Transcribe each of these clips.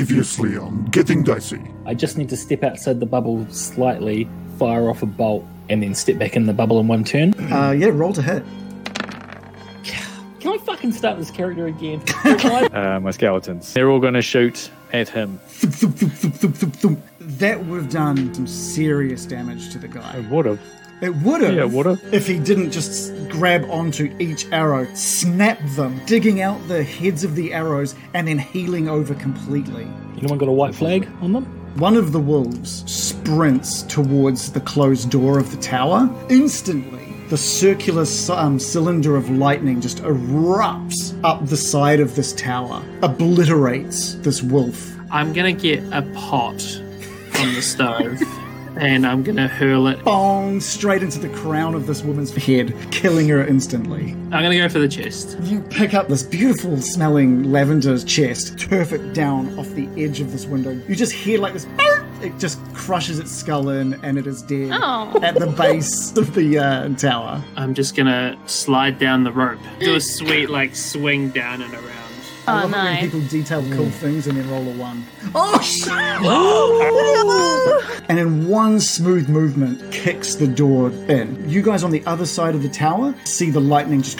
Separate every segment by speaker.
Speaker 1: Previously on Getting Dicey.
Speaker 2: I just need to step outside the bubble slightly, fire off a bolt, and then step back in the bubble in one turn.
Speaker 3: Uh, yeah, roll to hit.
Speaker 2: Can I fucking start this character again?
Speaker 4: Uh, my skeletons. They're all going to shoot at him.
Speaker 3: Thump, thump, thump, thump, thump, thump, thump. That would have done some serious damage to the guy.
Speaker 4: Would have.
Speaker 3: It would have.
Speaker 4: Yeah, it would've.
Speaker 3: If he didn't just grab onto each arrow, snap them, digging out the heads of the arrows, and then healing over completely.
Speaker 2: Anyone got a white flag on them?
Speaker 3: One of the wolves sprints towards the closed door of the tower. Instantly, the circular c- um, cylinder of lightning just erupts up the side of this tower, obliterates this wolf.
Speaker 5: I'm gonna get a pot from the stove and I'm gonna hurl it.
Speaker 3: Bong! Straight into the crown of this woman's head, killing her instantly.
Speaker 5: I'm gonna go for the chest.
Speaker 3: You pick up this beautiful smelling lavender chest, turf it down off the edge of this window. You just hear like this. "Arr!" It just crushes its skull in, and it is dead
Speaker 6: Oh.
Speaker 3: at the base of the uh, tower.
Speaker 5: I'm just gonna slide down the rope. Do a sweet like swing down and around.
Speaker 3: I
Speaker 6: Oh,
Speaker 3: love it when
Speaker 6: nice.
Speaker 3: people detail cool things and then roll a one. Mm. Oh shit! and in one smooth movement, kicks the door in. You guys on the other side of the tower see the lightning just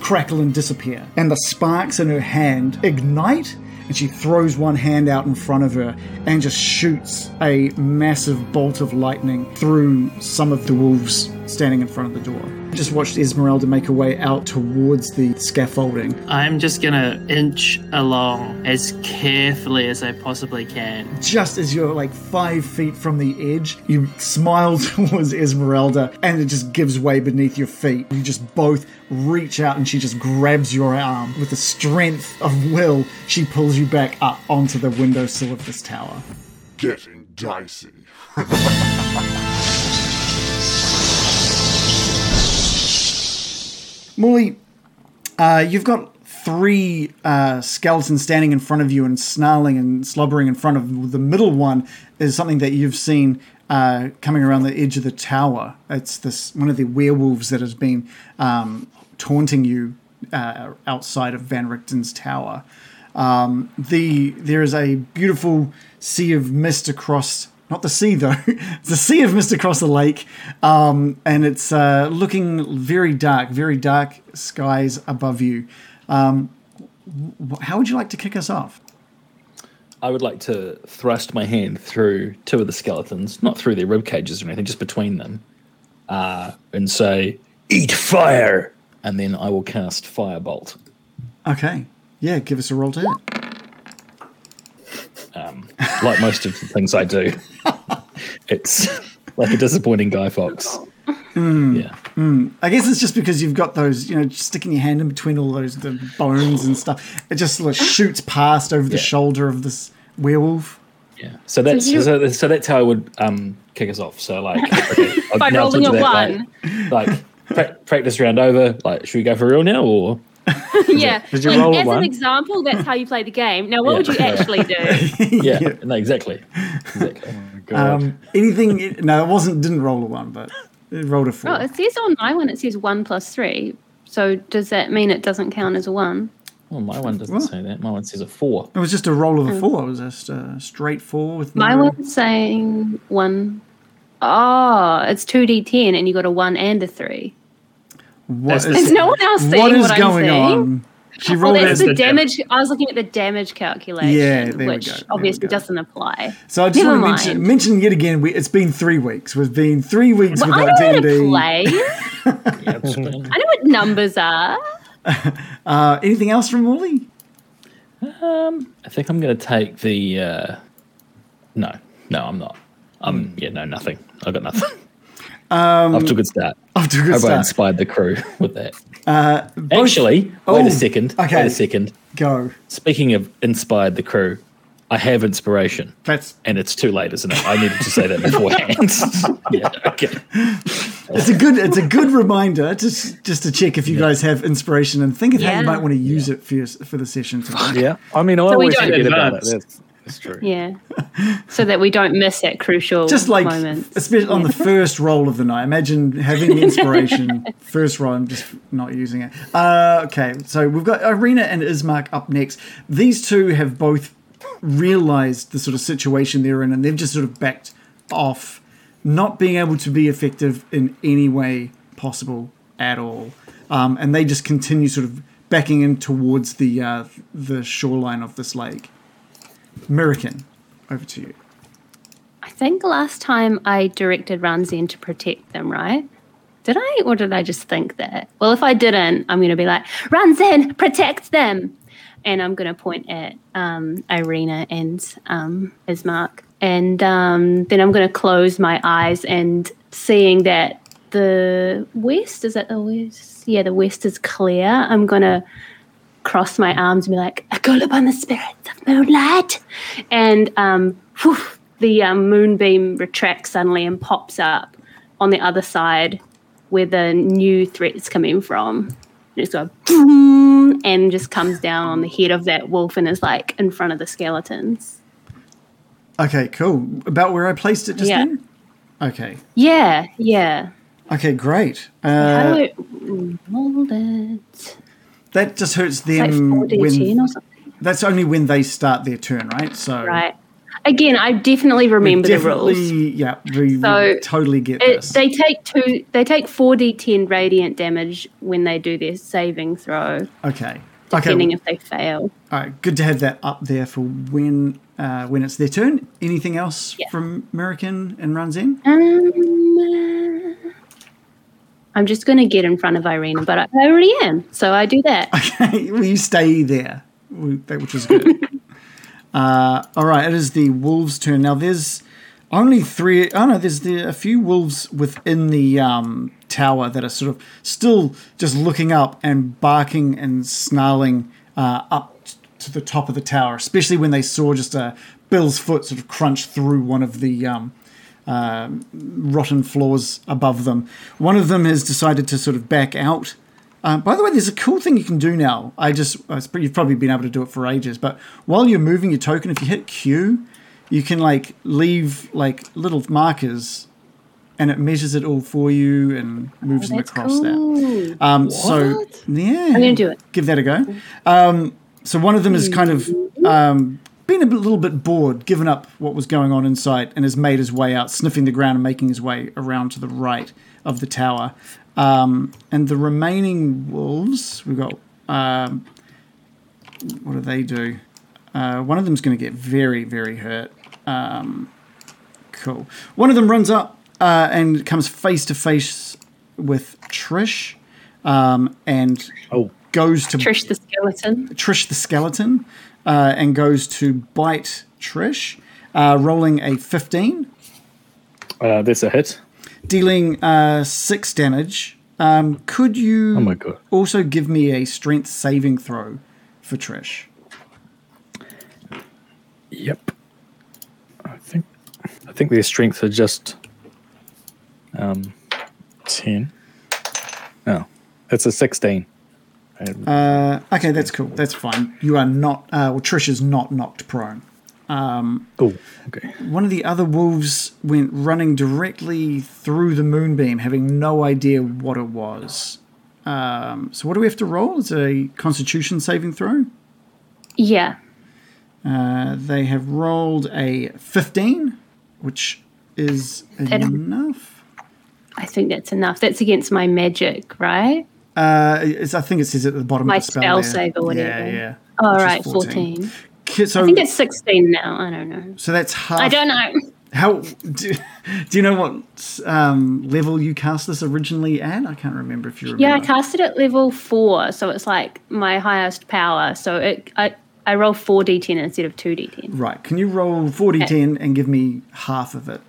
Speaker 3: crackle and disappear, and the sparks in her hand ignite. And she throws one hand out in front of her and just shoots a massive bolt of lightning through some of the wolves standing in front of the door. Just watched Esmeralda make her way out towards the scaffolding.
Speaker 5: I'm just gonna inch along as carefully as I possibly can.
Speaker 3: just as you're like five feet from the edge, you smile towards Esmeralda and it just gives way beneath your feet. You just both reach out and she just grabs your arm. With the strength of will, she pulls you back up onto the windowsill of this tower.
Speaker 1: Getting Dicey.
Speaker 3: Molly, uh, you've got three uh, skeletons standing in front of you and snarling and slobbering in front of the middle one is something that you've seen uh, coming around the edge of the tower. It's this one of the werewolves that has been um, taunting you uh, outside of Van Richten's tower. Um, the there is a beautiful sea of mist across. Not the sea though. it's a sea of mist across the lake, um, and it's uh, looking very dark, very dark skies above you. Um, wh- how would you like to kick us off?
Speaker 2: I would like to thrust my hand through two of the skeletons, not through their rib cages or anything, just between them, uh, and say, "Eat fire!" And then I will cast firebolt.
Speaker 3: Okay, yeah, give us a roll to hit.
Speaker 2: like most of the things I do. it's like a disappointing Guy Fox. Yeah.
Speaker 3: I guess it's just because you've got those, you know, sticking your hand in between all those the bones and stuff. It just sort of shoots past over the
Speaker 2: Yeah.
Speaker 3: shoulder of this werewolf.
Speaker 2: Yeah. So that's so,
Speaker 6: you-
Speaker 2: so that's how I would um, kick us off. So like okay, I'll-
Speaker 6: By
Speaker 2: now
Speaker 6: rolling
Speaker 2: to
Speaker 6: a
Speaker 2: that,
Speaker 6: one.
Speaker 2: Like, like pra- practice round over. Like, should we go for real now or
Speaker 6: yeah.
Speaker 4: Did you
Speaker 6: Like,
Speaker 4: roll a
Speaker 6: as
Speaker 4: one?
Speaker 6: an example, that's how you play the game. Now, what
Speaker 2: Yeah.
Speaker 6: would you actually do?
Speaker 2: yeah? No, exactly. Exactly.
Speaker 4: God.
Speaker 3: Um, anything? No, it wasn't. Didn't roll a one, but it rolled a four.
Speaker 6: Oh, it says on my one, it says one plus three. So does that mean it doesn't count as a one?
Speaker 2: Well, Oh, my one doesn't say that. My one says a four.
Speaker 3: It was just a roll of a four. It was just a straight four with no.
Speaker 6: Mm. My one's saying one. Oh, it's 2d10 and you got a one and a three.
Speaker 3: What
Speaker 5: That's
Speaker 6: Is
Speaker 3: is,
Speaker 6: no one else seeing
Speaker 3: what is
Speaker 6: I'm
Speaker 3: going
Speaker 6: seeing?
Speaker 3: on? She
Speaker 6: Well,
Speaker 3: rolled
Speaker 6: Oh, that's
Speaker 3: it.
Speaker 6: the
Speaker 5: the dam-
Speaker 6: damage. I was looking at the damage calculation,
Speaker 3: Yeah, there we go,
Speaker 6: which
Speaker 3: there we
Speaker 6: obviously
Speaker 3: go.
Speaker 6: doesn't apply.
Speaker 3: So I just
Speaker 6: Never
Speaker 3: want to mention,
Speaker 6: mind.
Speaker 3: mention yet again. We, it's been three weeks. We've been three weeks
Speaker 6: But I
Speaker 3: without
Speaker 6: know how to
Speaker 3: D&D.
Speaker 6: play. I
Speaker 2: Yeah, it's fine.
Speaker 6: know what numbers are.
Speaker 3: Uh, anything else from Wooly?
Speaker 2: Um, I think I'm going to take the. Uh, no, no, I'm not. Um, yeah, no, nothing. I got nothing. Um, Off to a good start.
Speaker 3: Off to a good
Speaker 2: Hope I
Speaker 3: start.
Speaker 2: inspired the crew with that. Actually,
Speaker 3: oh,
Speaker 2: wait a second.
Speaker 3: okay.
Speaker 2: Wait a second.
Speaker 3: Go.
Speaker 2: Speaking of inspired the crew, I have inspiration,
Speaker 3: That's
Speaker 2: and it's too late, isn't it? I needed to say that beforehand. yeah. Okay.
Speaker 3: it's a good it's a good reminder to, s- just to check if you guys have inspiration and think of how
Speaker 6: Yeah.
Speaker 3: you might want to use it for your, s- for the session. Today.
Speaker 4: Yeah. I mean, I
Speaker 5: we
Speaker 4: always
Speaker 5: don't
Speaker 4: forget about it.
Speaker 5: advance.
Speaker 4: That's, that's true.
Speaker 6: Yeah. So that we don't miss that crucial
Speaker 3: Just like
Speaker 6: moment.
Speaker 3: especially on the first roll of the night. Imagine having the inspiration first roll and just not using it. Uh, okay, so we've got Irina and Ismark up next. These two have both realized the sort of situation they're in and they've just sort of backed off, not being able to be effective in any way possible at all. Um, and they just continue sort of backing in towards the uh, the shoreline of this lake. American, over to you.
Speaker 6: I think last time I directed Ranzin to protect them, right? Did I, or did I just think that? Well, if I didn't, I'm going to be like, Ranzin, protect them. And I'm going to point at um, Irina and um, Ismark. And um, then I'm going to close my eyes and seeing that the west, is that the west? Yeah, the west is clear. I'm going to cross my arms and be like, I call upon the spirits of moonlight. And um, whew, the um, moonbeam retracts suddenly and pops up on the other side where the new threat's coming from. And it's going boom and just comes down on the head of that wolf and is like in front of the skeletons.
Speaker 3: Okay, cool. About where I placed it just
Speaker 6: Yeah.
Speaker 3: then. Okay.
Speaker 6: Yeah, yeah.
Speaker 3: Okay, great.
Speaker 6: How
Speaker 3: Uh,
Speaker 6: do I mm, mold it?
Speaker 3: that just hurts
Speaker 6: Like
Speaker 3: them
Speaker 6: 4d10
Speaker 3: when
Speaker 6: or something,
Speaker 3: that's only when they start their turn, right? So
Speaker 6: right? Again, I definitely
Speaker 3: we
Speaker 6: remember the
Speaker 3: definitely,
Speaker 6: rules.
Speaker 3: Yeah, we
Speaker 6: So,
Speaker 3: we totally get
Speaker 6: It,
Speaker 3: this.
Speaker 6: they take two. They take four d ten radiant damage when they do their saving throw,
Speaker 3: okay. Okay.
Speaker 6: depending if they fail.
Speaker 3: All right. Good to have that up there for when uh, when it's their turn. Anything else
Speaker 6: Yeah.
Speaker 3: from American and Ranzin?
Speaker 6: Um, uh, I'm just going to get in front of Irene, but I, I already am, so I do that.
Speaker 3: Okay, well, you stay there, We- that- which is good. uh, all right, it is the wolves' turn now. There's only three. Oh no, there's the, a few wolves within the um, tower that are sort of still just looking up and barking and snarling uh, up t- to the top of the tower, especially when they saw just a Bill's foot sort of crunch through one of the um, rotten floors above them. One of them has decided to sort of back out. Uh, by the way, there's a cool thing you can do now. I just, it's pretty- you've probably been able to do it for ages, but while you're moving your token, if you hit Q, you can like leave like little markers and it measures it all for you and moves them
Speaker 6: Oh, That's
Speaker 3: across that.
Speaker 6: cool.
Speaker 3: Um, So, yeah. I'm
Speaker 6: gonna do it.
Speaker 3: Give that a go. Um, so one of them is kind of um, been a bit- little bit bored, given up what was going on inside, and has made his way out, sniffing the ground and making his way around to the right of the tower. Um, and the remaining wolves, we've got. Um, what do they do? Uh, one of them's going to get very, very hurt. Um, Cool. One of them runs up uh, and comes face to face with Trish, um, and
Speaker 4: Oh.
Speaker 3: goes to
Speaker 6: Trish the skeleton.
Speaker 3: Trish the skeleton, uh, and goes to bite Trish, uh, rolling a fifteen,
Speaker 4: Uh, that's a hit.
Speaker 3: dealing uh, six damage. Um, could you
Speaker 4: Oh my god.
Speaker 3: also give me a strength saving throw for Trish?
Speaker 4: Yep. I think I think their strengths are just um ten. No. It's a sixteen.
Speaker 3: Okay, that's cool. That's fine. You are not. Uh, well, Trish is not knocked prone.
Speaker 4: Cool. Okay.
Speaker 3: One of the other wolves went running directly through the moonbeam, having no idea what it was. Um, so, what do we have to roll? It's a Constitution saving throw.
Speaker 6: Yeah.
Speaker 3: Uh, they have rolled a 15, which is enough.
Speaker 6: I think that's enough. That's against my magic, right?
Speaker 3: Uh, it's, I think it says at the bottom
Speaker 6: My
Speaker 3: of the spell.
Speaker 6: spell
Speaker 3: there.
Speaker 6: save or whatever.
Speaker 3: Yeah, yeah.
Speaker 6: All
Speaker 3: Which is
Speaker 6: right, 14.
Speaker 3: K- So,
Speaker 6: I think it's 16 now. I don't know.
Speaker 3: so that's half.
Speaker 6: I don't know.
Speaker 3: How do, do you know what um, level you cast this originally at? I can't remember if you remember.
Speaker 6: Yeah, I cast it at level four, so it's like my highest power. So it, I, I roll 4d10 instead of 2d10.
Speaker 3: Right. Can you roll 4010 and give me half of it,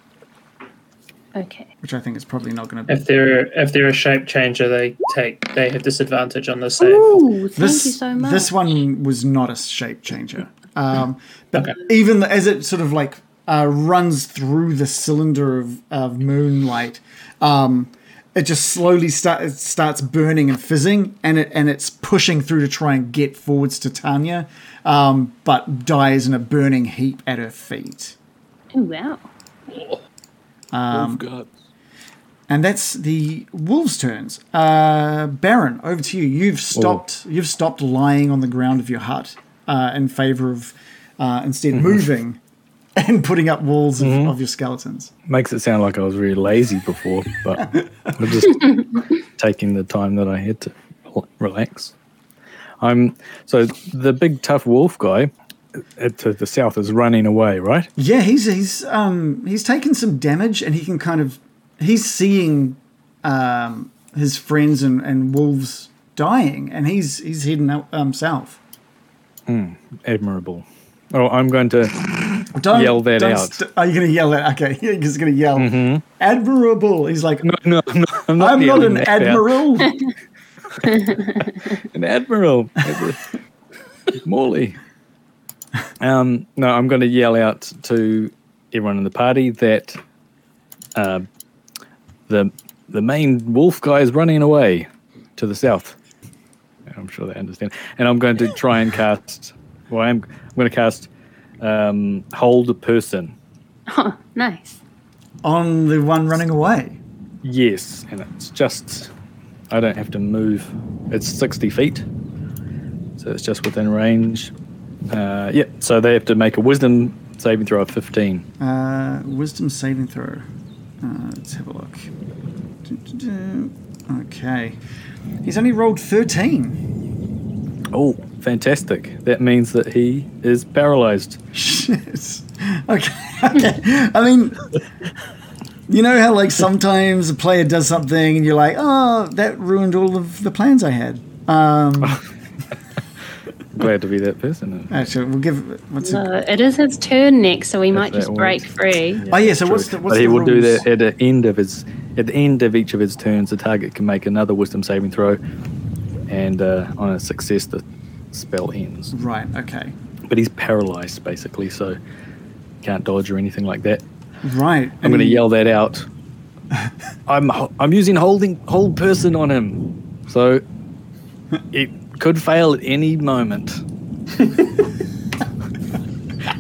Speaker 6: Okay.
Speaker 3: which I think is probably not going to be.
Speaker 5: If they're if they're a shape changer, they take they have disadvantage on the save.
Speaker 6: Ooh, thank
Speaker 3: This,
Speaker 6: you so much.
Speaker 3: this one was not a shape changer. Um, but even as it sort of like uh, runs through the cylinder of, of moonlight, um, it just slowly start, it starts burning and fizzing, and it and it's pushing through to try and get forwards to Tanya, um, but dies in a burning heap at her feet.
Speaker 6: Ooh, Oh, wow.
Speaker 2: Um, got
Speaker 3: And that's the wolves' turns. Uh, Baron, over
Speaker 4: Oh.
Speaker 3: to you. You've stopped. You've stopped lying on the ground of your hut uh, in favor of uh, instead
Speaker 4: Mm-hmm.
Speaker 3: moving and putting up walls of, of your skeletons.
Speaker 4: Makes it sound like I was really lazy before, but I'm just taking the time that I had to rel- relax. I'm so the big tough wolf guy uh, to the south is running away, right?
Speaker 3: Yeah, he's he's um he's taken some damage and he can kind of he's seeing um his friends and, and wolves dying and he's he's heading out um south.
Speaker 4: Admirable. Oh, I'm going to
Speaker 3: Don't
Speaker 4: Yell that
Speaker 3: don't
Speaker 4: out. Mm-hmm.
Speaker 3: st- are you gonna yell that? Okay, you're just gonna yell. Admirable. He's like
Speaker 4: no, I'm not, I'm not,
Speaker 3: I'm not
Speaker 4: yelling
Speaker 3: an
Speaker 4: that out.
Speaker 3: admiral.
Speaker 4: an admiral, Admiral Morley. Um, no, I'm going to yell out to everyone in the party that uh, the the main wolf guy is running away to the south. I'm sure they understand, and I'm going to try and cast. Well, I'm I'm going to cast um, hold a person.
Speaker 6: Oh, nice.
Speaker 3: on the one running away.
Speaker 4: Yes, and it's just I don't have to move. It's sixty feet, so it's just within range. Uh, yeah, so they have to make a wisdom saving throw of fifteen.
Speaker 3: Uh, wisdom saving throw. Uh, let's have a look. Du-du-du. Okay. He's only rolled 13.
Speaker 4: Oh, fantastic! That means that he is paralyzed.
Speaker 3: Shit. Okay. I mean, you know how, like, sometimes a player does something and you're like, oh, that ruined all of the plans I had.
Speaker 4: Glad to be that person.
Speaker 3: Actually, we'll give. What's it?
Speaker 6: So it is his turn next, so we might
Speaker 4: that
Speaker 6: just
Speaker 4: one.
Speaker 6: break free.
Speaker 3: Oh, yeah, so what's the. What's
Speaker 4: but he
Speaker 3: the
Speaker 4: will do
Speaker 3: rules?
Speaker 4: that at the end of his at the end of each of his turns. The target can make another wisdom saving throw, and uh, on a success, the spell ends.
Speaker 3: Right, okay.
Speaker 4: but he's paralyzed basically, so can't dodge or anything like that.
Speaker 3: Right.
Speaker 4: I'm going to yell that out. I'm ho- I'm using holding hold person on him, so it could fail at any moment.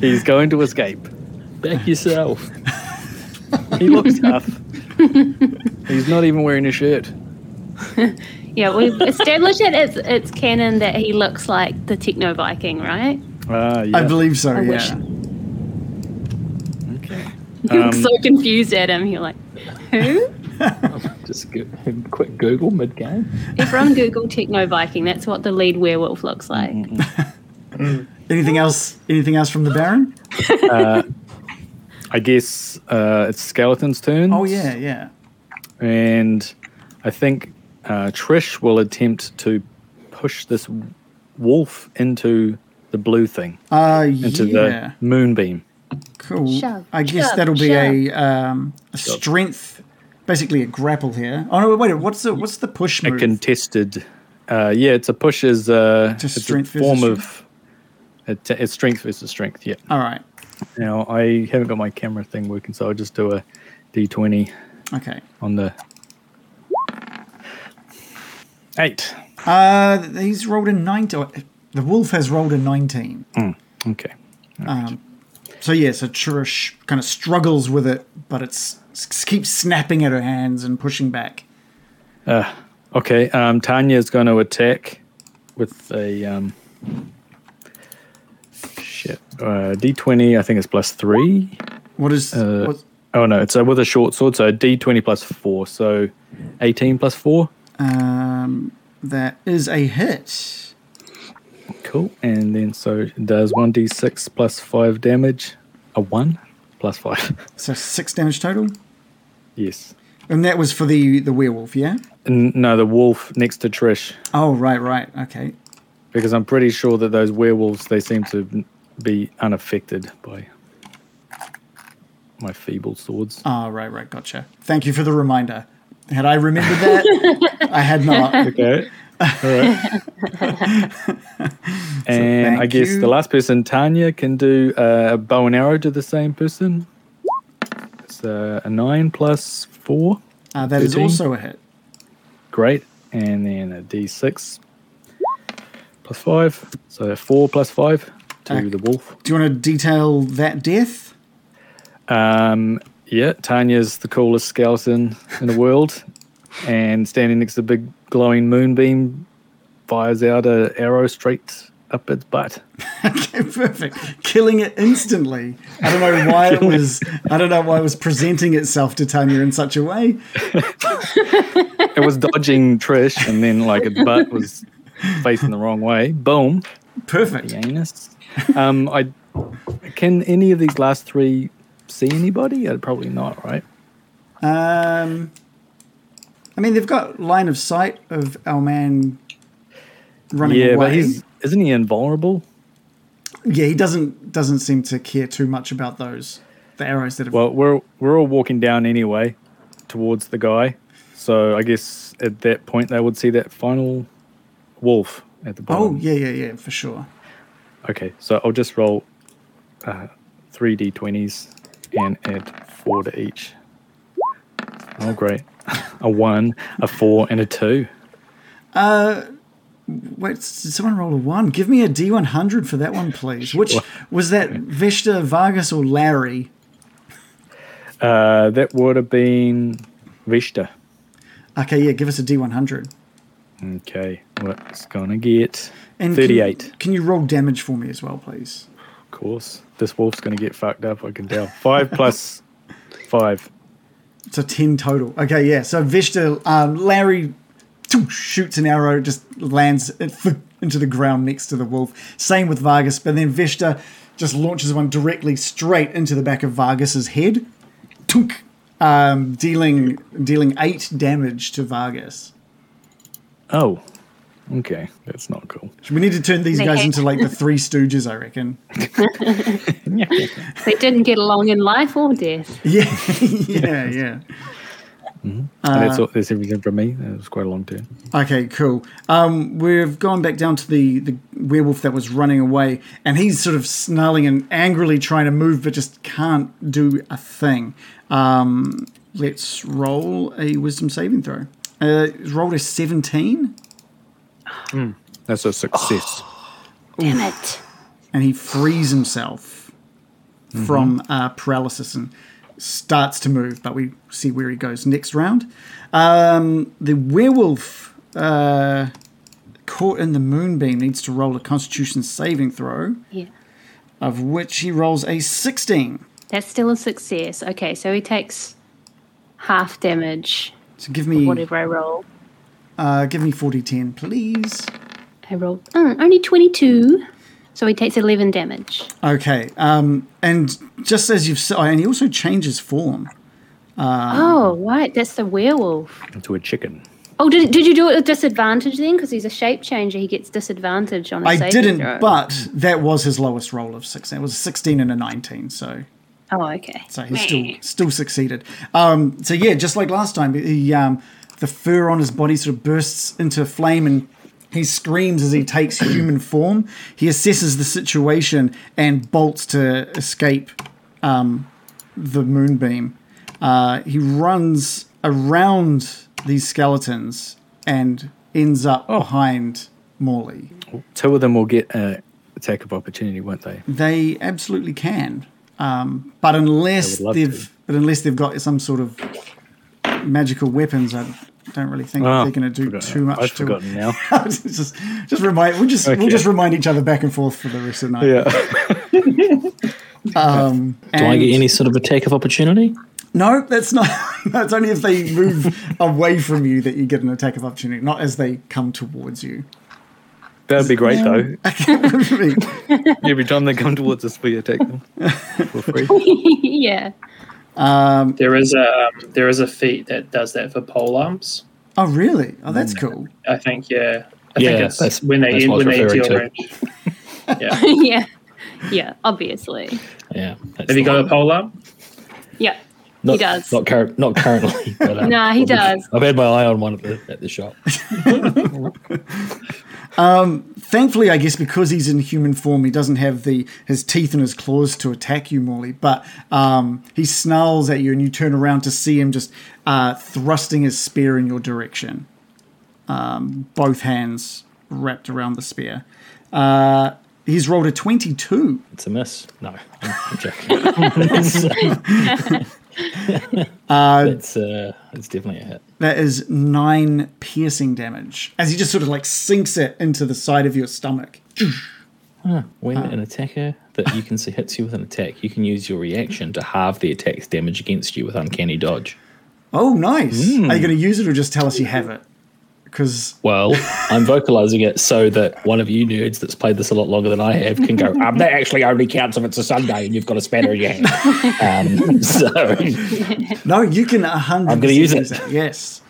Speaker 4: he's going to escape.
Speaker 2: Back yourself.
Speaker 4: He looks tough. he's not even wearing a shirt.
Speaker 6: Yeah, we've established that it's, it's canon that he looks like the Techno Viking, right?
Speaker 4: Ah, yeah.
Speaker 3: I believe so, yeah.
Speaker 6: wish.
Speaker 4: Okay.
Speaker 6: You
Speaker 4: Um,
Speaker 6: look so confused at him. You're like, who?
Speaker 2: Just go, quick Google mid game.
Speaker 6: Everyone Google Techno Viking. That's what the lead werewolf looks like.
Speaker 4: Mm-hmm.
Speaker 3: Anything else? Anything else from the Baron?
Speaker 4: I guess uh, it's skeleton's turn.
Speaker 3: Oh yeah, yeah.
Speaker 4: and I think uh, Trish will attempt to push this wolf into the blue thing,
Speaker 3: Uh,
Speaker 4: into
Speaker 3: yeah.
Speaker 4: the moonbeam.
Speaker 3: Cool.
Speaker 6: Shove,
Speaker 3: I guess
Speaker 6: shove,
Speaker 3: that'll be a, um, a strength, basically a grapple here. Oh no, wait. What's the what's the push
Speaker 4: A
Speaker 3: move?
Speaker 4: contested, uh, yeah, it's a push is uh,
Speaker 3: Just
Speaker 4: it's a
Speaker 3: strength versus
Speaker 4: form of it- it's strength versus strength. Yeah.
Speaker 3: All right.
Speaker 4: Now I haven't got my camera thing working, so I'll just do a d20
Speaker 3: Okay.
Speaker 4: on the eight.
Speaker 3: Uh, he's rolled a nine. Or, the wolf has rolled a nineteen.
Speaker 4: Okay.
Speaker 3: So yeah, so Trish kind of struggles with it, but it's s- keeps snapping at her hands and pushing back.
Speaker 4: Okay, um, Tanya is going to attack with a um, shit uh, d20. I think it's plus three.
Speaker 3: What is? what,
Speaker 4: Oh no, it's uh, with a short sword, so d20 plus four, so 18 plus four.
Speaker 3: um, that is a hit.
Speaker 4: Cool, and then so it does 1d6 plus five damage. A one plus five.
Speaker 3: So six damage total,
Speaker 4: yes.
Speaker 3: and that was for the the werewolf. Yeah.
Speaker 4: N- no, the wolf next to Trish,
Speaker 3: Oh right, right. Okay.
Speaker 4: because I'm pretty sure that those werewolves they seem to n- be unaffected by my feeble swords.
Speaker 3: Ah, right, right, gotcha. Thank you for the reminder. Had I remembered that, I had not.
Speaker 4: Okay. and I
Speaker 3: thank
Speaker 4: guess
Speaker 3: you.
Speaker 4: the last person, Tanya, can do uh, a bow and arrow to the same person. It's uh, a nine plus four.
Speaker 3: Uh, that is
Speaker 4: 13.
Speaker 3: also a hit.
Speaker 4: Great. And then a d6 plus five. So four plus five to
Speaker 3: Okay.
Speaker 4: the wolf.
Speaker 3: Do you want to detail that death?
Speaker 4: Um, yeah, Tanya's the coolest skeleton in the world, and standing next to the big glowing moonbeam, fires out a arrow straight up its butt.
Speaker 3: Okay, perfect. Killing it instantly. I don't know why it was. I don't know why it was presenting itself to Tanya in such a way.
Speaker 4: It was dodging Trish, and then like its butt was facing the wrong way. Boom.
Speaker 3: Perfect.
Speaker 4: Anus. Um, I can any of these last three see anybody? Uh, Probably not, right?
Speaker 3: Um, I mean, they've got line of sight of our man running
Speaker 4: Yeah,
Speaker 3: away.
Speaker 4: but he's isn't he invulnerable?
Speaker 3: yeah, he doesn't doesn't seem to care too much about those the arrows that have.
Speaker 4: Well, we're we're all walking down anyway towards the guy, so I guess at that point they would see that final wolf at the
Speaker 3: oh
Speaker 4: bottom.
Speaker 3: yeah, yeah, yeah, for sure.
Speaker 4: Okay, so I'll just roll uh, three d twenties and add four to each. Oh great, a one, a four, and a two.
Speaker 3: Wait, did someone roll a one? Give me a D one hundred for that one, please. Which was that Vesta Vargas or Larry?
Speaker 4: Uh, that would have been Vishta.
Speaker 3: Okay, yeah, give us a D one hundred.
Speaker 4: Okay, what's gonna get?
Speaker 3: And can-
Speaker 4: 38.
Speaker 3: Can, you roll damage for me as well, please?
Speaker 4: Of course, this wolf's gonna get fucked up. I can tell. Five plus five.
Speaker 3: So 10 total. Okay, yeah. So Vishta, um, Larry toosh, shoots an arrow, just lands it f- into the ground next to the wolf. Same with Vargas, but then Vishta just launches one directly straight into the back of Vargas's head, toonk, um, dealing dealing eight damage to Vargas.
Speaker 4: Oh, okay, that's not cool.
Speaker 3: We need to turn these guys
Speaker 6: Okay.
Speaker 3: into like the Three Stooges, I reckon.
Speaker 6: They didn't get along in life or death.
Speaker 3: Yeah, yeah, yeah. Uh.
Speaker 4: And that's all, that's everything from me. It was quite a long turn.
Speaker 3: Okay, cool. Um, we've gone back down to the, the werewolf that was running away, and he's sort of snarling and angrily trying to move, but just can't do a thing. Um, let's roll a wisdom saving throw. Uh, it's rolled a 17,
Speaker 4: That's a success.
Speaker 6: Damn it.
Speaker 3: and he frees himself from uh, paralysis and starts to move, but we see where he goes next round. Um, the werewolf uh, caught in the moonbeam needs to roll a constitution saving throw,
Speaker 6: Yeah.
Speaker 3: of which he rolls a 16.
Speaker 6: That's still a success. Okay, so he takes half damage,
Speaker 3: So give me
Speaker 6: whatever I roll.
Speaker 3: uh, give me 4010, please.
Speaker 6: I rolled uh, only 22, so he takes 11 damage.
Speaker 3: Okay, um, and just as you've said, and he also changes form.
Speaker 6: oh, right, that's the werewolf.
Speaker 4: Into a chicken.
Speaker 6: Oh, did, did you do it with disadvantage then? Because he's a shape changer, he gets disadvantage on a
Speaker 3: I
Speaker 6: saving
Speaker 3: didn't,
Speaker 6: throw.
Speaker 3: but that was his lowest roll of 16. It was a 16 and a 19, so
Speaker 6: Oh, okay.
Speaker 3: So he still still succeeded. Um, so yeah, just like last time, he um, the fur on his body sort of bursts into flame and he screams as he takes human form. He assesses the situation and bolts to escape um, the moonbeam. Uh, he runs around these skeletons and ends up behind Morley.
Speaker 4: Two of them will get an attack of opportunity, won't they?
Speaker 3: They absolutely can, um, but unless
Speaker 4: I would love
Speaker 3: they've
Speaker 4: to.
Speaker 3: but unless they've got some sort of magical weapons, I don't really think
Speaker 4: Ah,
Speaker 3: they're going to do
Speaker 4: forgot-
Speaker 3: too much
Speaker 4: I've
Speaker 3: to
Speaker 4: forgotten now.
Speaker 3: just just remind we'll just we'll
Speaker 4: Okay.
Speaker 3: just remind each other back and forth for the rest of the night.
Speaker 4: yeah.
Speaker 2: Do I get any sort of attack of opportunity?
Speaker 3: No, that's not. That's only if they move away from you that you get an attack of opportunity, not as they come towards you.
Speaker 4: That'd be great though.
Speaker 3: I mean,
Speaker 4: Every time they come towards us, we attack them for free.
Speaker 6: yeah.
Speaker 5: There is a um, there is a feat that does that for pole arms.
Speaker 3: oh, really? Oh, that's
Speaker 4: Mm.
Speaker 3: cool.
Speaker 5: I think yeah. I
Speaker 2: Yeah,
Speaker 5: think it's
Speaker 2: that's-
Speaker 5: when they
Speaker 2: that's
Speaker 5: end
Speaker 2: what
Speaker 5: when
Speaker 2: I
Speaker 5: they
Speaker 2: was
Speaker 5: deal
Speaker 2: referring
Speaker 5: range. yeah.
Speaker 6: yeah. Yeah, obviously.
Speaker 2: Yeah. that's
Speaker 5: Have
Speaker 2: the
Speaker 5: you got
Speaker 2: one.
Speaker 5: a pole arm?
Speaker 6: Yeah.
Speaker 2: Not,
Speaker 6: He does.
Speaker 2: Not, cur- not currently. But, um,
Speaker 6: Nah, he does.
Speaker 2: I've had my eye on one at the, at the shop.
Speaker 3: thankfully, I guess because he's in human form, he doesn't have the his teeth and his claws to attack you, Morley. But um, he snarls at you, and you turn around to see him just uh, thrusting his spear in your direction. Um, both hands wrapped around the spear. Uh, he's rolled a twenty-two.
Speaker 2: It's a miss. No, I'm, I'm joking. it's, uh, it's, uh, it's definitely a hit.
Speaker 3: That is nine piercing damage as he just sort of like sinks it into the side of your stomach. Ah.
Speaker 2: When an attacker that you can see hits you with an attack, you can use your reaction to halve the attack's damage against you with uncanny dodge.
Speaker 3: Oh, nice.
Speaker 2: Hmm.
Speaker 3: Are you going to use it or just tell us you have it? Because
Speaker 2: Well, I'm vocalizing it so that one of you nerds that's played this a lot longer than I have can go, um, that actually only counts if it's a Sunday and you've got a spanner in your hand. Um, so,
Speaker 3: no, you can a hundred.
Speaker 2: I'm gonna use
Speaker 3: percent
Speaker 2: it.
Speaker 3: Yes.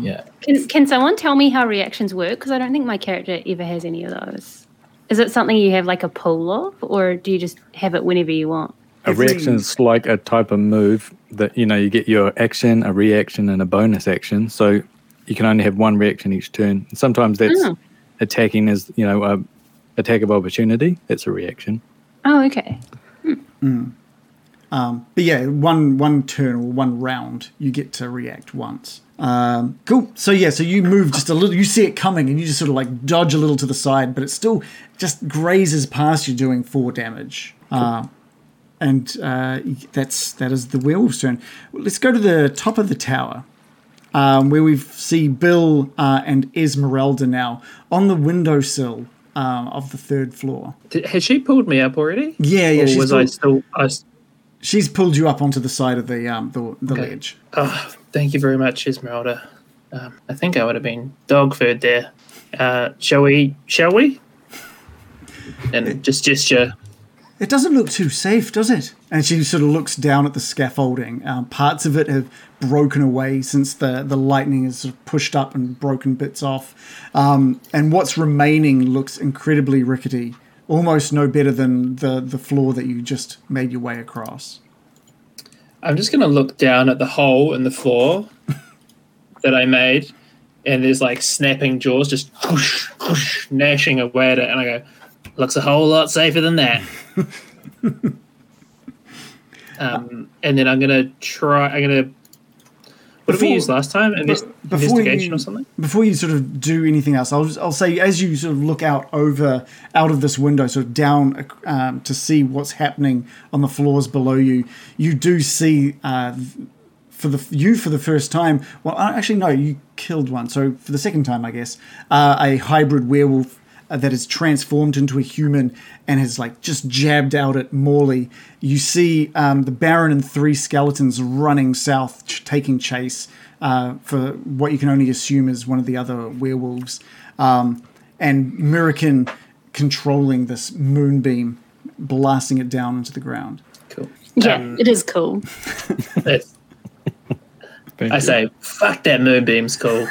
Speaker 2: yeah. yeah.
Speaker 6: Can, can someone tell me how reactions work? Because I don't think my character ever has any of those. Is it something you have like a pool of, or do you just have it whenever you want?
Speaker 4: A reaction is like a type of move that you know you get your action, a reaction, and a bonus action. So you can only have one reaction each turn. And sometimes that's
Speaker 6: Oh.
Speaker 4: attacking is you know a attack of opportunity. That's a reaction.
Speaker 6: Oh, okay.
Speaker 3: But yeah, one one turn or one round, you get to react once. Um, cool. So yeah, so you move just a little. You see it coming, and you just sort of like dodge a little to the side, but it still just grazes past you, doing four damage. Uh, and uh, that's that is the werewolf's turn. Let's go to the top of the tower, um, where we see Bill uh, and Esmeralda now on the windowsill um, of the third floor.
Speaker 5: Did, has she pulled me up already?
Speaker 3: Yeah, yeah.
Speaker 5: Or
Speaker 3: she's
Speaker 5: Oh, was
Speaker 3: pulled,
Speaker 5: I still? I s
Speaker 3: she's pulled you up onto the side of the um, the, the ledge.
Speaker 5: oh, thank you very much, Esmeralda. Um, I think I would have been dog food there. Uh, shall we? Shall we? And just gesture.
Speaker 3: It doesn't look too safe, does it? And she sort of looks down at the scaffolding. Um, parts of it have broken away since the, the lightning has sort of pushed up and broken bits off. Um, and what's remaining looks incredibly rickety, almost no better than the, the floor that you just made your way across.
Speaker 5: I'm just gonna look down at the hole in the floor that I made, and there's like snapping jaws just whoosh, whoosh, gnashing away at it, and I go, "Looks a whole lot safer than that." um, and then I'm gonna try. I'm gonna. What did we
Speaker 3: Before-
Speaker 5: use last time? Invest,
Speaker 3: before
Speaker 5: investigation
Speaker 3: you-
Speaker 5: or something?
Speaker 3: Before you sort of do anything else, I'll, I'll say as you sort of look out over out of this window, sort of down um, to see what's happening on the floors below you, you do see uh, for the you for the first time. Well, uh, actually, no, you killed one. So for the second time, I guess, uh, a hybrid werewolf uh, that is transformed into a human and has like just jabbed out at Morley. You see um, the Baron and three skeletons running south, ch- taking chase uh, for what you can only assume is one of the other werewolves, um, and Mirakin controlling this moonbeam, blasting it down into the ground.
Speaker 5: Cool.
Speaker 6: Yeah,
Speaker 5: Um,
Speaker 6: it is cool.
Speaker 5: That's- I say, fuck that moonbeam's cool.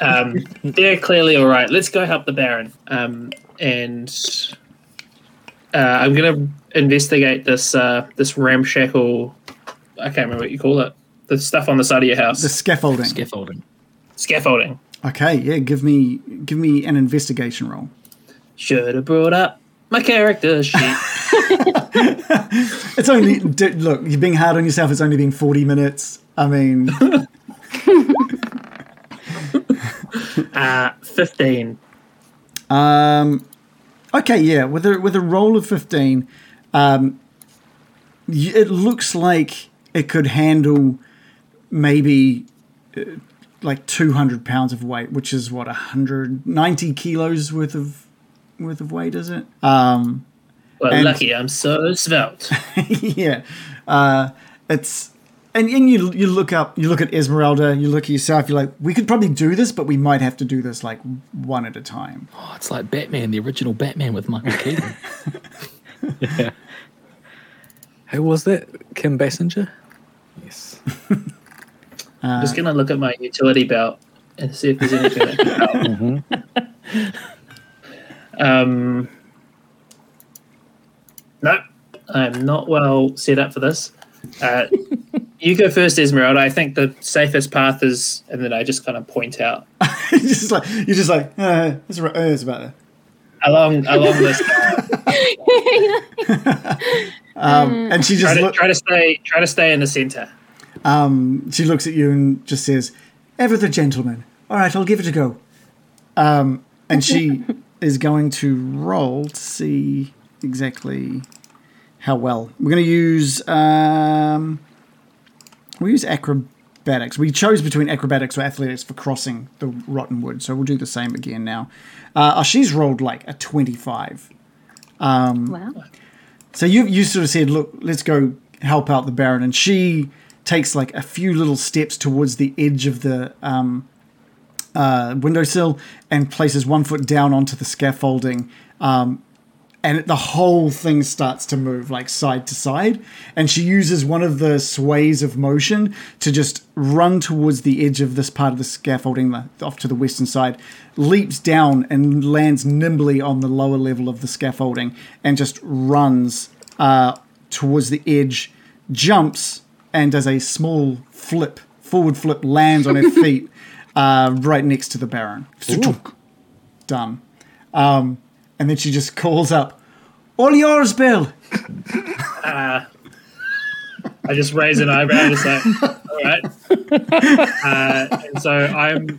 Speaker 5: um, they're clearly all right. Let's go help the Baron. Um, and uh, I'm gonna investigate this uh, this ramshackle. I can't remember what you call it. The stuff on the side of your house.
Speaker 3: The scaffolding.
Speaker 2: Scaffolding.
Speaker 5: Scaffolding.
Speaker 3: okay, yeah, give me give me an investigation roll.
Speaker 5: Should have brought up my character sheet.
Speaker 3: It's only d look. You're being hard on yourself. It's only been forty minutes. I mean,
Speaker 5: uh, Fifteen.
Speaker 3: okay, yeah. With a with a roll of fifteen, um, y- it looks like it could handle maybe uh, like two hundred pounds of weight, which is what hundred ninety kilos worth of worth of weight, is it?
Speaker 5: Well,
Speaker 3: And-
Speaker 5: lucky I'm so svelte.
Speaker 3: yeah, uh, it's and, and you you look up, you look at Esmeralda, you look at yourself. You're like, we could probably do this, but we might have to do this like one at a time.
Speaker 2: Oh, it's like Batman, the original Batman with Michael Keaton.
Speaker 4: Who was that? Kim Basinger. Yes.
Speaker 5: I'm just gonna look at my utility belt and see if there's anything that can help. um, no, I'm not well set up for this. Uh, you go first, Esmeralda. I think the safest path is, and then I just kind of point out
Speaker 3: you're just like you're just like uh, it's, ar- uh, it's about that.
Speaker 5: along along this.
Speaker 3: And she
Speaker 5: try,
Speaker 3: just
Speaker 5: to,
Speaker 3: look,
Speaker 5: try to stay try to stay in the center.
Speaker 3: she looks at you and just says, "Ever the gentleman." All right, I'll give it a go. Um, and she is going to roll to see exactly how well we're going to use. Um, we use acrob acrobatics. We chose between acrobatics or athletics for crossing the rotten wood, so we'll do the same again now. Uh, oh, she's rolled like a 25.
Speaker 6: Wow.
Speaker 3: So you you sort of said, look, let's go help out the Baron, and she takes like a few little steps towards the edge of the um, uh, windowsill and places one foot down onto the scaffolding. Um, and it- the whole thing starts to move like side to side. And she uses one of the sways of motion to just run towards the edge of this part of the scaffolding the- off to the western side, leaps down and lands nimbly on the lower level of the scaffolding and just runs uh, towards the edge, jumps, and does a small flip, forward flip, lands on her feet uh, right next to the Baron. Done. Um, and then she just calls up, All yours, Bill!
Speaker 5: I just raise an eyebrow, just like, all right. Uh, and so I'm,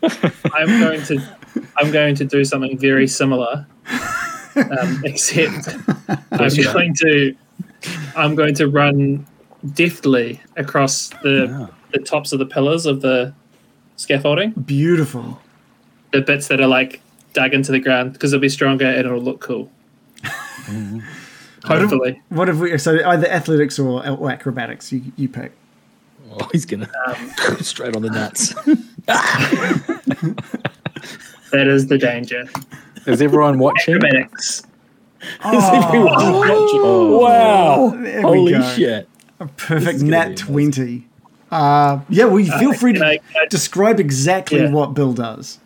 Speaker 5: I'm going to, I'm going to do something very similar, um, except I'm going to, I'm going to run deftly across the the tops of the pillars of the scaffolding,
Speaker 3: Beautiful.
Speaker 5: the bits that are like dug into the ground because it'll be stronger and it'll look cool. Hopefully,
Speaker 3: What have we? So either athletics or, or acrobatics, you, you pick.
Speaker 2: Oh, he's gonna
Speaker 3: Um,
Speaker 2: straight on the nuts.
Speaker 5: that is the danger.
Speaker 4: Is everyone watching?
Speaker 5: Acrobatics. Oh,
Speaker 2: wow!
Speaker 3: There Oh. we
Speaker 2: Holy
Speaker 3: go.
Speaker 2: shit!
Speaker 3: Perfect
Speaker 2: gonna
Speaker 3: nat
Speaker 2: be amazing.
Speaker 3: 20. Uh, yeah, well, you feel free to
Speaker 5: can I- can I-
Speaker 3: describe exactly
Speaker 5: Yeah.
Speaker 3: what Bill does.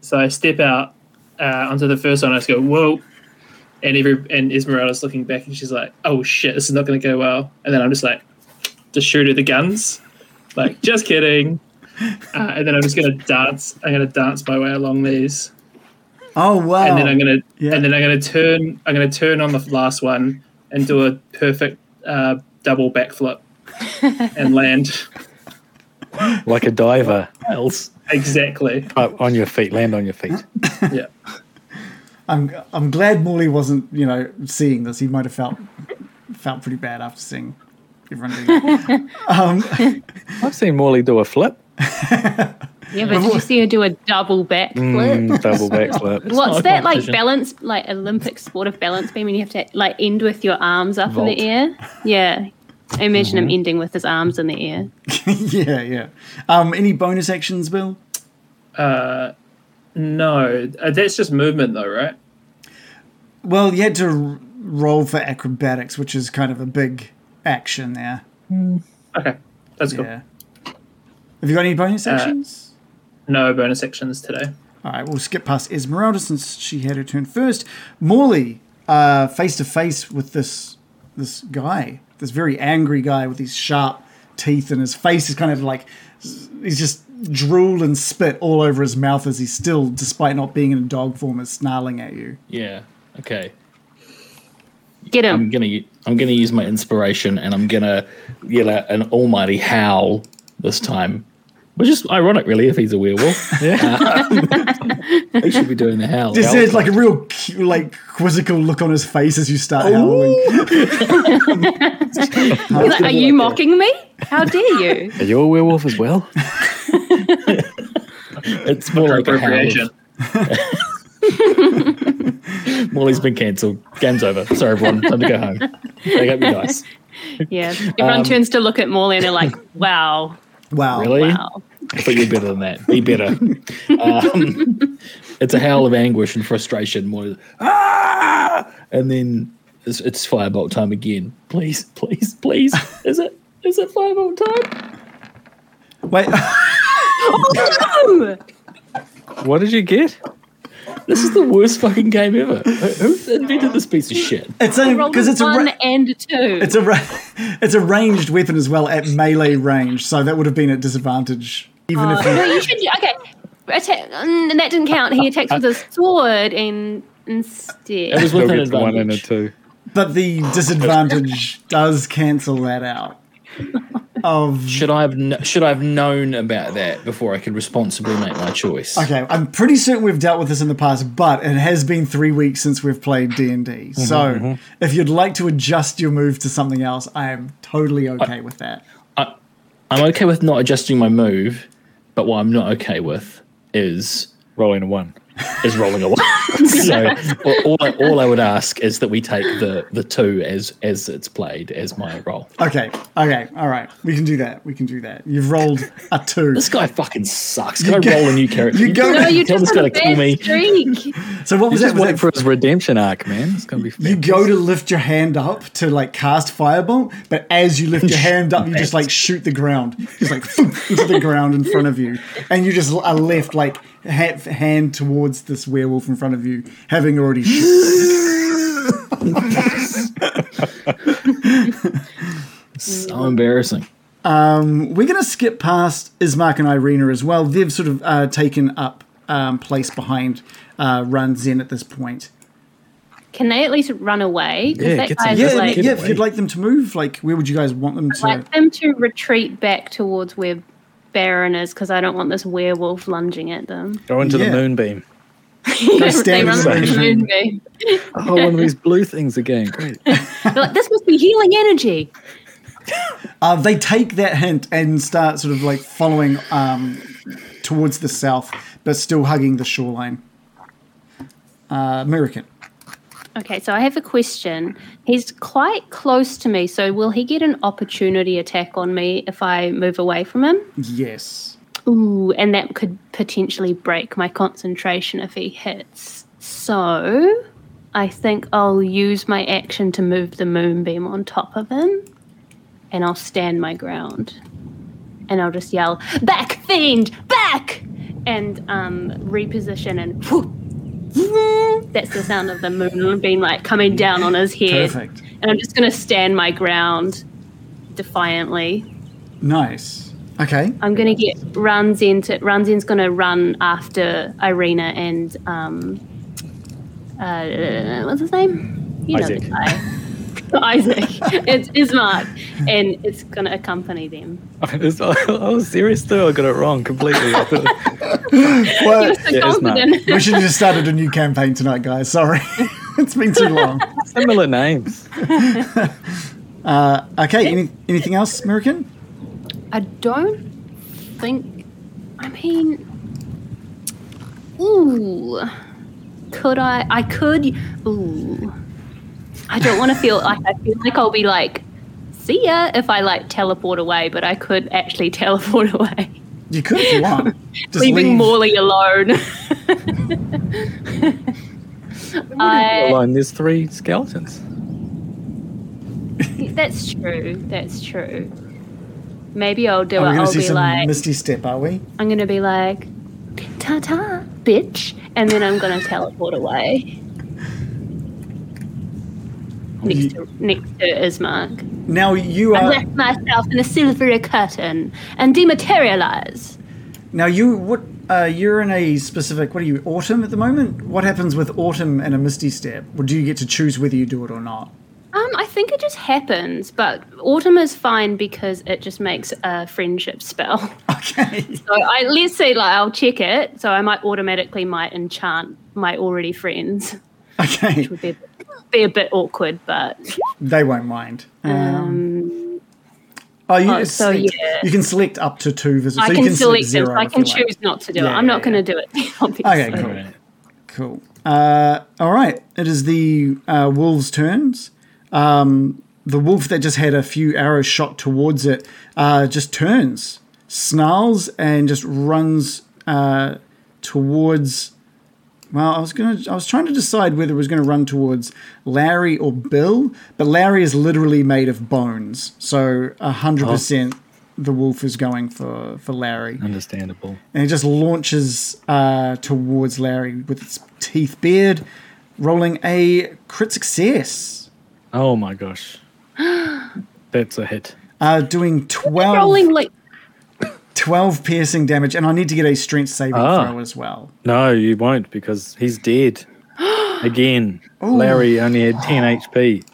Speaker 5: So I step out uh, onto the first one. I just go, "Whoa!" And every and Esmeralda's looking back, and she's like, "Oh shit, this is not going to go well." And then I'm just like, just shoot at the guns, like just kidding. Uh, and then I'm just going to dance. I'm going to dance my way along these,
Speaker 3: Oh, wow.
Speaker 5: and then I'm going to
Speaker 3: yeah.
Speaker 5: and then I'm going to turn. I'm going to turn on the last one and do a perfect uh, double backflip and land
Speaker 4: Like a diver.
Speaker 2: Else,
Speaker 5: exactly.
Speaker 4: Up on your feet, land on your feet.
Speaker 5: Yeah.
Speaker 3: I'm I'm glad Morley wasn't you know seeing this. He might have felt felt pretty bad after seeing everyone. Do that. Um,
Speaker 4: I've seen Morley do a flip,
Speaker 6: Yeah, but did you see her do a double backflip?
Speaker 4: Hmm, double backflip.
Speaker 2: not
Speaker 6: What's
Speaker 2: a
Speaker 6: that like
Speaker 2: competition.
Speaker 6: balance, like Olympic sport of balance beam, and you have to like end with your arms up in
Speaker 2: Vault.
Speaker 6: the air? Yeah. I imagine him ending with his arms in the air.
Speaker 3: yeah, yeah. Um, any bonus actions, Bill?
Speaker 5: No, uh, that's just movement though, right?
Speaker 3: Well, you had to r- roll for acrobatics, which is kind of a big action there.
Speaker 5: Okay, that's cool.
Speaker 3: Yeah. Have you got any bonus actions?
Speaker 5: No bonus actions today.
Speaker 3: All right, we'll skip past Esmeralda since she had her turn first. Morley, uh, face to face with this this guy, this very angry guy with these sharp teeth, and his face is kind of like he's just drool and spit all over his mouth as he still, despite not being in a dog form, is snarling at you.
Speaker 2: yeah. Okay,
Speaker 6: Get
Speaker 2: I'm
Speaker 6: him.
Speaker 2: gonna u- I'm gonna use my inspiration, and I'm gonna yell out an almighty howl this time, which is ironic, really, if he's a werewolf. yeah, he should be doing the howl.
Speaker 3: Just there's like a real cu- like quizzical look on his face as you start howling.
Speaker 6: He's like, Are you mocking me? How dare you?
Speaker 4: Are you a werewolf as well?
Speaker 2: it's more like a howl.
Speaker 5: Appropriation.
Speaker 2: of- Morley's been cancelled. Game's over. Sorry, everyone. Time to go home. Take up your dice.
Speaker 6: Yeah. Everyone turns to look at Morley and they're like, wow,
Speaker 3: Wow.
Speaker 2: Really?
Speaker 6: wow.
Speaker 2: I thought you were better than that. Be better. um, it's a howl of anguish and frustration. More, ah! And then it's, it's firebolt time again. Please, please, please. Is it? Is it firebolt time?
Speaker 3: Wait,
Speaker 6: Oh,
Speaker 4: What did you get?
Speaker 2: This is the worst fucking game ever. Who who invented this piece of shit?
Speaker 3: it's a because it's a
Speaker 6: one
Speaker 3: ra-
Speaker 6: and a two.
Speaker 3: it's a ra- it's a ranged weapon as well at melee range, so that would have been at disadvantage even if you
Speaker 6: no, you should. Okay. Attack, mm, and that didn't count. He attacks with his sword and
Speaker 2: It
Speaker 6: instead.
Speaker 2: was with
Speaker 4: Still
Speaker 2: an
Speaker 4: gets one and a
Speaker 2: advantage.
Speaker 4: two.
Speaker 3: But the disadvantage does cancel that out. Of
Speaker 2: Should I have kn- should I have known about that before I could responsibly make my choice?
Speaker 3: okay, I'm pretty certain we've dealt with this in the past, but it has been three weeks since we've played D and
Speaker 4: Mm-hmm,
Speaker 3: D. So
Speaker 4: Uh.
Speaker 3: if you'd like to adjust your move to something else, I am totally okay with that.
Speaker 2: I, I'm okay with not adjusting my move, but what I'm not okay with is
Speaker 4: Rolling a one.
Speaker 2: is rolling a one. so all, all, I, all I would ask is that we take the the two as as it's played as my roll.
Speaker 3: Okay, okay, all right. We can do that. We can do that. You've rolled a two.
Speaker 2: This guy fucking sucks. Can I
Speaker 3: go-
Speaker 2: roll a new character?
Speaker 3: you go-
Speaker 6: No, you
Speaker 2: Tell this
Speaker 6: just
Speaker 2: guy
Speaker 6: got a
Speaker 2: to kill
Speaker 6: bad
Speaker 2: me.
Speaker 6: streak.
Speaker 3: So what was
Speaker 4: He's
Speaker 3: that? Was
Speaker 4: just waiting
Speaker 3: that
Speaker 4: for his redemption arc, man. It's gonna be.
Speaker 3: you go to lift your hand up to like cast fireball, but as you lift your hand up, you just like shoot the ground, just like into the ground in front of you, and you just are left like ha- hand towards this werewolf in front of you, having already. Shoot.
Speaker 2: So embarrassing.
Speaker 3: We're gonna skip past Ismark and Irina as well. They've sort of uh, taken up um, place behind uh, Run Zen at this point.
Speaker 6: Can they at least run away? 'Cause
Speaker 4: Yeah,
Speaker 6: that
Speaker 4: get some-
Speaker 6: guy's
Speaker 3: Yeah,
Speaker 6: like,
Speaker 3: yeah. If you'd like them to move, like where would you guys want them to?
Speaker 6: like them to retreat back towards where Baron is because I don't want this werewolf lunging at them.
Speaker 4: Go into
Speaker 3: Yeah.
Speaker 4: the moonbeam.
Speaker 3: stand in
Speaker 6: run
Speaker 3: the
Speaker 6: through the
Speaker 3: moonbeam.
Speaker 6: moonbeam.
Speaker 4: Oh, one of these blue things again. Great.
Speaker 6: They're like, this must be healing energy.
Speaker 3: Uh, they take that hint and start sort of like following um, towards the south, but still hugging the shoreline. Uh, American.
Speaker 6: Okay, so I have a question. He's quite close to me, so will he get an opportunity attack on me if I move away from him?
Speaker 3: Yes.
Speaker 6: Ooh, and that could potentially break my concentration if he hits. So I think I'll use my action to move the moonbeam on top of him, and I'll stand my ground. And I'll just yell, Back, fiend, back! And um, reposition and that's the sound of the moonbeam like coming down on his head.
Speaker 3: Perfect.
Speaker 6: And I'm just going to stand my ground defiantly.
Speaker 3: Nice. Okay.
Speaker 6: I'm gonna get runs into Runzin's gonna run after Irina and um uh what's his name? You
Speaker 4: Isaac.
Speaker 6: Know the guy. Isaac. It's Ismark. And it's gonna accompany them.
Speaker 4: I was, I was serious though. I got it wrong completely. I thought-
Speaker 6: He
Speaker 3: Well,
Speaker 6: was so
Speaker 4: Yeah, Ismark.
Speaker 6: confident.
Speaker 3: we should have just started a new campaign tonight, guys. Sorry. it's been too long.
Speaker 4: Similar names.
Speaker 3: Okay. Any, anything else, American?
Speaker 6: I don't think I mean Ooh could I I could ooh I don't wanna feel like I feel like I'll be like see ya if I like teleport away, but I could actually teleport away.
Speaker 3: You could if you want. Just
Speaker 6: Leaving
Speaker 3: leave.
Speaker 6: Morley alone. I,
Speaker 4: Alone, there's three skeletons.
Speaker 6: that's true. That's true. Maybe I'll do
Speaker 3: Are we
Speaker 6: it.
Speaker 3: going to
Speaker 6: I'll
Speaker 3: see
Speaker 6: be
Speaker 3: some
Speaker 6: like,
Speaker 3: Misty Step, are we?
Speaker 6: I'm gonna be like, ta ta, bitch, and then I'm gonna teleport away. Next to, next to Ismark.
Speaker 3: Now you
Speaker 6: I
Speaker 3: are.
Speaker 6: wrap myself in a silvery curtain and dematerialize.
Speaker 3: Now you what? Uh, you're in a specific. What are you? Autumn at the moment. What happens with autumn and a misty step? Or do you get to choose whether you do it or not?
Speaker 6: Um, I think it just happens, but autumn is fine because it just makes a friendship spell.
Speaker 3: Okay.
Speaker 6: So I let's say like I'll check it, so I might automatically might enchant my already friends.
Speaker 3: Okay.
Speaker 6: Would be a bit, be a bit awkward, but
Speaker 3: They won't mind. Um, oh, you,
Speaker 6: oh,
Speaker 3: can
Speaker 6: so
Speaker 3: select,
Speaker 6: yeah.
Speaker 3: you can select up to two visits.
Speaker 6: I
Speaker 3: so you
Speaker 6: can,
Speaker 3: can
Speaker 6: select them.
Speaker 3: zero.
Speaker 6: So I
Speaker 3: if
Speaker 6: can
Speaker 3: you like.
Speaker 6: choose not to do it.
Speaker 3: Yeah,
Speaker 6: I'm not
Speaker 3: yeah,
Speaker 6: going to do it. Obviously.
Speaker 3: Okay, cool. Cool. Uh, all right. It is the uh, wolves' turns. Um, the wolf that just had a few arrows shot towards it uh, just turns, snarls, and just runs uh, towards. Well, I was gonna. I was trying to decide whether it was gonna run towards Larry or Bill, but Larry is literally made of bones, so hundred percent. The wolf is going for, for Larry
Speaker 4: Understandable.
Speaker 3: and it just launches uh, towards Larry with its teeth bared, rolling a crit success,
Speaker 4: Oh my gosh. That's a hit.
Speaker 3: uh, doing 12,
Speaker 6: Rolling like
Speaker 3: 12 piercing damage, and I need to get a strength saving
Speaker 4: Ah.
Speaker 3: throw as well.
Speaker 4: No, you won't because he's dead. Again. Larry only had 10 HP.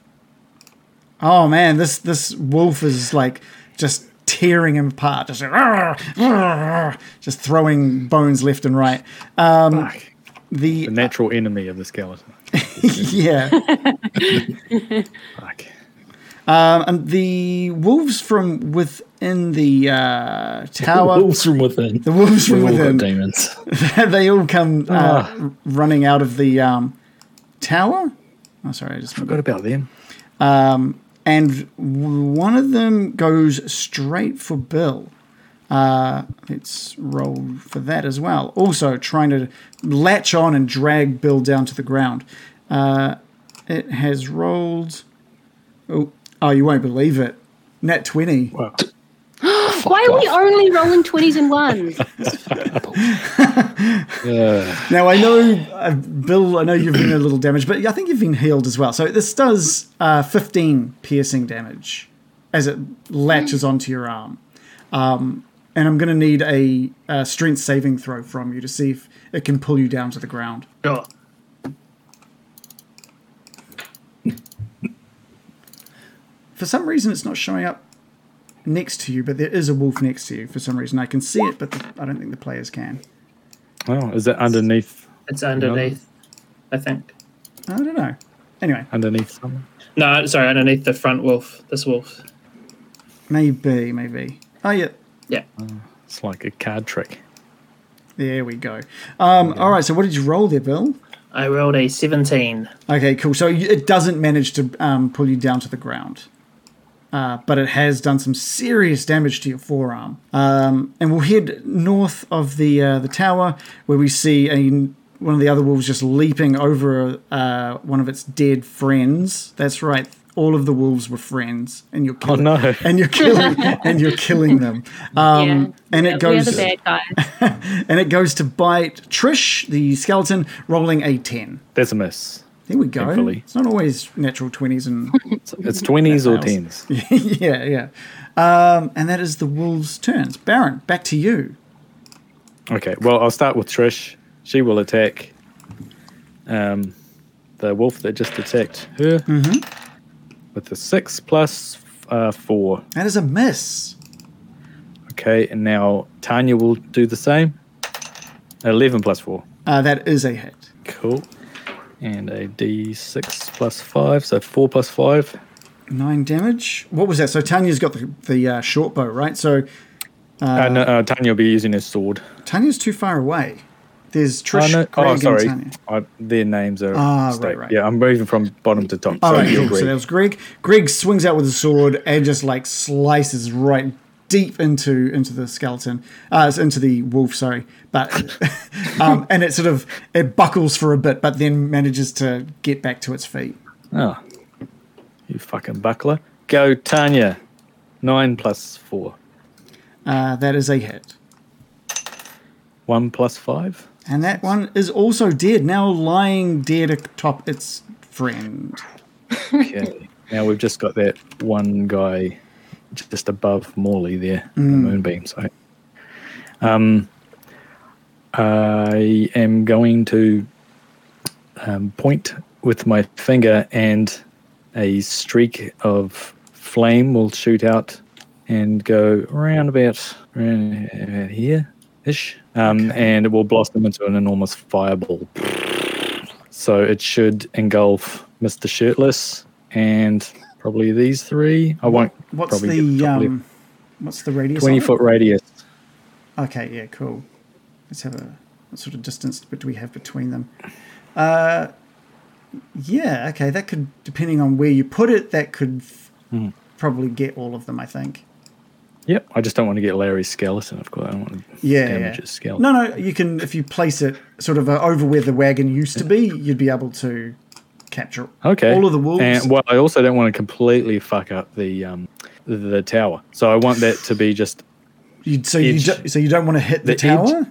Speaker 3: Oh man, this this wolf is like just tearing him apart, just like, "Arr, arr," just throwing bones left and right.
Speaker 4: Fuck.
Speaker 3: The
Speaker 4: The natural enemy of the skeleton.
Speaker 3: yeah.
Speaker 4: Fuck.
Speaker 3: Um, and the wolves from within the uh, tower.
Speaker 2: Wolves from within.
Speaker 3: The wolves from
Speaker 2: We've all got
Speaker 3: within.
Speaker 2: demons.
Speaker 3: they all come uh, running out of the um, tower. Oh, sorry, I just
Speaker 4: Forgot about them.
Speaker 3: and w- one of them goes straight for Bill. Uh, let's roll for that as well. Also trying to latch on and drag Bill down to the ground. Uh, it has rolled. Oh, oh, you won't believe it. Net twenty.
Speaker 6: Why are we only rolling 20s and ones?
Speaker 3: Now I know, uh, Bill. I know you've been a little damaged, but I think you've been healed as well. So this does uh, 15 piercing damage as it latches onto your arm, um, and I'm going to need a, uh strength saving throw from you to see if it can pull you down to the ground.
Speaker 5: Sure.
Speaker 3: For some reason, it's not showing up next to you, but there is a wolf next to you. For some reason, I can see it, but the, I don't think the players can.
Speaker 4: Oh, is it underneath?
Speaker 5: It's underneath, I think.
Speaker 3: I don't know. Anyway,
Speaker 4: Underneath someone?
Speaker 5: No, sorry, underneath the front wolf. This wolf.
Speaker 3: maybe, maybe. Oh yeah,
Speaker 5: Yeah.
Speaker 4: It's like a card trick.
Speaker 3: there we go. Um, All right. So what did you roll there, Bill?
Speaker 5: I rolled a 17.
Speaker 3: Okay, cool. So you- it doesn't manage to um, pull you down to the ground, uh, but it has done some serious damage to your forearm. Um, and we'll head north of the uh, the tower, where we see a one of the other wolves just leaping over uh, one of its dead friends. That's right. All of the wolves were friends, and you're killing,
Speaker 4: Oh, no.
Speaker 3: and you're killing, and you're killing them. Um, and it
Speaker 6: We're
Speaker 3: goes
Speaker 6: the bad guys.
Speaker 3: and it goes to bite Trish, the skeleton, rolling a ten.
Speaker 4: That's a miss.
Speaker 3: There we go.
Speaker 4: Thankfully.
Speaker 3: It's not always natural 20s and
Speaker 4: It's- It's 20s or
Speaker 3: That
Speaker 4: 10s.
Speaker 3: yeah, yeah. Um, and that is the wolves' turns. Baron, back to you.
Speaker 4: Okay, well, I'll start with Trish. She will attack um, the wolf that just attacked her with the six plus uh, four.
Speaker 3: That is a miss.
Speaker 4: Okay, and now Tanya will do the same. 11 plus four.
Speaker 3: Uh, that is a hit.
Speaker 4: Cool. And a d6 plus five, so four plus five.
Speaker 3: Nine damage. What was that? So Tanya's got the, the uh, short bow, right? So
Speaker 4: Uh, no, uh, Tanya will be using her sword.
Speaker 3: Tanya's too far away. There's
Speaker 4: Oh,
Speaker 3: Trish,
Speaker 4: no,
Speaker 3: Craig,
Speaker 4: oh
Speaker 3: and
Speaker 4: sorry.
Speaker 3: Tanya.
Speaker 4: I, their names are.
Speaker 3: Ah,
Speaker 4: mistake.
Speaker 3: right, right.
Speaker 4: Yeah, I'm moving from bottom to top.
Speaker 3: All
Speaker 4: so
Speaker 3: right,
Speaker 4: you
Speaker 3: cool.
Speaker 4: agree.
Speaker 3: So that was Greg. Greg swings out with his sword and just like slices right deep into into the skeleton, uh, into the wolf. Sorry, but um, and it sort of it buckles for a bit, but then manages to get back to its feet.
Speaker 4: Oh, you fucking buckler. Go, Tanya. Nine plus four.
Speaker 3: Uh, that is a hit,
Speaker 4: One plus five.
Speaker 3: and that one is also dead now, lying dead atop its friend.
Speaker 4: Okay. now we've just got that one guy j- just above Morley there, the
Speaker 3: Mm.
Speaker 4: moonbeam. So, um, I am going to um, point with my finger, and a streak of flame will shoot out and go round about, round about here ish, um, and it will blossom into an enormous fireball. So it should engulf Mr. Shirtless and probably these three. I won't.
Speaker 3: What's
Speaker 4: probably
Speaker 3: the
Speaker 4: get- probably
Speaker 3: um, what's the radius?
Speaker 4: twenty
Speaker 3: on it?
Speaker 4: foot radius?
Speaker 3: Okay, yeah, cool. Let's have a what sort of distance do we have between them? Uh, yeah, okay, that could depending on where you put it, that could f-
Speaker 4: Hmm.
Speaker 3: probably get all of them. I think.
Speaker 4: Yep. I just don't want to get Larry's skeleton. Of course, I don't want to
Speaker 3: Yeah,
Speaker 4: damage
Speaker 3: yeah.
Speaker 4: his skeleton.
Speaker 3: No, no, you can if you place it sort of uh, over where the wagon used to be, you'd be able to capture
Speaker 4: Okay.
Speaker 3: all of the wolves.
Speaker 4: And well, I also don't want to completely fuck up the um the, the tower. So I want that to be just
Speaker 3: You'd, so you
Speaker 4: edge.
Speaker 3: do, so you don't want to hit the,
Speaker 4: The edge.
Speaker 3: tower.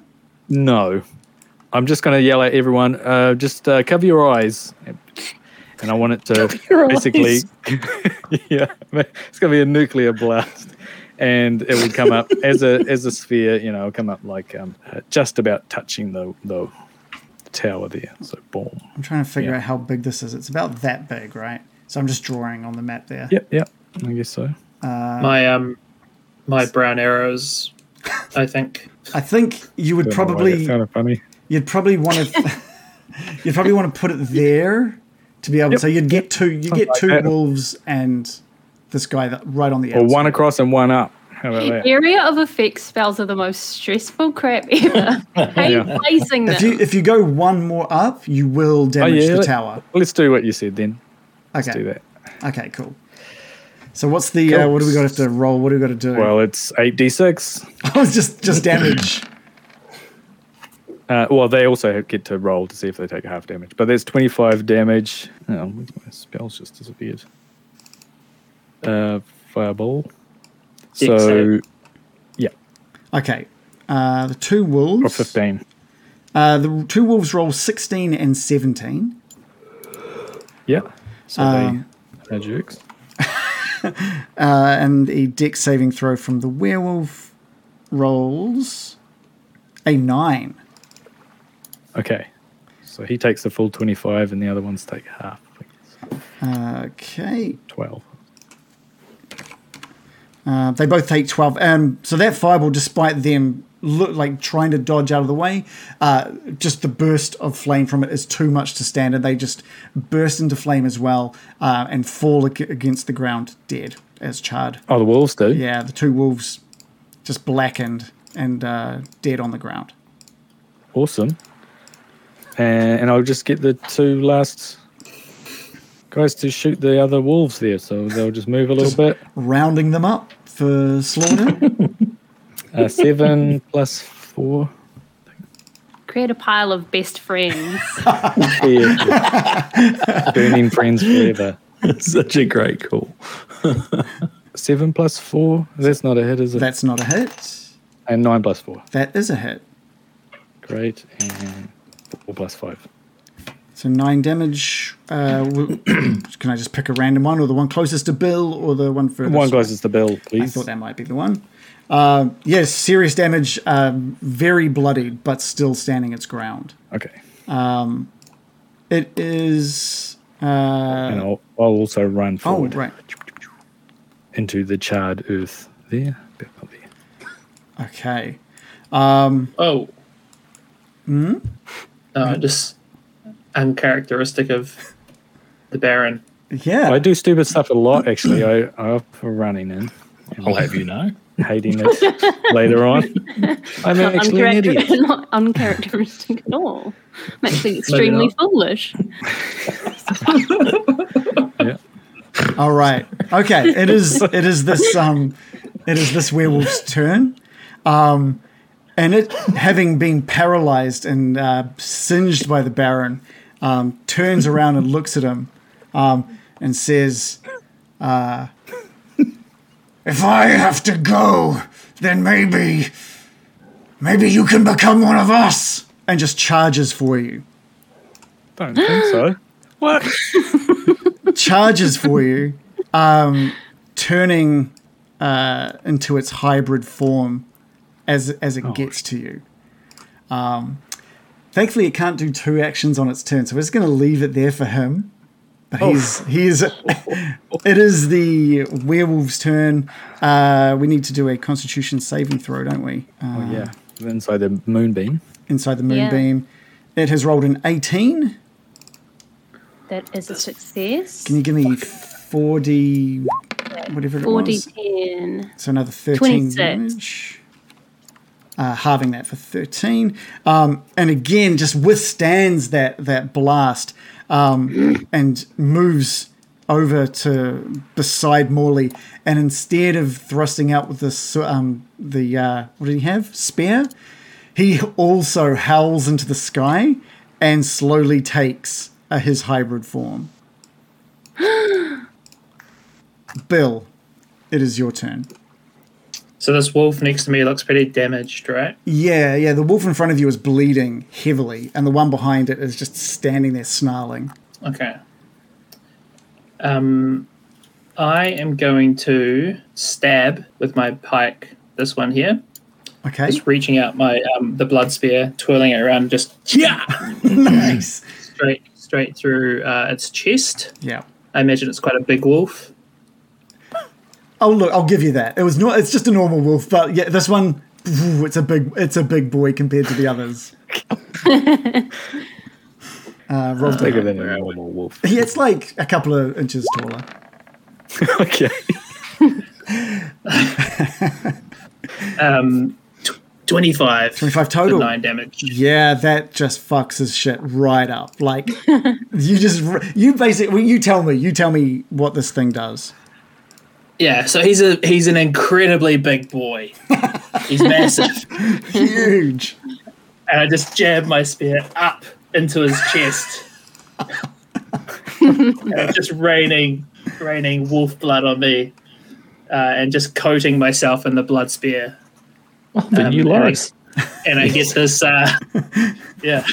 Speaker 4: no. I'm just going to yell at everyone. Uh, just uh, cover your eyes, and I want it to basically. yeah, it's going to be a nuclear blast, and it would come up as a as a sphere. You know, it'll come up like um, uh, just about touching the the tower there. So boom.
Speaker 3: I'm trying to figure
Speaker 4: Yeah.
Speaker 3: out how big this is. It's about that big, right? So I'm just drawing on the map there.
Speaker 4: Yep, yep. I guess so.
Speaker 2: Ah.
Speaker 5: my um, my brown arrows, I think.
Speaker 3: I think you would probably
Speaker 4: kind of funny.
Speaker 3: you'd probably want to you'd probably want to put it there to be able to
Speaker 4: Yep.
Speaker 3: so you'd get two you get
Speaker 4: like
Speaker 3: two
Speaker 4: that.
Speaker 3: wolves and this guy that right on the
Speaker 4: Or
Speaker 3: outside.
Speaker 4: one across and one up. How about that?
Speaker 6: Area of effect spells are the most stressful crap ever. How you
Speaker 4: Yeah.
Speaker 6: placing
Speaker 3: If you
Speaker 6: them?
Speaker 3: if you go one more up, you will damage the
Speaker 4: let-
Speaker 3: tower.
Speaker 4: Oh, Let's do what you said then.
Speaker 3: Okay.
Speaker 4: Do that.
Speaker 3: Okay, cool. So what's the uh,
Speaker 4: Cool.
Speaker 3: what do we got to roll? What do we got to do?
Speaker 4: Well, it's 8d6.
Speaker 3: Oh, it's just just damage.
Speaker 4: Uh, well, they also get to roll to see if they take half damage, but there's 25 damage. Oh, my spells just disappeared. Uh, fireball.
Speaker 5: Dex
Speaker 4: So,
Speaker 5: save.
Speaker 4: yeah,
Speaker 3: Okay. Uh, the two
Speaker 4: or
Speaker 3: wolves.
Speaker 4: 15.
Speaker 3: Uh, the two wolves roll sixteen and seventeen.
Speaker 4: Yeah. So
Speaker 3: Um,
Speaker 4: they are jerks.
Speaker 3: Uh, and a dex saving throw from the werewolf rolls a nine.
Speaker 4: Okay. So he takes the full 25 and the other ones take half. I think it's
Speaker 3: Okay.
Speaker 4: 12.
Speaker 3: Uh, they both take 12. Um, so that fireball, despite them look like trying to dodge out of the way, uh, just the burst of flame from it is too much to stand, and they just burst into flame as well uh, and fall ag- against the ground dead as charred.
Speaker 4: Oh, the wolves do?
Speaker 3: Yeah, the two wolves just blackened and uh, dead on the ground.
Speaker 4: Awesome. And, and I'll just get the two last guys to shoot the other wolves there. So they'll just move a little bit.
Speaker 3: Rounding them up for slaughter.
Speaker 4: Uh, seven plus four.
Speaker 6: Create a pile of best friends.
Speaker 4: Yeah. Burning friends forever.
Speaker 2: Such a great call.
Speaker 4: Seven plus four. That's not a hit, is it?
Speaker 3: That's not a hit.
Speaker 4: and nine plus four.
Speaker 3: That is a hit.
Speaker 4: Great. And four plus five.
Speaker 3: So nine damage. Uh, w- can I just pick a random one, or the one closest to Bill, or the one furthest?
Speaker 4: One goes is the bill,
Speaker 3: I
Speaker 4: please.
Speaker 3: thought that might be the one. Uh, yes, serious damage. Um, very bloodied, but still standing its ground.
Speaker 4: Okay.
Speaker 3: It is. Uh,
Speaker 4: And I'll, I'll also run
Speaker 3: oh,
Speaker 4: forward
Speaker 3: right.
Speaker 4: into the charred earth there. About there.
Speaker 3: Okay.
Speaker 5: Oh. Hmm?
Speaker 2: Hmm?
Speaker 5: No, just uncharacteristic of the Baron.
Speaker 3: Yeah.
Speaker 4: I do stupid stuff a lot, actually. I, I opt for running in and
Speaker 2: I'll have you know.
Speaker 4: hating it later on. I'm actually an
Speaker 6: Uncharacter-
Speaker 4: idiot.
Speaker 6: not uncharacteristic at all. I'm actually extremely
Speaker 5: not.
Speaker 6: foolish.
Speaker 3: All right. Okay. It is. It is this. Um, it is this werewolf's turn. Um, and it, having been paralyzed and uh, singed by the Baron, um, turns around and looks at him, um, and says, uh, "If I have to go, then maybe, maybe you can become one of us." And just charges for you.
Speaker 4: Don't think so. What?
Speaker 3: charges for you, um, turning uh, into its hybrid form as as it gets to you. Um, thankfully, it can't do two actions on its turn, so we're just going to leave it there for him. But he's he's it is the werewolf's turn. Uh, we need to do a Constitution saving throw, don't we? Uh,
Speaker 4: Oh, yeah. Inside the moonbeam.
Speaker 3: inside the
Speaker 6: Yeah.
Speaker 3: moonbeam, it has rolled an eighteen.
Speaker 6: That is a success.
Speaker 3: Can you give me forty? Whatever it
Speaker 6: 40
Speaker 3: was.
Speaker 6: 10.
Speaker 3: So another 13
Speaker 6: 26.
Speaker 3: damage. Uh, halving that for 13. Um, and again, just withstands that, that blast um, and moves over to beside Morley. And instead of thrusting out with this, um, the, uh, what did he have? Spear? He also howls into the sky and slowly takes uh, his hybrid form. Bill, it is your turn.
Speaker 5: So this wolf next to me looks pretty damaged, right?
Speaker 3: Yeah, yeah. The wolf in front of you is bleeding heavily, and the one behind it is just standing there snarling.
Speaker 5: Okay. Um, I am going to stab with my pike this one here.
Speaker 3: Okay,
Speaker 5: Just reaching out my um, the blood spear, twirling it around, just yeah,
Speaker 3: nice.
Speaker 5: straight straight through uh, its chest.
Speaker 3: Yeah.
Speaker 5: I imagine it's quite a big wolf.
Speaker 3: Oh look, I'll give you that. It was not. It's just a normal wolf, but yeah, this one, ooh, it's a big, it's a big boy compared to the others. uh, roll
Speaker 4: Bigger
Speaker 3: to-
Speaker 4: than a normal wolf.
Speaker 3: yeah, it's like a couple of inches taller.
Speaker 4: okay.
Speaker 5: Um, tw- 25.
Speaker 3: 25 total.
Speaker 5: For 9 damage.
Speaker 3: Yeah, that just fucks his shit right up. Like, you just, you basically, you tell me, you tell me what this thing does.
Speaker 5: Yeah, so he's a he's an incredibly big boy. he's massive.
Speaker 3: Huge.
Speaker 5: And I just jab my spear up into his chest. and it's just raining raining wolf blood on me. Uh, and just coating myself in the blood spear. Um,
Speaker 2: the new
Speaker 5: and I-
Speaker 2: Loris.
Speaker 5: and I get this, uh, yeah,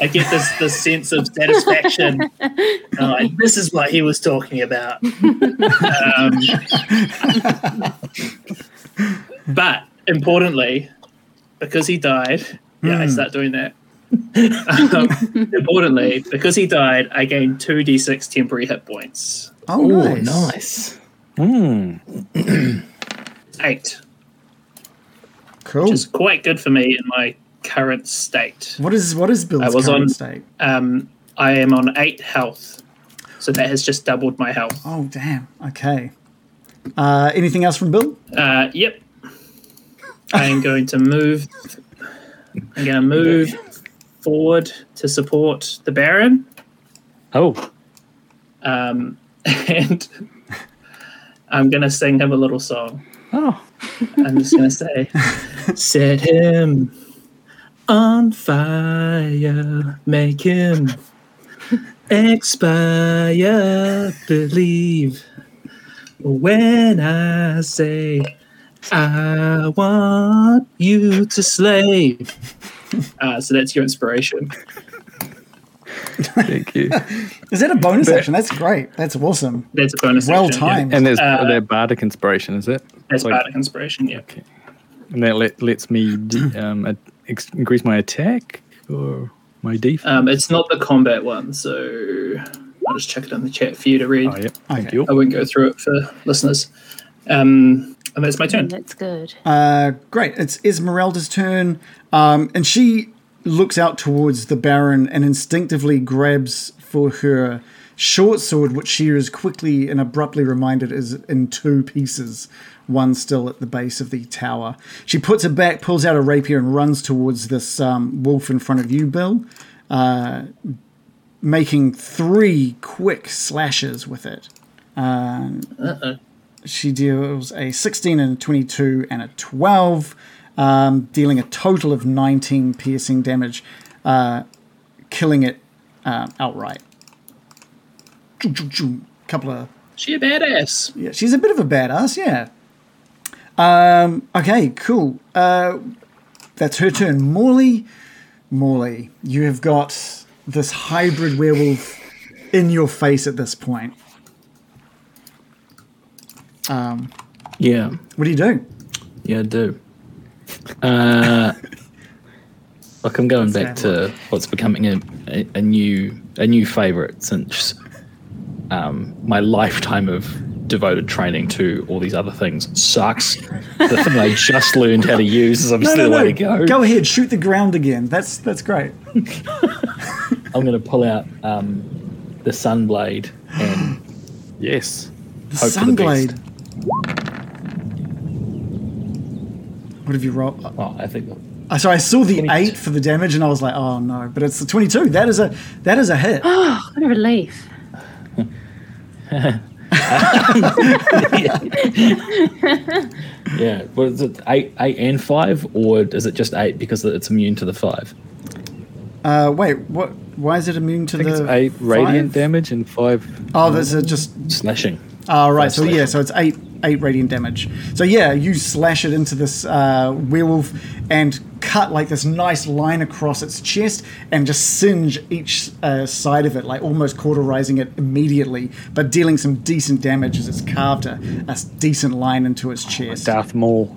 Speaker 5: I get this this sense of satisfaction. I'm like, this is what he was talking about. Um, but importantly, because he died, yeah, I start doing that. um, importantly, because he died, I gained two d6 temporary hit points.
Speaker 3: Oh,
Speaker 2: Oh,
Speaker 3: nice.
Speaker 2: nice.
Speaker 5: Eight,
Speaker 3: Cool.
Speaker 5: which is quite good for me in my current state.
Speaker 3: what is, what is Bill's
Speaker 5: I was
Speaker 3: current
Speaker 5: on-
Speaker 3: state?
Speaker 5: Um, I am on eight health, so that has just doubled my health.
Speaker 3: Oh, damn. Okay. Uh, anything else from Bill?
Speaker 5: Uh, yep. I am going to move. I'm going to move forward to support the Baron,
Speaker 2: Oh,
Speaker 5: um, and I'm going to sing him a little song.
Speaker 4: Oh,
Speaker 5: I'm just going to say, "Set him on fire, make him expire, believe." When I say I want you to slay. Uh, so that's your inspiration.
Speaker 4: thank you.
Speaker 3: Is that a bonus action? That's great. That's awesome.
Speaker 5: That's a bonus.
Speaker 3: Well
Speaker 5: action, yeah.
Speaker 3: timed.
Speaker 4: And there's
Speaker 5: Uh,
Speaker 4: that bardic inspiration, is it?
Speaker 5: That's
Speaker 4: Like-
Speaker 5: part of inspiration, yeah.
Speaker 4: Okay. And that let, lets me d- um, a- ex- increase my attack or my
Speaker 3: Uh,
Speaker 4: defense.
Speaker 5: Um, it's not the combat one, so I'll just check it on the chat for you to read.
Speaker 4: oh, yep.
Speaker 3: okay.
Speaker 4: Thank you.
Speaker 5: I won't go through it for listeners. Um, and that's my turn.
Speaker 6: That's good.
Speaker 3: Uh, great. It's Esmeralda's turn, um, and she looks out towards the Baron and instinctively grabs for her short sword, which she is quickly and abruptly reminded is in two pieces, one still at the base of the tower. She puts it back, pulls out a rapier, and runs towards this um, wolf in front of you, Bill, uh, making three quick slashes with it. She deals a 16 and a 22 and a 12, um, dealing a total of 19 piercing damage, uh, killing it um, outright. Choo, choo, choo. Couple of.
Speaker 5: She a badass.
Speaker 3: Yeah, she's a bit of a badass, yeah. Um, okay, cool. Uh, that's her turn. Morley, Morley, you have got this hybrid werewolf in your face at this point.
Speaker 2: yeah.
Speaker 3: What do you do?
Speaker 2: Yeah, I do. Uh, look, I'm going back to what's becoming a, a, a new a new favorite since um, my lifetime of devoted training to all these other things sucks. the thing I just learned how to use is obviously the way to go.
Speaker 3: Go ahead, shoot the ground again. That's that's great.
Speaker 2: I'm going to pull out um, the sunblade and
Speaker 4: Yes.
Speaker 2: hope for the best.
Speaker 3: Sunblade. What have you rolled?
Speaker 2: Oh, I think
Speaker 3: I so I saw the
Speaker 2: 22.
Speaker 3: eight for the damage, and I was like, "Oh no!" But it's the twenty-two. That is a that is a hit.
Speaker 6: What a relief.
Speaker 2: yeah. What is it? Eight, eight and five, or is it just eight because it's immune to the five?
Speaker 3: Uh, wait, what? Why is it immune to
Speaker 4: I think
Speaker 3: the
Speaker 4: it's eight
Speaker 3: Uh, five?
Speaker 4: radiant damage and five.
Speaker 3: Oh, there's a just.
Speaker 2: Slashing.
Speaker 3: Oh, right. So
Speaker 2: Five
Speaker 3: yeah,
Speaker 2: slashing.
Speaker 3: so it's eight eight radiant damage. So yeah, you slash it into this uh, werewolf and cut like this nice line across its chest and just singe each uh, side of it, like almost cauterizing it immediately, but dealing some decent damage as it's carved a, a s- decent line into its chest.
Speaker 4: Darth Maul.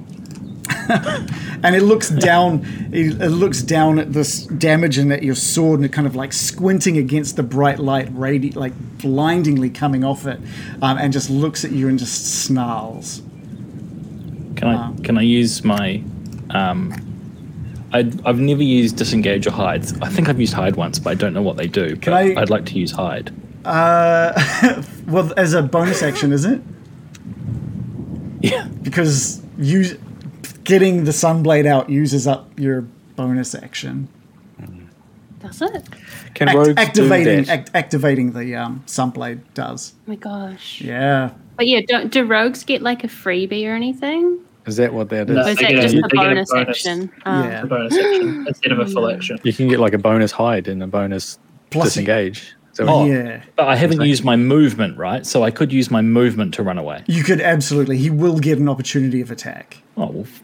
Speaker 3: And it looks down, it, it looks down at this damage and at your sword, and it kind of like squinting against the bright light, radi- like blindingly coming off it, um, and just looks at you and just snarls.
Speaker 2: Can I can I use my? Um, I'd, I've never used disengage or hide. I think I've used hide once, but I don't know what they do. But
Speaker 3: I-
Speaker 2: I'd like to use hide.
Speaker 3: Uh, Well, as a bonus action, is it?
Speaker 2: Yeah.
Speaker 3: because you getting the sunblade out uses up your bonus action.
Speaker 6: Does it? Oh
Speaker 4: Can
Speaker 3: Act-
Speaker 4: rogues do
Speaker 3: activating
Speaker 4: that?
Speaker 3: act- activating the um, sunblade does.
Speaker 6: my gosh.
Speaker 3: Yeah.
Speaker 6: But yeah, do, do rogues get like a freebie or anything?
Speaker 4: Is that what that is?
Speaker 5: No.
Speaker 6: Or
Speaker 5: Uh,
Speaker 6: is
Speaker 5: They
Speaker 6: that
Speaker 5: get a-
Speaker 6: just
Speaker 5: they
Speaker 6: a
Speaker 5: get a
Speaker 6: bonus,
Speaker 5: bonus.
Speaker 6: action? Oh.
Speaker 3: Yeah.
Speaker 5: a bonus action instead of a full action.
Speaker 4: You can get like a bonus hide and a bonus
Speaker 3: Plus-
Speaker 4: disengage. So
Speaker 2: Oh.
Speaker 3: Yeah.
Speaker 2: But I haven't used my movement, right? So I could use my movement to run away.
Speaker 3: You could absolutely. He will get an opportunity of attack.
Speaker 2: Oh, well, f-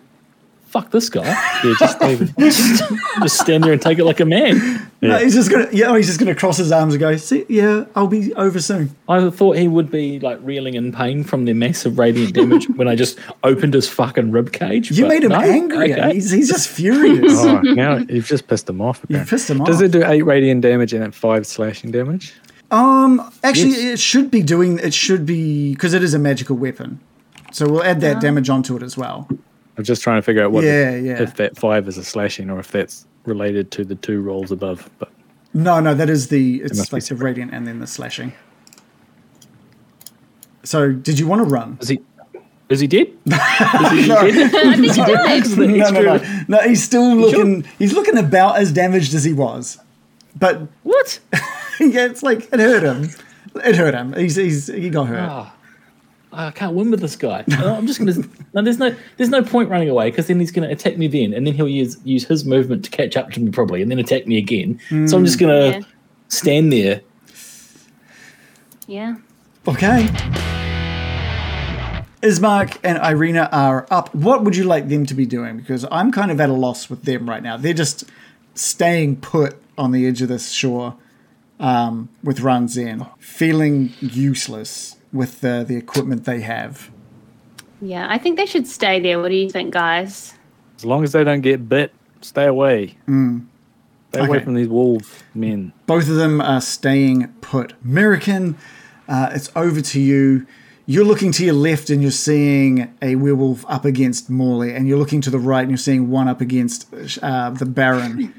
Speaker 2: fuck this guy.
Speaker 4: yeah, just leave it.
Speaker 2: Just stand there and take it like a man.
Speaker 3: No, he's just gonna. Yeah, he's just gonna cross his arms and go. See, yeah, I'll be over soon.
Speaker 2: I thought he would be like reeling in pain from the massive radiant damage when I just opened his fucking rib cage.
Speaker 3: You
Speaker 2: but
Speaker 3: made him
Speaker 2: no,
Speaker 3: angry.
Speaker 2: okay.
Speaker 3: He's, he's just furious.
Speaker 4: Oh, now you've just pissed them off.
Speaker 3: You
Speaker 4: apparently.
Speaker 3: pissed him off.
Speaker 4: Does it do eight radiant damage and then five slashing damage?
Speaker 3: Um, actually,
Speaker 4: Yes.
Speaker 3: it should be doing. It should be because it is a magical weapon, so we'll add that damage onto it as well.
Speaker 4: I'm just trying to figure out what the-
Speaker 3: Yeah, yeah.
Speaker 4: if that five is a slashing or if that's related to the two rolls above. But
Speaker 3: No, no, that is the. It's
Speaker 4: must be
Speaker 3: like the radiant and then the slashing. So, did you want to run?
Speaker 2: Is he? Is he dead?
Speaker 6: Oh.
Speaker 3: no, no, no, no. He's still looking. He's looking about as damaged as he was, but
Speaker 2: What?
Speaker 3: yeah, it's like it hurt him. It hurt him. He's, he's he got hurt.
Speaker 2: "Oh, I can't win with this guy. No, I'm just gonna. No, there's no. There's no point running away because then he's gonna attack me then, and then he'll use use his movement to catch up to me probably, and then attack me again. So I'm just gonna
Speaker 6: Yeah.
Speaker 2: stand there.
Speaker 6: Yeah.
Speaker 3: Okay. Ismark and Irina are up. What would you like them to be doing? Because I'm kind of at a loss with them right now. They're just staying put on the edge of this shore um, with Ranzan, feeling useless with the, the equipment they have.
Speaker 6: Yeah. I think they should stay there. What do you think, guys?
Speaker 4: as long as they don't get bit, stay away. Stay away
Speaker 3: Hmm. Okay.
Speaker 4: from these wolf men.
Speaker 3: Both of them are staying put. American, uh, it's over to you. You're looking to your left and you're seeing a werewolf up against Morley, and you're looking to the right and you're seeing one up against uh, the Baron.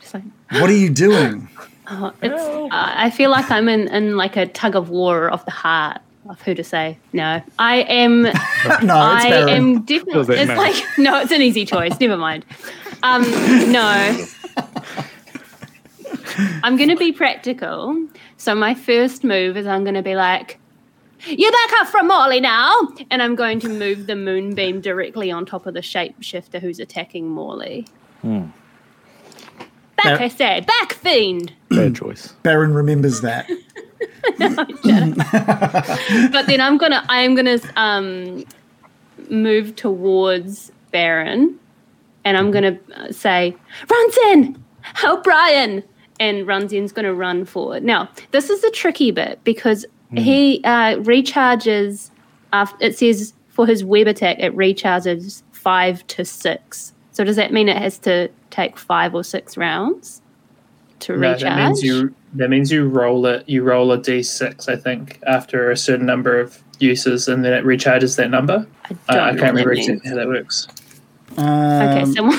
Speaker 6: Just like,
Speaker 3: What are you doing?
Speaker 6: oh, it's, uh, I feel like I'm in, in like a tug of war of the heart of who to say no. I am.
Speaker 3: No, it's
Speaker 6: I
Speaker 3: Baron.
Speaker 6: am
Speaker 4: Does
Speaker 6: definitely.
Speaker 4: it
Speaker 6: It's
Speaker 4: matter?
Speaker 6: like no, it's an easy choice. Never mind. Um, no. I'm going to be practical. So my first move is I'm going to be like, "You back up from Morley now," and I'm going to move the moonbeam directly on top of the shapeshifter who's attacking Morley. Back,
Speaker 3: Hmm. Now-
Speaker 6: I say, back, fiend.
Speaker 4: Bad choice.
Speaker 3: Baron remembers that.
Speaker 6: But then I'm gonna, I am gonna um, move towards Baron, and I'm gonna uh, say, "Runzen, help Brian!" And Runzen's gonna run forward. Now, this is the tricky bit because
Speaker 5: Hmm.
Speaker 6: he uh, recharges. After, it says for his web attack, it recharges five to six. So does that mean it has to take five or six rounds to
Speaker 5: No,
Speaker 6: recharge?
Speaker 5: that means you that means you roll it you roll a D six, I think, after a certain number of uses and then it recharges that number.
Speaker 6: I don't
Speaker 5: I, I
Speaker 6: know
Speaker 5: can't
Speaker 6: what that
Speaker 5: remember
Speaker 6: means.
Speaker 5: exactly how that works.
Speaker 6: Okay,
Speaker 3: Um,
Speaker 6: someone.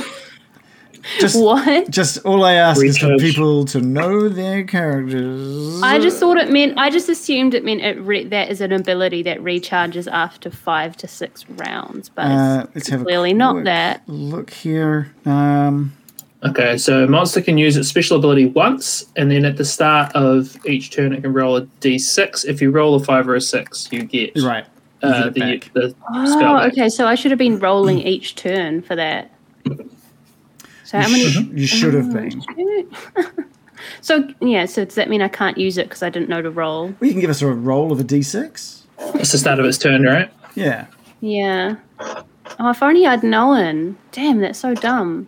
Speaker 3: just,
Speaker 6: what?
Speaker 3: just all I ask is for
Speaker 5: Recharge.
Speaker 3: people to know their characters.
Speaker 6: I just thought it meant. I just assumed it meant it re- that is an ability that recharges after five to six rounds, but
Speaker 3: Uh,
Speaker 6: it's
Speaker 3: let's have a
Speaker 6: clearly not
Speaker 3: quick
Speaker 6: that.
Speaker 3: look here. Um,
Speaker 5: Okay, so a monster can use its special ability once, and then at the start of each turn, it can roll a d6. If you roll a five or a six, you get
Speaker 3: right. You
Speaker 5: uh,
Speaker 3: get it
Speaker 5: the,
Speaker 3: back.
Speaker 5: the spell.
Speaker 6: Oh,
Speaker 5: back.
Speaker 6: okay. So I should have been rolling each turn for that. So how
Speaker 3: You
Speaker 6: many? Mm-hmm.
Speaker 3: sh- You should have been.
Speaker 6: so yeah. So does that mean I can't use it because I didn't know to roll?
Speaker 3: Well, you can give us a roll of a d6.
Speaker 5: It's the start of its turn, right?
Speaker 3: Yeah.
Speaker 6: Yeah. Oh, if only I'd known. Damn, that's so dumb.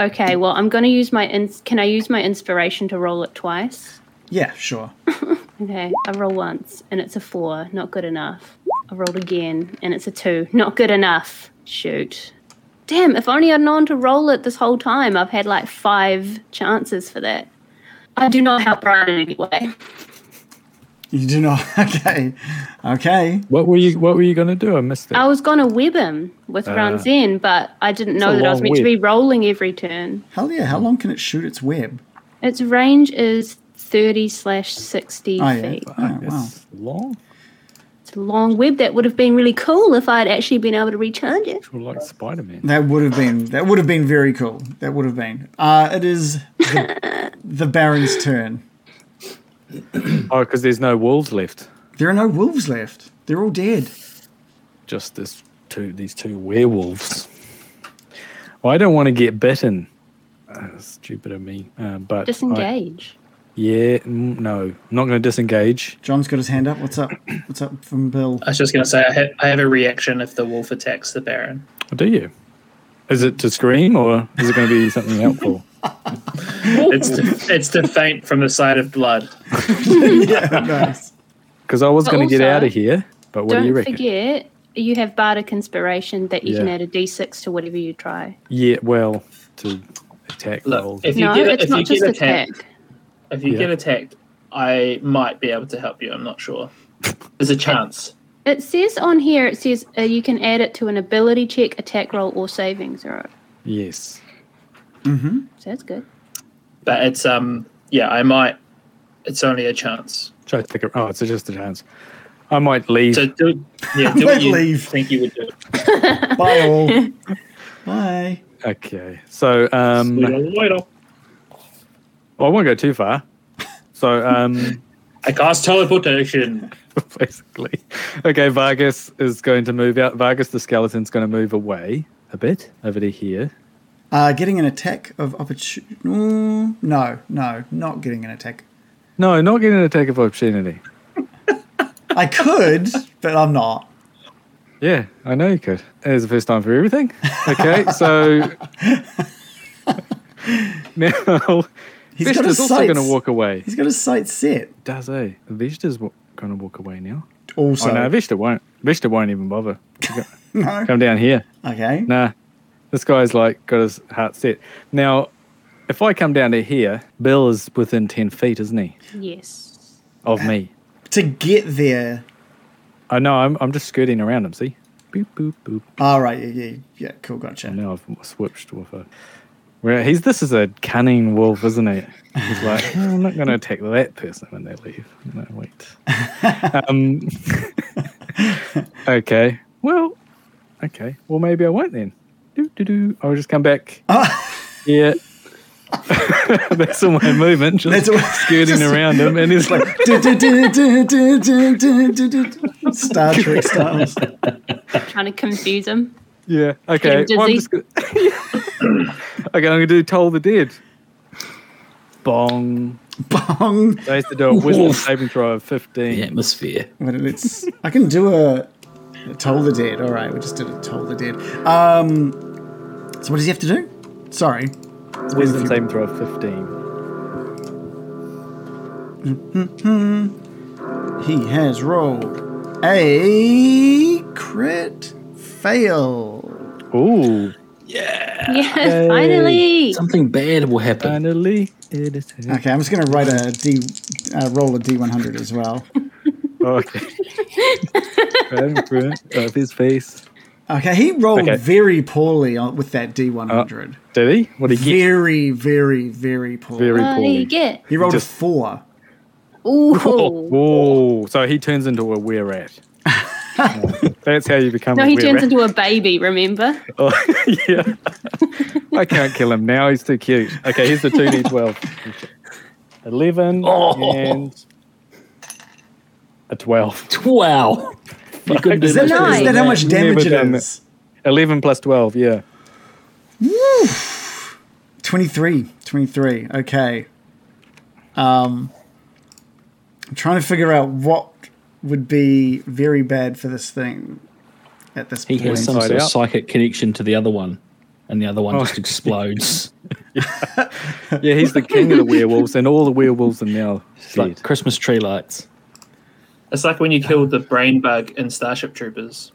Speaker 6: Okay. Well, I'm gonna use my. Ins- can I use my inspiration to roll it twice?
Speaker 3: Yeah, sure.
Speaker 6: Okay, I roll once and it's a four, not good enough. I rolled again and it's a two, not good enough. Shoot. Damn, if only I'd known to roll it this whole time. I've had like five chances for that. I do not help Brian in any way.
Speaker 3: You do not. Okay. Okay.
Speaker 4: What were you? What were you going to do? I missed it.
Speaker 6: I was going to web him with rounds in, but I didn't know
Speaker 4: Uh, a
Speaker 6: that I was
Speaker 4: long
Speaker 6: meant to be
Speaker 4: whip.
Speaker 6: rolling every turn.
Speaker 3: Hell yeah. How long can it shoot its web?
Speaker 6: Its range is 30 slash 60
Speaker 3: Oh, yeah.
Speaker 6: feet.
Speaker 3: Oh, wow.
Speaker 4: It's long.
Speaker 6: It's a long web. That would have been really cool if I'd actually been able to recharge it.
Speaker 4: Or like Spider Man.
Speaker 3: That would have been that would have been very cool. That would have been. Uh, it is the, the Baron's turn.
Speaker 4: Oh, because there's no wolves left.
Speaker 3: There are no wolves left. They're all dead.
Speaker 4: Just this two, these two werewolves. Well, I don't want to get bitten. Uh, stupid of me. Uh, but I-
Speaker 6: Disengage.
Speaker 4: yeah, mm, no, I'm not going to disengage.
Speaker 3: John's got his hand up. What's up? What's up from Bill?
Speaker 5: I was just going to say, I, ha- I have a reaction if the wolf attacks the Baron.
Speaker 4: Or Oh, do you? Is it to scream or is it going to be something helpful?
Speaker 5: It's to, it's to faint from the sight of blood.
Speaker 3: Nice.
Speaker 4: Because I was
Speaker 6: But
Speaker 4: going to get
Speaker 6: also,
Speaker 4: out of here. But what do you
Speaker 6: Don't
Speaker 4: reckon?
Speaker 6: forget, you have bardic inspiration that you can
Speaker 4: Yeah.
Speaker 6: add a d6 to whatever you try.
Speaker 4: Yeah, well, to attack
Speaker 5: Look,
Speaker 4: rolls.
Speaker 5: if you
Speaker 6: no,
Speaker 5: get
Speaker 6: it's
Speaker 5: if
Speaker 6: not
Speaker 5: you
Speaker 6: just
Speaker 5: get attacked,
Speaker 6: attack.
Speaker 5: if you
Speaker 4: Yeah.
Speaker 5: get attacked, I might be able to help you. I'm not sure. There's a chance.
Speaker 6: It says on here, it says uh, you can add it to an ability check, attack roll, or saving throw.
Speaker 4: Yes.
Speaker 6: So that's good.
Speaker 5: but it's um yeah i might it's only a chance
Speaker 4: Try to think of, oh, it's just a chance. I might leave.
Speaker 5: so do yeah do
Speaker 3: Don't
Speaker 5: what you
Speaker 3: leave.
Speaker 5: think you would do
Speaker 3: Bye all. Bye.
Speaker 4: okay. So um,
Speaker 5: i
Speaker 4: well, I won't go too far. So um,
Speaker 5: cast teleportation
Speaker 4: basically, okay, Vargas is going to move out. Vargas the skeleton's going to move away a bit over to here.
Speaker 3: Uh, getting an attack of opportunity. No, no, not getting an attack.
Speaker 4: No, not getting an attack of opportunity.
Speaker 3: I could, but I'm not.
Speaker 4: Yeah, I know you could. It's the first time for everything. Okay, so now
Speaker 3: He's got
Speaker 4: Vesta's
Speaker 3: his
Speaker 4: also
Speaker 3: sights.
Speaker 4: going to walk away.
Speaker 3: He's got his sights set.
Speaker 4: Does he? Vesta's wa- going to walk away now.
Speaker 3: Also,
Speaker 4: oh no, Vesta won't. Vesta won't even bother.
Speaker 3: no.
Speaker 4: Come down here.
Speaker 3: Okay.
Speaker 4: Nah, this guy's like got his heart set. Now, if I come down to here, Bill is within ten feet, isn't he,
Speaker 6: Yes.
Speaker 4: of me?
Speaker 3: To get there.
Speaker 4: I know. I'm, I'm just skirting around him. See, boop boop boop.
Speaker 3: All right. Yeah. Yeah. yeah cool. Gotcha.
Speaker 4: And now I've switched with a. Where he's this is a cunning wolf, isn't he? He's like, "Oh, I'm not going to attack that person when they leave. No, wait. um, okay. Well, okay. Well, maybe I won't then. Do do do. I'll just come back. Yeah. That's all my movement. Just
Speaker 3: That's all-
Speaker 4: skirting around him, and he's like,
Speaker 3: Du- du- du- du- du- du- du- du- du- du- Star Trek styles.
Speaker 6: Trying to confuse him.
Speaker 5: Uh,
Speaker 4: Yeah. Okay.
Speaker 6: Getting
Speaker 4: I'm
Speaker 6: dizzy.
Speaker 4: just gonna... okay, I'm gonna do Toll the Dead. Bong.
Speaker 3: Bong.
Speaker 4: I used to do a wisdom
Speaker 2: Woof.
Speaker 4: saving throw of
Speaker 2: The
Speaker 4: 15.
Speaker 2: atmosphere.
Speaker 3: But it's, I can do a, a Toll the Dead. All right. We just did a Toll the Dead. Um, so what does he have to do? Sorry.
Speaker 4: Wisdom saving throw of 15.
Speaker 3: He has rolled a crit fail.
Speaker 4: Ooh.
Speaker 6: Yes, finally.
Speaker 2: Something bad will happen.
Speaker 4: Finally, it is.
Speaker 3: Okay, I'm just going to write a D, uh, roll a D100 as well.
Speaker 4: Oh, Okay. right in front of his face.
Speaker 3: Okay, he rolled
Speaker 4: Okay.
Speaker 3: very poorly on, with that D100.
Speaker 4: Did he? What did he get?
Speaker 3: very, very, very poorly.
Speaker 4: Very
Speaker 6: What do
Speaker 4: poorly. Oh,
Speaker 6: you get?
Speaker 3: he rolled
Speaker 4: Just-
Speaker 3: a four.
Speaker 6: Ooh.
Speaker 4: Whoa. So he turns into a were rat. That's how you become
Speaker 6: No,
Speaker 4: a
Speaker 6: he
Speaker 4: were
Speaker 6: turns
Speaker 4: rat.
Speaker 6: into a baby, remember?
Speaker 4: Oh, yeah. I can't kill him now. He's too cute. Okay, here's the 2d12. 11
Speaker 2: Oh.
Speaker 4: and a 12.
Speaker 2: Wow. You couldn't do
Speaker 3: Is that,
Speaker 2: much
Speaker 6: Nine.
Speaker 3: is
Speaker 2: better
Speaker 3: that
Speaker 2: than
Speaker 3: how
Speaker 2: that.
Speaker 3: much
Speaker 4: Never
Speaker 3: damage it
Speaker 4: done
Speaker 3: is?
Speaker 4: 11 plus 12, yeah.
Speaker 3: 23. 23. Okay. Um, I'm trying to figure out what would be very bad for this thing at this
Speaker 2: He
Speaker 3: point.
Speaker 2: has some sort
Speaker 4: Inside
Speaker 2: of
Speaker 4: out.
Speaker 2: psychic connection to the other one, and the other one
Speaker 4: Oh.
Speaker 2: just explodes.
Speaker 4: Yeah, he's the king of the werewolves, and all the werewolves are now
Speaker 2: It's like
Speaker 4: dead.
Speaker 2: Christmas tree lights.
Speaker 5: it's like when you killed the brain bug in starship troopers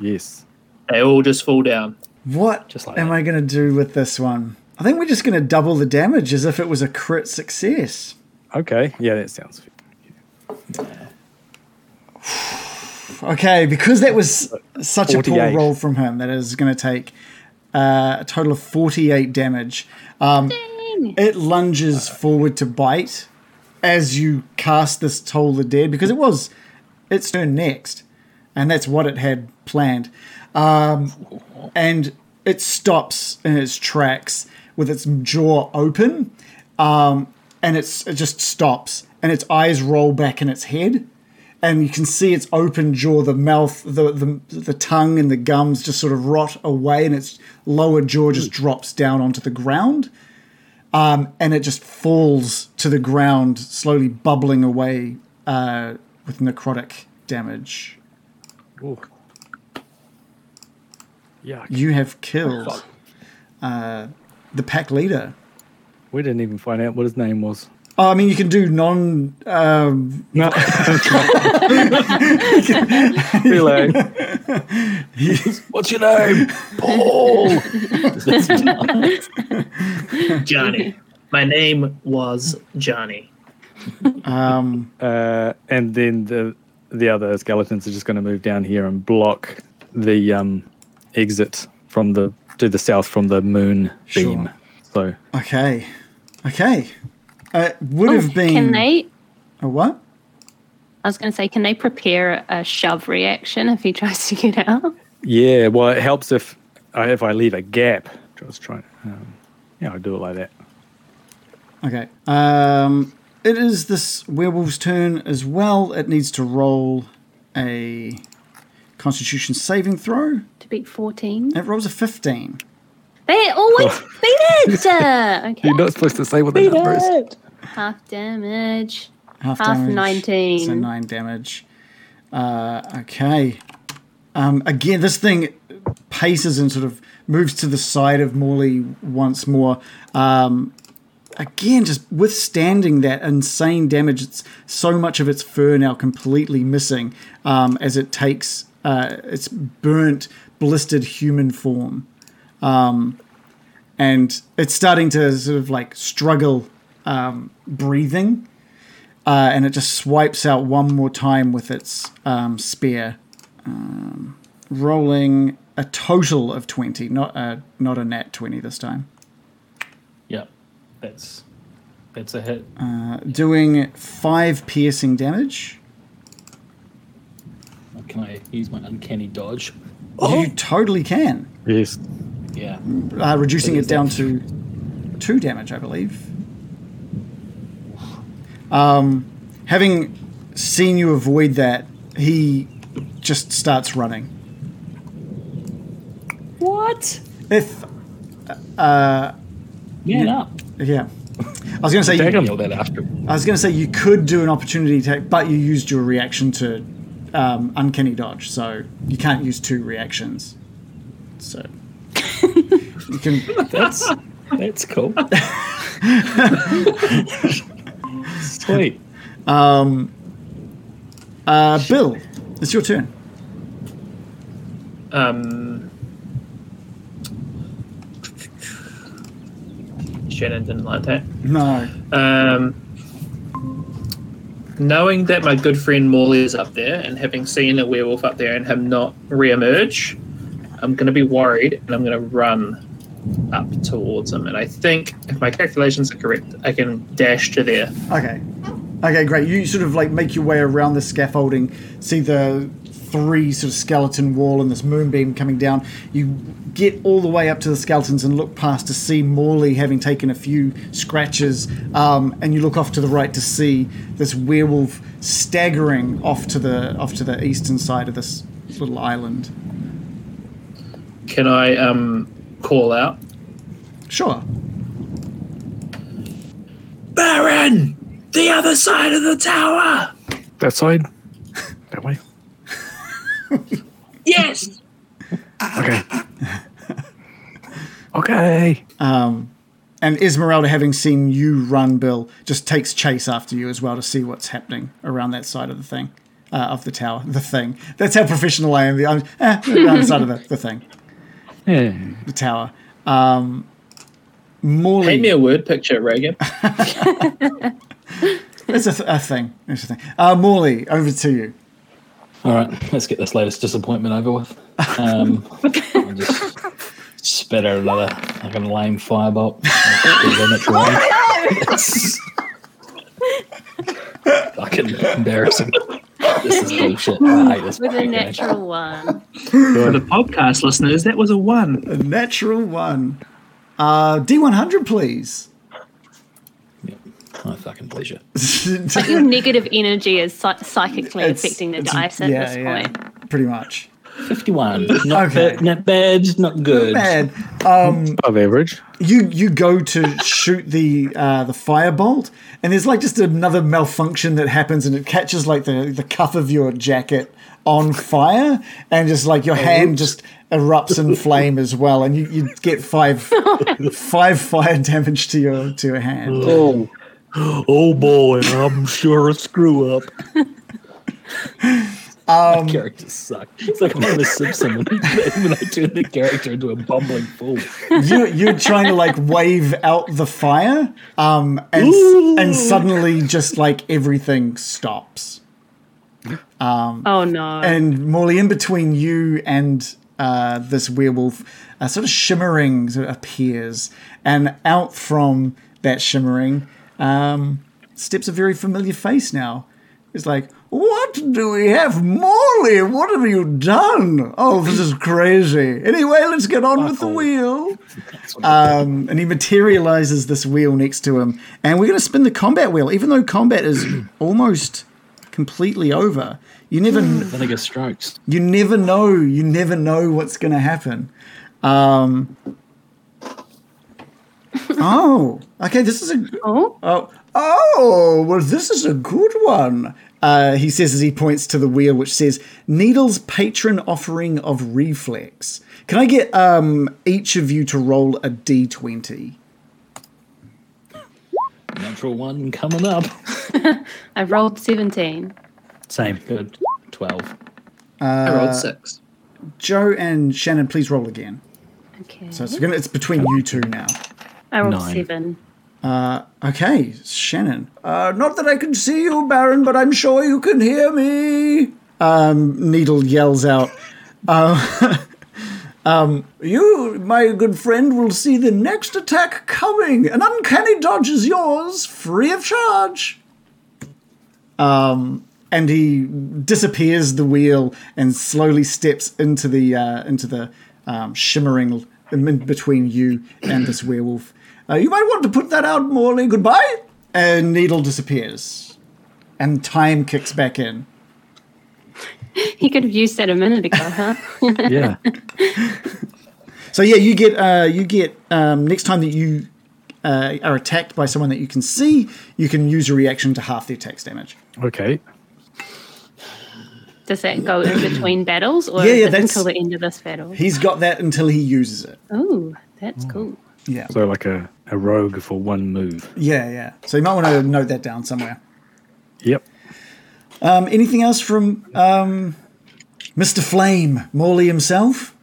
Speaker 4: Yes.
Speaker 5: they all just fall down
Speaker 3: What
Speaker 2: Just like
Speaker 3: am
Speaker 2: that.
Speaker 3: I going to do with this one? I think we're just going to double the damage as if it was a crit success.
Speaker 4: Okay. Yeah, that sounds fair.
Speaker 3: Okay, because that was such a poor
Speaker 4: 48.
Speaker 3: roll from him, that is going to take uh, a total of 48 damage. Um, it lunges forward to bite as you cast this Toll the Dead, because it was its turn next. and that's what it had planned. Um, and it stops in its tracks with its jaw open, um, and it's, it just stops, and its eyes roll back in its head. And you can see its open jaw, the mouth, the, the, the tongue, and the gums just sort of rot away, and its lower jaw just drops down onto the ground um, and it just falls to the ground, slowly bubbling away uh, with necrotic damage.
Speaker 4: Yeah,
Speaker 3: You have killed uh, the pack leader.
Speaker 4: we didn't even find out what his name was.
Speaker 3: Oh, I mean, you can do non. Um,
Speaker 4: No. Reload.
Speaker 2: What's your name? Paul.
Speaker 5: Johnny. My name was Johnny.
Speaker 3: um,
Speaker 4: Uh, and then the the other skeletons are just going to move down here and block the um, exit from the to the south from the moon beam.
Speaker 3: Sure.
Speaker 4: So
Speaker 3: okay, okay. Uh, would
Speaker 6: Oh,
Speaker 3: have been
Speaker 6: Can they?
Speaker 3: a what?
Speaker 6: I was going to say, can they prepare a shove reaction if he tries to get out?
Speaker 4: yeah, well, it helps if I if I leave a gap. Just trying. Um, yeah, I'll do it like that.
Speaker 3: Okay. Um, it is this werewolf's turn as well. It needs to roll a Constitution saving throw.
Speaker 6: To beat 14?
Speaker 3: It rolls a fifteen.
Speaker 6: They always
Speaker 3: Oh.
Speaker 6: beat it! Uh, okay.
Speaker 4: You're not supposed to say what the number is.
Speaker 6: Half damage.
Speaker 3: half,
Speaker 6: Half
Speaker 3: damage,
Speaker 6: 19.
Speaker 3: So nine damage. Uh, okay. Um, again, this thing paces and sort of moves to the side of Morley once more. Um, again, just withstanding that insane damage. It's so much of its fur now completely missing um, as it takes uh, its burnt, blistered human form. Um, and it's starting to sort of like struggle um, breathing uh, and it just swipes out one more time with its um, spear, um, rolling a total of twenty, not a not a nat twenty this time,
Speaker 2: yeah, that's that's a hit.
Speaker 3: doing five piercing damage.
Speaker 2: Can I use my uncanny dodge? Oh.
Speaker 3: You totally can,
Speaker 4: Yes.
Speaker 2: Yeah.
Speaker 3: uh, reducing
Speaker 2: What
Speaker 3: it
Speaker 2: is
Speaker 3: down
Speaker 2: that?
Speaker 3: to two damage, I believe. Um, having seen you avoid that, he just starts running.
Speaker 2: What?
Speaker 3: If
Speaker 2: Man up.
Speaker 3: yeah, I was going to say
Speaker 2: I
Speaker 3: you,
Speaker 2: can yell that after.
Speaker 3: I was going to say you could do an opportunity attack, but you used your reaction to um, uncanny dodge, so you can't use two reactions. So you can.
Speaker 2: That's that's cool. Sweet.
Speaker 3: Uh, Bill, it's your turn.
Speaker 5: Um, Shannon didn't like that.
Speaker 3: No,
Speaker 5: Um, knowing that my good friend Morley is up there and having seen a werewolf up there and him not reemerge, I'm going to be worried and I'm going to run up towards him. And I think, if my calculations are correct, I can dash to there.
Speaker 3: okay, okay, great. You sort of like make your way around the scaffolding, see the three sort of skeleton wall and this moonbeam coming down. You get all the way up to the skeletons and look past to see Morley having taken a few scratches, um, and you look off to the right to see this werewolf staggering off to the off to the eastern side of this little island.
Speaker 5: Can I um, call out?
Speaker 3: Sure.
Speaker 5: Baron! The other side of the tower!
Speaker 4: That side. That way.
Speaker 5: Yes!
Speaker 4: Okay. okay.
Speaker 3: And Esmeralda, having seen you run, Bill, just takes chase after you as well to see what's happening around that side of the thing, uh, of the tower, the thing. That's how professional I am. The, I'm, eh, around the side of the, the thing,
Speaker 4: Yeah.
Speaker 3: the tower. Um, Morley,
Speaker 5: Paint me a word picture, Reagan.
Speaker 3: it's a, th- a thing. It's a thing. Uh, Morley, over to you.
Speaker 2: All right, let's get this latest disappointment over with. Um, I'll just spit out another fucking lame firebolt. There's not much wrong. fucking embarrassing. This is bullshit. I hate this
Speaker 6: With a
Speaker 2: fucking game.
Speaker 6: natural one.
Speaker 5: For the podcast listeners, that was a one.
Speaker 3: A natural one. Uh, D100, please.
Speaker 2: My fucking pleasure.
Speaker 6: Your negative energy is psy- psychically
Speaker 3: It's-
Speaker 6: affecting the
Speaker 3: it's-
Speaker 6: dice at
Speaker 3: yeah,
Speaker 6: this
Speaker 3: yeah,
Speaker 6: point.
Speaker 3: Pretty much.
Speaker 2: Fifty-one. Not
Speaker 3: Okay.
Speaker 2: bad. Not bad. Not good.
Speaker 3: Bad. Um,
Speaker 4: Above average.
Speaker 3: you you go to shoot the uh, the firebolt, and there's like just another malfunction that happens, and it catches like the the cuff of your jacket on fire, and just like your hand just erupts in flame as well, and you, you get five five fire damage to your to your hand.
Speaker 4: Oh,
Speaker 2: Oh boy, I'm sure a screw up. My characters suck. It's like I'm on The Simpsons when I- when I turn the character into a bumbling fool.
Speaker 3: you, you're trying to like wave out the fire, um, and
Speaker 2: Ooh.
Speaker 3: and suddenly just like everything stops.
Speaker 6: Oh no.
Speaker 3: And Morley, in between you and uh, this werewolf, uh, sort of shimmering sort of appears, and out from that shimmering um, steps a very familiar face. Now it's like, what do we have, Morley? What have you done? Oh, this is crazy. Anyway, let's get on with the wheel. Um, and he materializes this wheel next to him. And we're going to spin the combat wheel, even though combat is almost completely over. You never,
Speaker 2: Then I get strokes.
Speaker 3: you never know. You never know what's going to happen. Um, oh, okay. This is a
Speaker 6: oh,
Speaker 3: Oh, oh, well, this is a good one. Uh, he says as he points to the wheel, which says Needle's Patron Offering of Reflex. Can I get um, each of you to roll a d20?
Speaker 2: Natural one coming up.
Speaker 6: I rolled 17.
Speaker 4: same.
Speaker 2: Good. Twelve.
Speaker 5: I rolled six.
Speaker 3: Joe and Shannon, please roll again.
Speaker 6: Okay.
Speaker 3: So it's, gonna, it's between you two now.
Speaker 6: I rolled
Speaker 4: Nine.
Speaker 6: 7.
Speaker 3: Okay, Shannon. Uh, not that I can see you, Baron, but I'm sure you can hear me. Um, Needle yells out. Uh, um, you, my good friend, will see the next attack coming. An uncanny dodge is yours, free of charge. Um, and he disappears the wheel and slowly steps into the uh, into the um, shimmering in between you and this werewolf. Uh, you might want to put that out, Morley. Goodbye. And Needle disappears, and time kicks back in.
Speaker 6: He could have used that a minute ago, huh?
Speaker 4: Yeah.
Speaker 3: So yeah, you get uh, you get um, next time that you uh, are attacked by someone that you can see, you can use a reaction to half the attack's damage.
Speaker 4: Okay.
Speaker 6: Does that go in between battles or
Speaker 3: Yeah, yeah,
Speaker 6: is it
Speaker 3: that's-
Speaker 6: until the end of this battle?
Speaker 3: He's got that until he uses it.
Speaker 6: Oh, that's
Speaker 3: Mm.
Speaker 6: cool.
Speaker 3: Yeah,
Speaker 4: So like a, a rogue for one move.
Speaker 3: yeah, yeah. So you might want to note that down somewhere.
Speaker 4: Yep.
Speaker 3: Um, anything else from um, Mr. Flame Morley himself?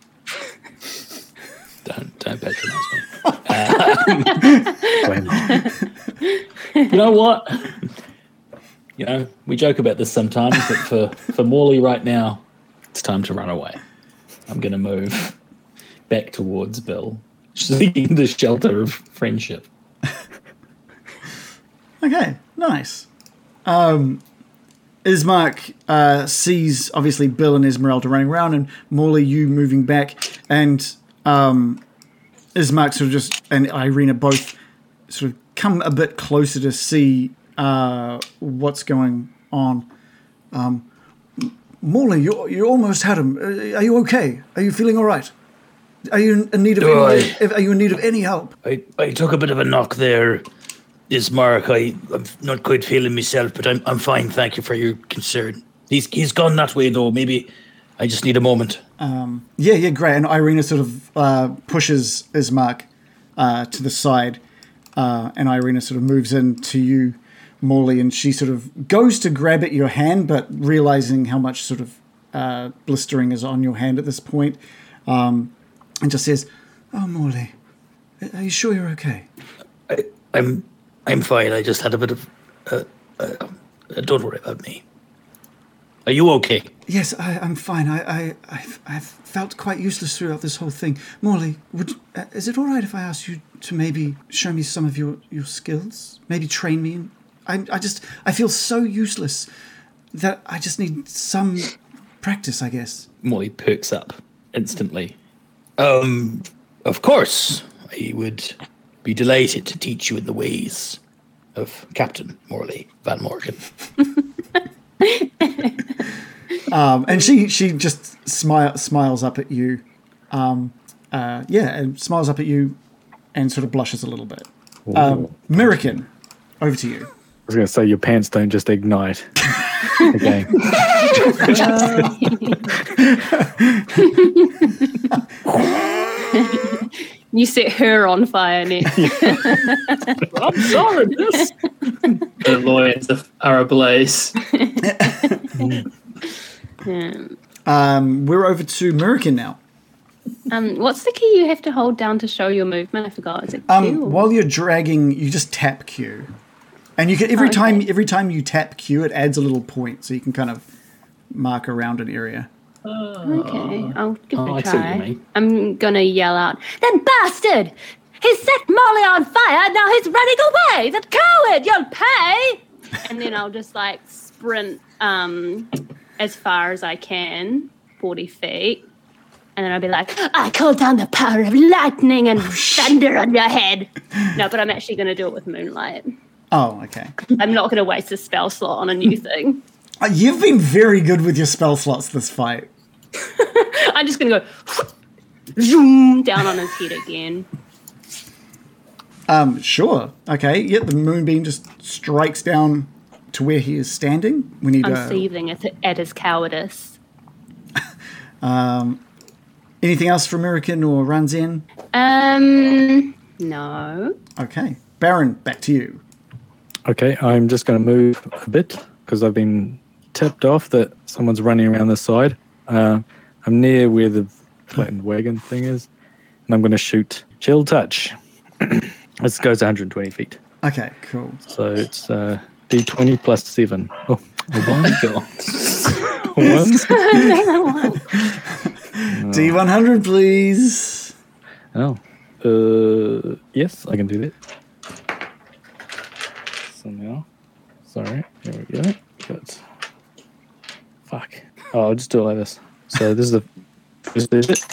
Speaker 2: Don't don't patronize me.
Speaker 4: Blame it.
Speaker 2: You know what? You know, we joke about this sometimes, but for, for Morley right now, it's time to run away. I'm going to move back towards Bill, seeking the shelter of friendship.
Speaker 3: Okay, nice. Um, Ismark uh, sees obviously Bill and Esmeralda running around, and Morley you moving back, and um, Ismark sort of just and Irina both sort of come a bit closer to see uh, what's going on. Um, Morley, you you almost had him. Uh, Are you okay? Are you feeling all right? Are you in need of
Speaker 2: Do
Speaker 3: any, are you in need of any help?
Speaker 2: I, I took a bit of a knock there, Ismark. I, I'm not quite feeling myself, but I'm, I'm fine. Thank you for your concern. He's, he's gone that way, though. Maybe I just need a moment.
Speaker 3: Yeah, yeah, great. And Irina sort of uh, pushes Ismark uh, to the side, uh, and Irina sort of moves in to you, Morley, and she sort of goes to grab at your hand, but realizing how much sort of uh, blistering is on your hand at this point, um, and just says, "Oh, Morley, are you sure you're okay?"
Speaker 2: I'm I'm fine. I just had a bit of. Uh, uh, don't worry about me. Are you okay?
Speaker 3: Yes, I, I'm fine. I, I, I've, I've felt quite useless throughout this whole thing. Morley, would uh, is it all right if I ask you to maybe show me some of your, your skills? Maybe train me? In, I, I just, I feel so useless that I just need some practice, I guess.
Speaker 2: Molly perks up instantly. Um, of course, I would be delighted to teach you in the ways of Captain Morley Van Morgan.
Speaker 3: Um, and she she just smile, smiles up at you, um, uh, yeah, and smiles up at you, and sort of blushes a little bit. Um, American, over to you.
Speaker 4: I was going to say your pants don't just ignite. okay.
Speaker 6: You set her on fire next.
Speaker 5: I'm sorry, miss. the lawyers are- are ablaze.
Speaker 3: Um, we're over to American now.
Speaker 6: um, what's the key you have to hold down to show your movement? I forgot. Is it
Speaker 3: Um,
Speaker 6: Q or-
Speaker 3: While you're dragging, you just tap Q, and you can every
Speaker 6: Oh, okay.
Speaker 3: time every time you tap Q, it adds a little point, so you can kind of mark around an area.
Speaker 6: Okay, I'll give
Speaker 2: Oh, I
Speaker 6: it a
Speaker 2: see what you
Speaker 6: try.
Speaker 2: mean.
Speaker 6: I'm gonna yell out, "That bastard! He's set Molly on fire. Now he's running away. That coward! You'll pay!" And then I'll just like sprint um, as far as I can, forty feet, and then I'll be like, "I call down the power of lightning and thunder on your head." No, but I'm actually gonna do it with moonlight.
Speaker 3: Oh, okay.
Speaker 6: I'm not gonna waste a spell slot on a new thing.
Speaker 3: Uh, You've been very good with your spell slots this fight.
Speaker 6: I'm just gonna go zoom down on his head again.
Speaker 3: Um, sure. Okay. Yep. The moonbeam just strikes down to where he is standing. We need
Speaker 6: I'm
Speaker 3: uh,
Speaker 6: seething at, at his cowardice.
Speaker 3: anything else for American or runs in.
Speaker 6: Um, no.
Speaker 3: Okay, Baron, back to you.
Speaker 4: Okay, I'm just going to move a bit because I've been tipped off that someone's running around the side. Uh, I'm near where the flattened wagon thing is, and I'm going to shoot Chill Touch. this goes 120 feet,
Speaker 3: Okay, cool.
Speaker 4: so it's uh, D20 plus seven. Oh, a one. A one.
Speaker 3: D100, please.
Speaker 4: Oh. Uh, yes, I can do that. So now, sorry, here we go. Got, fuck. Oh, I'll just do it like this. So this is the first digit.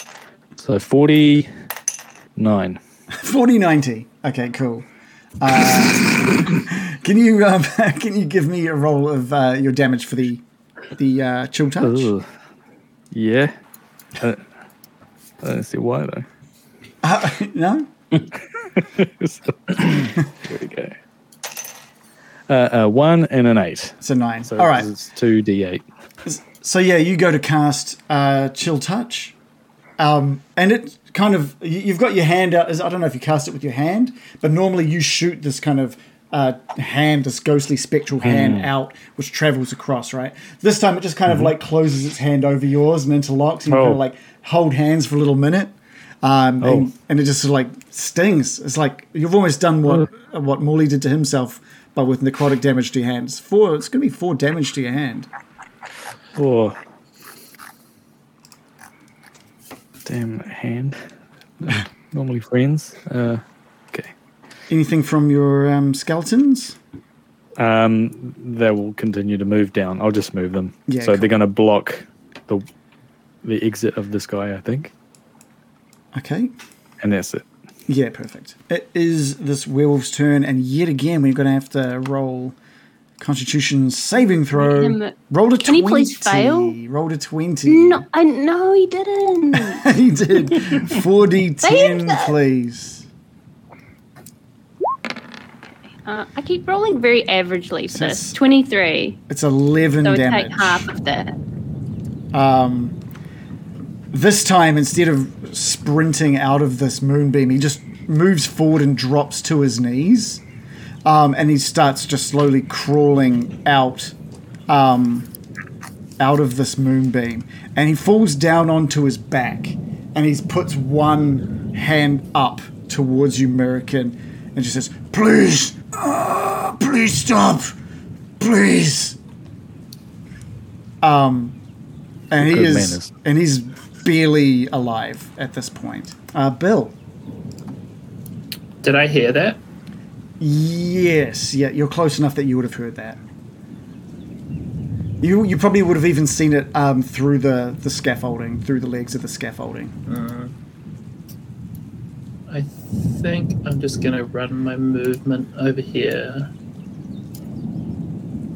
Speaker 4: So 49.
Speaker 3: 4090. Okay, cool. Uh, can you um, can you give me a roll of uh, your damage for the the uh, chill touch?
Speaker 4: Ugh. Yeah. I, I don't see why though.
Speaker 3: No.
Speaker 4: there we go. Uh, uh, one and an eight.
Speaker 3: It's a nine.
Speaker 4: So
Speaker 3: All right.
Speaker 4: It's two d8.
Speaker 3: So yeah, you go to cast uh, Chill Touch, um, and it kind of you- you've got your hand out. as- I don't know if you cast it with your hand, but normally you shoot this kind of uh, hand, this ghostly spectral hand
Speaker 4: Hmm.
Speaker 3: out, which travels across. Right. This time it just kind of like closes its hand over yours and interlocks, and you kind
Speaker 4: Oh.
Speaker 3: of like hold hands for a little minute. Um,
Speaker 4: Oh.
Speaker 3: and, and it just sort of like stings. It's like you've almost done what
Speaker 4: Oh.
Speaker 3: what Morley did to himself, but with necrotic damage to your hands. Four. It's going to be four damage to your hand.
Speaker 4: Oh. Damn that hand. Normally friends. Uh, okay.
Speaker 3: Anything from your um, skeletons?
Speaker 4: Um, they will continue to move down. I'll just move them.
Speaker 3: Yeah,
Speaker 4: so
Speaker 3: cool.
Speaker 4: they're going to block the the exit of this guy, I think.
Speaker 3: Okay.
Speaker 4: And that's it.
Speaker 3: Yeah, perfect. It is this werewolf's turn, and yet again we're going to have to roll Constitution saving
Speaker 6: Him-
Speaker 3: throw. Rolled a twenty.
Speaker 6: Can he please fail?
Speaker 3: Rolled a twenty.
Speaker 6: No, I no, he didn't.
Speaker 3: he did. Four d ten,
Speaker 6: Saved it.
Speaker 3: please.
Speaker 6: Uh, I keep rolling very averagely for
Speaker 3: Yes.
Speaker 6: this. Twenty-three,
Speaker 3: It's eleven
Speaker 6: so I
Speaker 3: damage.
Speaker 6: take half of that.
Speaker 3: This time, instead of sprinting out of this moonbeam, he just moves forward and drops to his knees. Um, and he starts just slowly crawling out um, out of this moonbeam. And he falls down onto his back. And he puts one hand up towards you, American, and just says, Please! Ah, please stop! Please! Um, and he
Speaker 4: Good
Speaker 3: is
Speaker 4: manners.
Speaker 3: and he's barely alive at this point. Uh, Bill.
Speaker 5: Did I hear that?
Speaker 3: Yes, yeah, you're close enough that you would have heard that. You you probably would have even seen it um, through the, the scaffolding, through the legs of the scaffolding.
Speaker 5: I think I'm just gonna run my movement over here.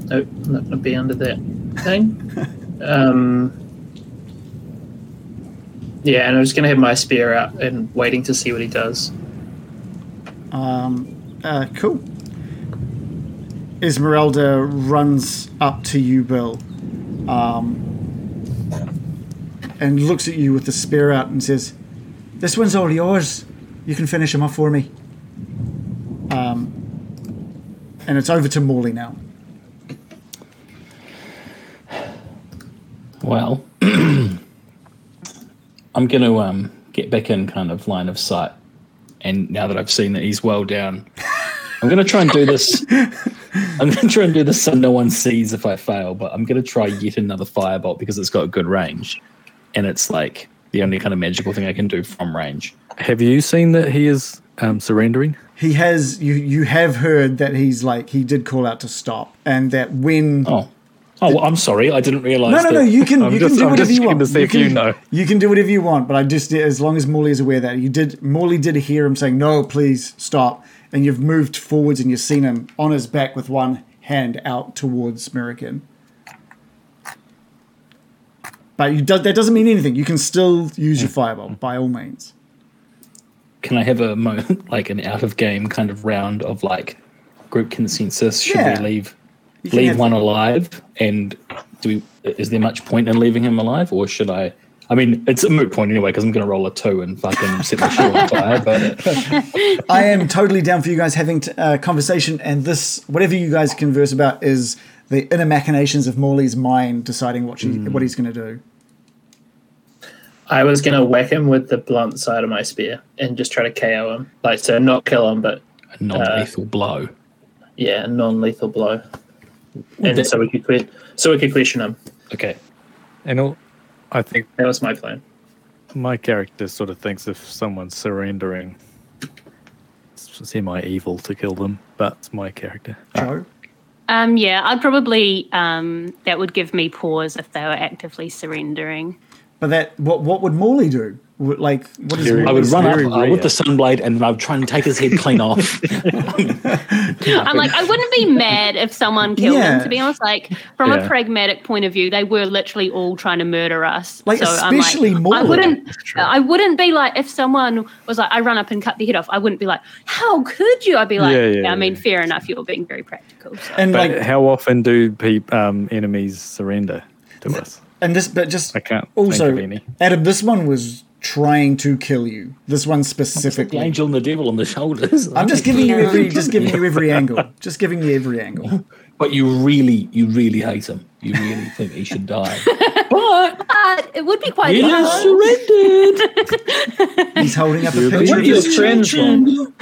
Speaker 5: Nope, I'm not gonna be under that thing. um, yeah, and I'm just gonna have my spear out and waiting to see what he does.
Speaker 3: Um, uh, cool. Esmeralda runs up to you, Bill, um, and looks at you with the spear out and says, "This one's all yours. You can finish him off for me." Um, and it's over to Morley now.
Speaker 2: Well, I'm going to um, get back in kind of line of sight. And now that I've seen that he's well down, I'm going to try and do this. I'm going to try and do this so no one sees if I fail, but I'm going to try yet another firebolt because it's got good range. And it's like the only kind of magical thing I can do from range.
Speaker 4: Have you seen that he is um, surrendering?
Speaker 3: he has you you have heard that he's like he did call out to stop and that when
Speaker 2: Oh. Oh, well, I'm sorry. I didn't realize.
Speaker 3: no no no
Speaker 2: that-
Speaker 3: you can
Speaker 4: I'm
Speaker 3: you
Speaker 4: just-
Speaker 3: can do
Speaker 4: I'm
Speaker 3: whatever
Speaker 4: just
Speaker 3: you
Speaker 4: checking
Speaker 3: want
Speaker 4: to see
Speaker 3: you
Speaker 4: if
Speaker 3: can,
Speaker 4: you know.
Speaker 3: you can do whatever you want but i just as long as morley is aware that you did morley did hear him saying no please stop and you've moved forwards and you've seen him on his back with one hand out towards Merican. but you do, that doesn't mean anything you can still use
Speaker 4: Mm.
Speaker 3: your fireball by all means
Speaker 2: Can I have a moment, like an out of game kind of round of like group consensus? Should
Speaker 3: Yeah.
Speaker 2: we leave
Speaker 3: You can
Speaker 2: leave
Speaker 3: have-
Speaker 2: one alive? And do we? Is there much point in leaving him alive, or should I? I mean, it's a moot point anyway because I'm going to roll a two and fucking set my shit on fire.
Speaker 3: Uh,
Speaker 2: But
Speaker 3: I am totally down for you guys having t- uh, conversation, and this whatever you guys converse about is the inner machinations of Morley's mind deciding what she, what he's going to do.
Speaker 5: I was gonna whack him with the blunt side of my spear and just try to KO him, like so not kill him, but
Speaker 2: a non-lethal blow.
Speaker 5: yeah, a non-lethal blow. And
Speaker 2: that-
Speaker 5: so we could que- so we could question him.
Speaker 2: Okay,
Speaker 4: And all, I think
Speaker 5: That was my plan.
Speaker 4: my character sort of thinks if someone's surrendering, it's semi evil to kill them, but it's my character.
Speaker 3: Joe,
Speaker 6: Um, yeah, I'd probably um, that would give me pause if they were actively surrendering.
Speaker 3: but that what what would Morley do? Would, like what is
Speaker 4: Very-
Speaker 2: I
Speaker 3: Morley?
Speaker 2: would
Speaker 4: It's
Speaker 2: run up
Speaker 4: very
Speaker 2: uh, with
Speaker 4: rare.
Speaker 2: the sunblade and I would try and take his head clean off.
Speaker 6: I'm like, I wouldn't be mad if someone killed
Speaker 3: Yeah.
Speaker 6: them. To be honest, like from
Speaker 4: Yeah.
Speaker 6: a pragmatic point of view, they were literally all trying to murder us.
Speaker 3: Like, especially
Speaker 6: I'm like,
Speaker 3: Morley.
Speaker 6: I wouldn't.
Speaker 4: True.
Speaker 6: I wouldn't be like if someone was like, I run up and cut the head off. I wouldn't be like, how could you? I'd be like,
Speaker 4: Yeah,
Speaker 6: yeah,
Speaker 4: yeah,
Speaker 6: I mean,
Speaker 4: yeah.
Speaker 6: fair enough. You're being very practical. So.
Speaker 3: And
Speaker 4: But
Speaker 3: like
Speaker 4: how often do peop, um, enemies surrender to us?
Speaker 3: and this, but just
Speaker 4: I can't
Speaker 3: also
Speaker 4: think of any.
Speaker 3: Adam. This one was trying to kill you. This one
Speaker 2: the
Speaker 3: specifically.
Speaker 2: angel and the devil on the shoulders.
Speaker 3: I'm just giving you
Speaker 6: Yeah.
Speaker 3: every just giving you every angle. Just giving you every angle.
Speaker 2: But you really, you really hate him. You really think he should die.
Speaker 6: but it would be quite.
Speaker 2: He
Speaker 6: nice.
Speaker 2: has surrendered.
Speaker 3: He's holding up a
Speaker 4: You're
Speaker 3: picture of
Speaker 5: What is
Speaker 3: his
Speaker 5: trans one?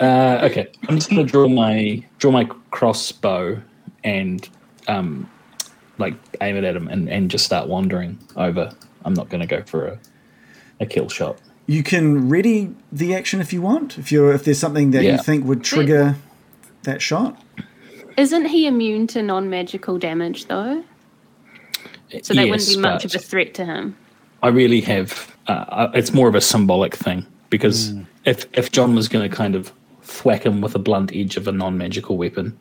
Speaker 2: Uh, okay, I'm just gonna draw my draw my crossbow and um, like aim it at him and, and just start wandering over. I'm not gonna go for a, a kill shot.
Speaker 3: You can ready the action if you want. If you're if there's something that you
Speaker 2: Yeah.
Speaker 3: think would trigger that shot.
Speaker 6: Isn't he immune to non-magical damage though? So that wouldn't
Speaker 2: Yes,
Speaker 6: be much
Speaker 2: but
Speaker 6: of a threat to him.
Speaker 2: I really have. Uh, I- it's more of a symbolic thing because if if John was gonna kind of thwack him with a blunt edge of a non magical weapon,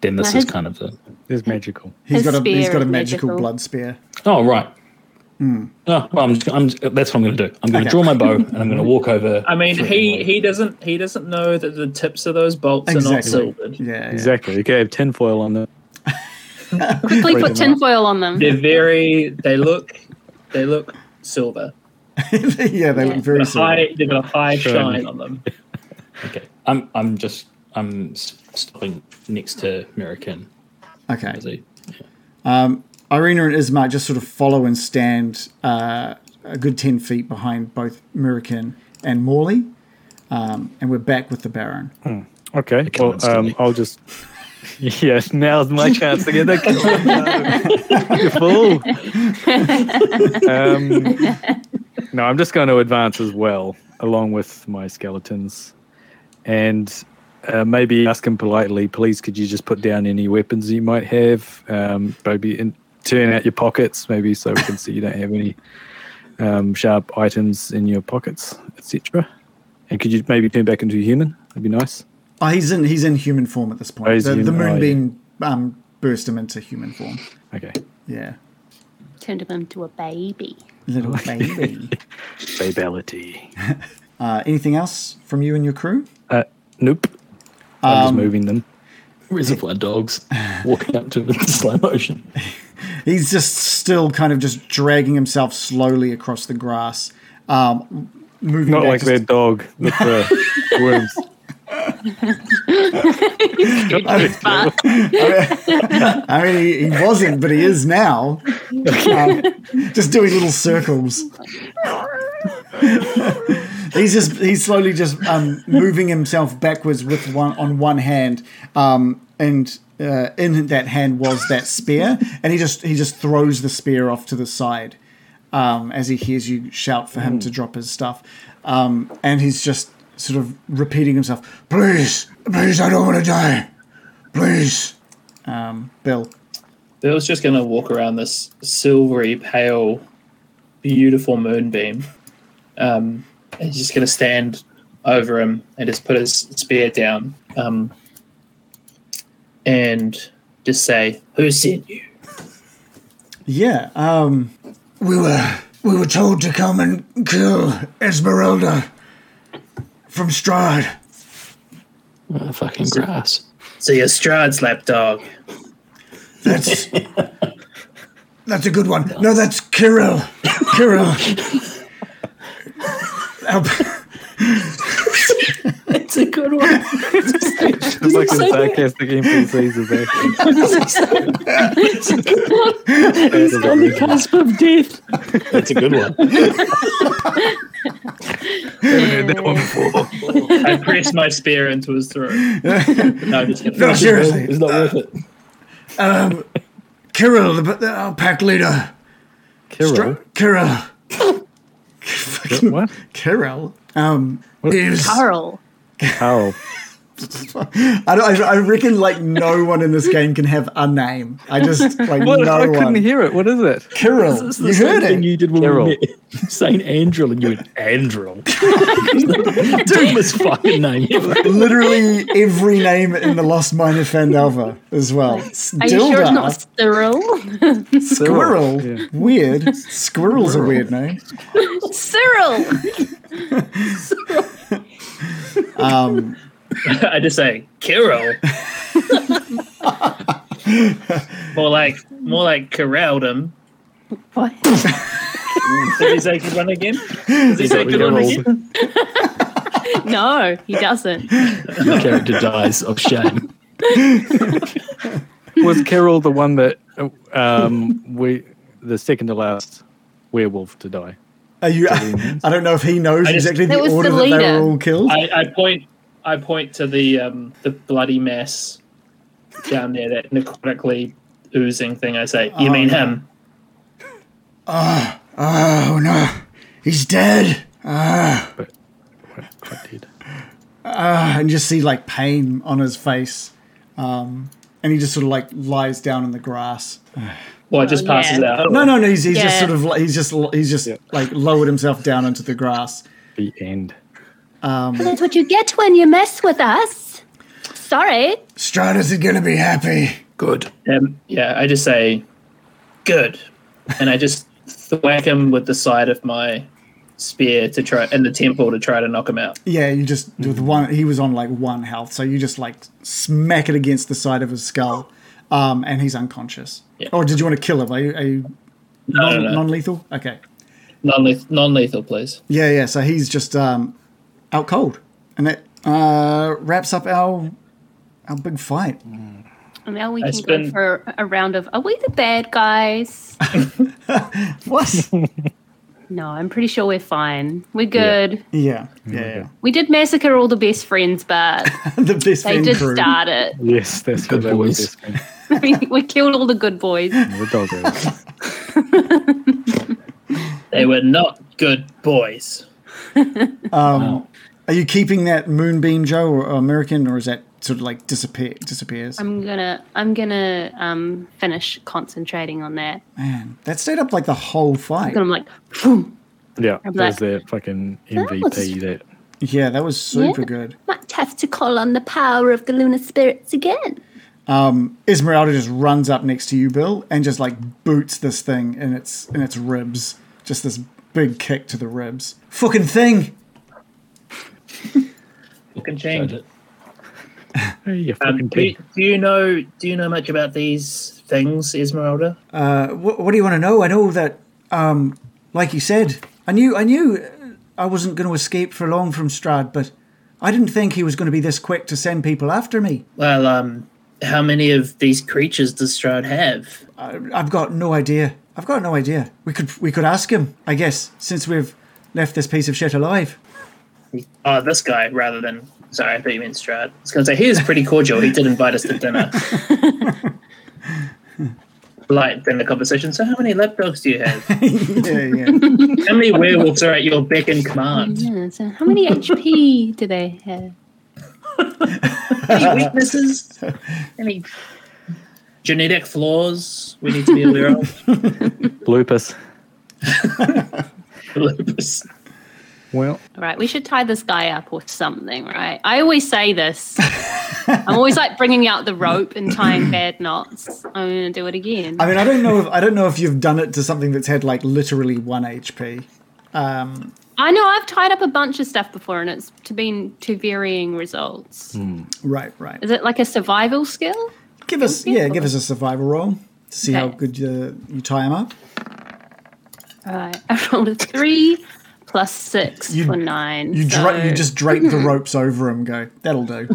Speaker 2: then this
Speaker 6: No,
Speaker 2: is
Speaker 6: his-
Speaker 2: kind of the
Speaker 4: There's magical.
Speaker 3: He's
Speaker 6: His
Speaker 3: got a he's
Speaker 6: spear
Speaker 3: got a
Speaker 6: is
Speaker 3: magical,
Speaker 6: magical.
Speaker 3: blood spear.
Speaker 2: Oh right. No, well, I'm just, I'm just- that's what I'm going to do. I'm going to
Speaker 3: Okay.
Speaker 2: draw my bow and I'm going to walk over.
Speaker 5: I mean, he
Speaker 2: threateningly.
Speaker 5: he doesn't he doesn't know that the tips of those bolts are not silvered.
Speaker 3: Yeah, yeah.
Speaker 4: Exactly. You could have tinfoil on them.
Speaker 6: Quickly
Speaker 4: Break
Speaker 6: put
Speaker 4: them up.
Speaker 6: tinfoil on them.
Speaker 5: They're very they look they look silver.
Speaker 3: yeah, they look very
Speaker 6: Yeah.
Speaker 5: They've got a
Speaker 3: similar.
Speaker 5: high, they've got a high
Speaker 4: Shiny.
Speaker 5: shine on them.
Speaker 2: Okay. I'm I'm just I'm s- stopping next to American.
Speaker 3: Okay.
Speaker 2: Is he?
Speaker 3: Irina and Ismar just sort of follow and stand uh, a good 10 feet behind both Murikin and Morley. Um, and we're back with the Baron.
Speaker 4: Okay.
Speaker 2: on,
Speaker 4: Well, um,
Speaker 2: Stanley.
Speaker 4: I'll just. Yeah, now's my chance to get that kill. No. You fool. um, no, I'm just going to advance as well, along with my skeletons, and uh, maybe ask him politely, please, could you just put down any weapons you might have? Um, maybe in, turn out your pockets, maybe, so we can see you don't have any um, sharp items in your pockets, etc. And could you maybe turn back into a human? That'd be nice.
Speaker 3: Oh, he's in he's in human form at this point.
Speaker 4: Oh, he's
Speaker 3: the, the
Speaker 4: human- oh,
Speaker 3: moonbeam um, burst him into human form.
Speaker 4: Okay.
Speaker 3: Yeah,
Speaker 6: Turned him into a baby.
Speaker 3: little
Speaker 4: Oh,
Speaker 3: baby.
Speaker 4: Fatality.
Speaker 3: Uh, anything else from you and your crew?
Speaker 4: Uh, nope. I'm
Speaker 3: Um,
Speaker 4: just moving them.
Speaker 2: Reservoir dogs walking up to him in slow motion.
Speaker 3: He's just still kind of just dragging himself slowly across the grass, um, moving.
Speaker 4: Not
Speaker 3: back
Speaker 4: like
Speaker 3: just-
Speaker 4: that dog. Look for worms.
Speaker 3: I mean, he, he wasn't, but he is now. Um, just doing little circles. he's just he's slowly just um, moving himself backwards with one on one hand, um, and uh, in that hand was that spear, and he just he just throws the spear off to the side um, as he hears you shout for him to drop his stuff, um, and he's just sort of repeating himself, "Please, please, I don't want to die, please." Um, Bill.
Speaker 5: Bill's just going to walk around this silvery, pale, beautiful moonbeam. Um, and he's just going to stand over him and just put his spear down um, and just say, Who sent you?
Speaker 3: Yeah, um we were we were told to come and kill Esmeralda from Strahd.
Speaker 2: Oh, fucking grass.
Speaker 5: So you're Strahd's lapdog.
Speaker 3: That's That's a good one. No, that's Kirill. Kirill. Our-
Speaker 2: It's a good one.
Speaker 4: It's like some sarcastic NPCs in there.
Speaker 2: He's on the cusp of death.
Speaker 7: That's a good one.
Speaker 5: I press my spear into his throat. No, I'm just kidding.
Speaker 3: no, seriously.
Speaker 2: It's not worth it.
Speaker 3: Kirill, the, the, our pack leader.
Speaker 4: Kirill?
Speaker 3: Kirill.
Speaker 4: What?
Speaker 3: Kirill? Um, he was-
Speaker 6: Carl.
Speaker 4: Carl.
Speaker 3: I, don't, I, I reckon like no one in this game can have a name. I just like
Speaker 4: What?
Speaker 3: no
Speaker 4: I couldn't
Speaker 3: one.
Speaker 4: hear it. What is it?
Speaker 3: Kirill,
Speaker 2: It's the
Speaker 3: you
Speaker 2: same
Speaker 3: heard
Speaker 2: thing
Speaker 3: it.
Speaker 2: you did when
Speaker 4: Carol.
Speaker 2: we met Saint Andrel, and you went Andrel. Dumbest fucking name ever.
Speaker 3: literally every name in the Lost Minor Fan Alpha as well.
Speaker 6: Are you sure it's not Cyril?
Speaker 3: squirrel.
Speaker 4: Yeah.
Speaker 3: Weird. Squirrel's a weird name.
Speaker 6: Cyril!
Speaker 3: Um,
Speaker 5: I just say, Kirill. more like more like Corraldum.
Speaker 6: What?
Speaker 5: Did he say good one again? Did he say good one again?
Speaker 6: No, he doesn't.
Speaker 2: Your character dies of shame.
Speaker 4: Was Carol the one that um, we, the second to last werewolf to die?
Speaker 3: are you? I, don't know if he knows
Speaker 5: I just-
Speaker 3: exactly the
Speaker 6: That was
Speaker 3: order
Speaker 6: the
Speaker 3: that they
Speaker 6: leader.
Speaker 3: were all killed.
Speaker 5: I, I point I point to the um, the bloody mess down there, that necrotically oozing thing. I say, You mean him?
Speaker 3: oh no, he's dead.
Speaker 4: But quite, quite dead.
Speaker 3: And you just see like pain on his face, um, and he just sort of like lies down in the grass.
Speaker 5: Well it just
Speaker 6: Oh, yeah.
Speaker 5: passes out.
Speaker 3: No, no, no. He's, he's just
Speaker 6: Yeah.
Speaker 3: sort of like, he's just he's just like lowered himself down into the grass.
Speaker 4: The end.
Speaker 6: That's what you get when you mess with us. Sorry.
Speaker 3: Strahd isn't gonna be happy.
Speaker 2: Good.
Speaker 5: Um, yeah, I just say, good. And I just thwack him with the side of my spear to try, and the temple to try to knock him out.
Speaker 3: Yeah, you just
Speaker 5: Mm.
Speaker 3: with one. He was on like one health, so you just like smack it against the side of his skull, um, and he's unconscious. Or did you want to kill him? Are you, are you
Speaker 5: No, no, no.
Speaker 3: non lethal? Okay.
Speaker 5: Non-leth- non-lethal, please.
Speaker 3: Yeah, yeah. So he's just um, out cold, and that uh, wraps up our our big fight.
Speaker 6: And now we
Speaker 5: I
Speaker 6: can go
Speaker 5: spin-
Speaker 6: for a round of Are we the bad guys?
Speaker 3: What? yeah,
Speaker 6: No, I'm pretty sure we're fine. We're good.
Speaker 3: yeah, yeah.
Speaker 6: We did massacre all the best friends, but
Speaker 3: the best
Speaker 6: they
Speaker 3: friend
Speaker 6: did
Speaker 3: crew.
Speaker 6: start it.
Speaker 4: Yes, that's
Speaker 2: Good
Speaker 4: good. That was
Speaker 2: boys.
Speaker 4: best friend.
Speaker 6: We, we killed all the good boys.
Speaker 4: The dog. is.
Speaker 5: They were not good boys.
Speaker 3: Um, Are you keeping that moonbeam, Joe, or, or American, or is that sort of like disappear disappears?
Speaker 6: I'm gonna I'm gonna um, finish concentrating on that.
Speaker 3: Man, that stayed up like the whole fight.
Speaker 6: And I'm like, boom,
Speaker 4: Yeah,
Speaker 6: I'm
Speaker 4: there's
Speaker 6: like-
Speaker 4: that fucking
Speaker 6: That
Speaker 4: MVP
Speaker 6: was-
Speaker 4: that
Speaker 3: Yeah, that was super
Speaker 6: Yeah.
Speaker 3: good.
Speaker 6: might have to call on the power of the lunar spirits again.
Speaker 3: Esmeralda just runs up next to you, Bill, and just like boots this thing in its in its ribs. Just this big kick to the ribs. Fucking thing.
Speaker 5: Fucking change.
Speaker 2: Showed it.
Speaker 4: Hey, you
Speaker 5: Um,
Speaker 4: fucking
Speaker 5: do,
Speaker 4: pig.
Speaker 5: you, do you know do you know much about these things, Esmeralda?
Speaker 3: What, what do you want to know? I know that, um, like you said, I knew I knew uh, I wasn't going to escape for long from Strad, but I didn't think he was going to be this quick to send people after me.
Speaker 5: Well, um, how many of these creatures does Stroud have?
Speaker 3: I've got no idea. I've got no idea. We could we could ask him, I guess, since we've left this piece of shit alive.
Speaker 5: Oh, this guy rather than sorry, I thought you meant Stroud. I was gonna say he is pretty cordial. He did invite us to dinner. Light in the conversation. So, how many lapdogs do you have?
Speaker 3: yeah, yeah.
Speaker 5: How many werewolves are at your beck and command?
Speaker 6: Yeah, so how many HP do they have?
Speaker 5: Any weaknesses? Any genetic flaws we need to be aware of?
Speaker 4: lupus.
Speaker 5: Lupus.
Speaker 4: Well,
Speaker 6: All right, we should tie this guy up or something, right? I always say this. I'm always like bringing out the rope and tying bad knots. I'm gonna do it again.
Speaker 3: I mean, I don't know if I don't know if you've done it to something that's had like literally one HP.
Speaker 6: I know I've tied up a bunch of stuff before, and it's to been to varying results.
Speaker 3: Hmm. Right, right.
Speaker 6: Is it like a survival skill?
Speaker 3: Give us yeah, give us a survival roll to see how
Speaker 6: Okay.
Speaker 3: good uh, you tie him up.
Speaker 6: Right, I rolled a three plus six
Speaker 3: You-
Speaker 6: for nine.
Speaker 3: You
Speaker 6: so-
Speaker 3: dra- you just drape the ropes over him. and Go, that'll do.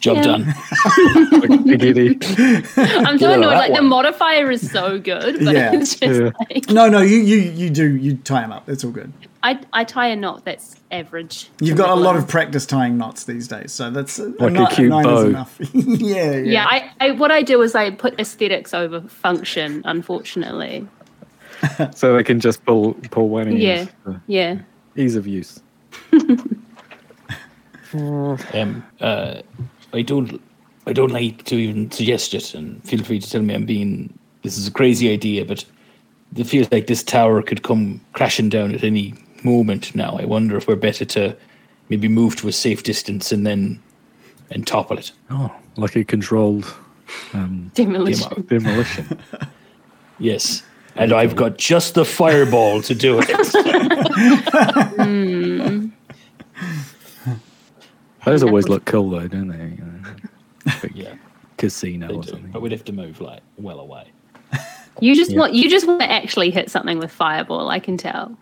Speaker 2: Job
Speaker 6: Yeah.
Speaker 2: done.
Speaker 4: Piggity.
Speaker 6: I'm so
Speaker 2: Yeah,
Speaker 6: annoyed.
Speaker 2: that
Speaker 6: Like the
Speaker 2: one.
Speaker 6: modifier is so good, but
Speaker 3: Yeah.
Speaker 6: it's just
Speaker 4: Yeah.
Speaker 6: like
Speaker 3: No, no, you you you do you tie him up. It's all good.
Speaker 6: I, I tie a knot that's average.
Speaker 3: You've got a lot of practice tying knots these days, so that's uh,
Speaker 4: Like a cute
Speaker 3: nine
Speaker 4: bow.
Speaker 3: Is enough. yeah, yeah.
Speaker 6: Yeah, I, I what I do is I put aesthetics over function. Unfortunately,
Speaker 4: so they can just pull pull one in.
Speaker 6: yeah, yeah.
Speaker 4: Ease of use.
Speaker 2: Um, uh, I don't, I don't like to even suggest it, and feel free to tell me I'm being. This is a crazy idea, but it feels like this tower could come crashing down at any moment now. I wonder if we're better to maybe move to a safe distance and then and topple it.
Speaker 4: Oh, like a controlled
Speaker 6: Demolition.
Speaker 2: Demo.
Speaker 4: demolition.
Speaker 2: Yes, and I've got just the fireball to do it.
Speaker 4: Those always look cool though, don't they? You know, big
Speaker 2: Yeah,
Speaker 4: Casino
Speaker 2: they
Speaker 4: or
Speaker 2: do.
Speaker 4: something.
Speaker 2: but we'd have to move like well away.
Speaker 6: You just want you just want to actually hit something with fireball. I can tell.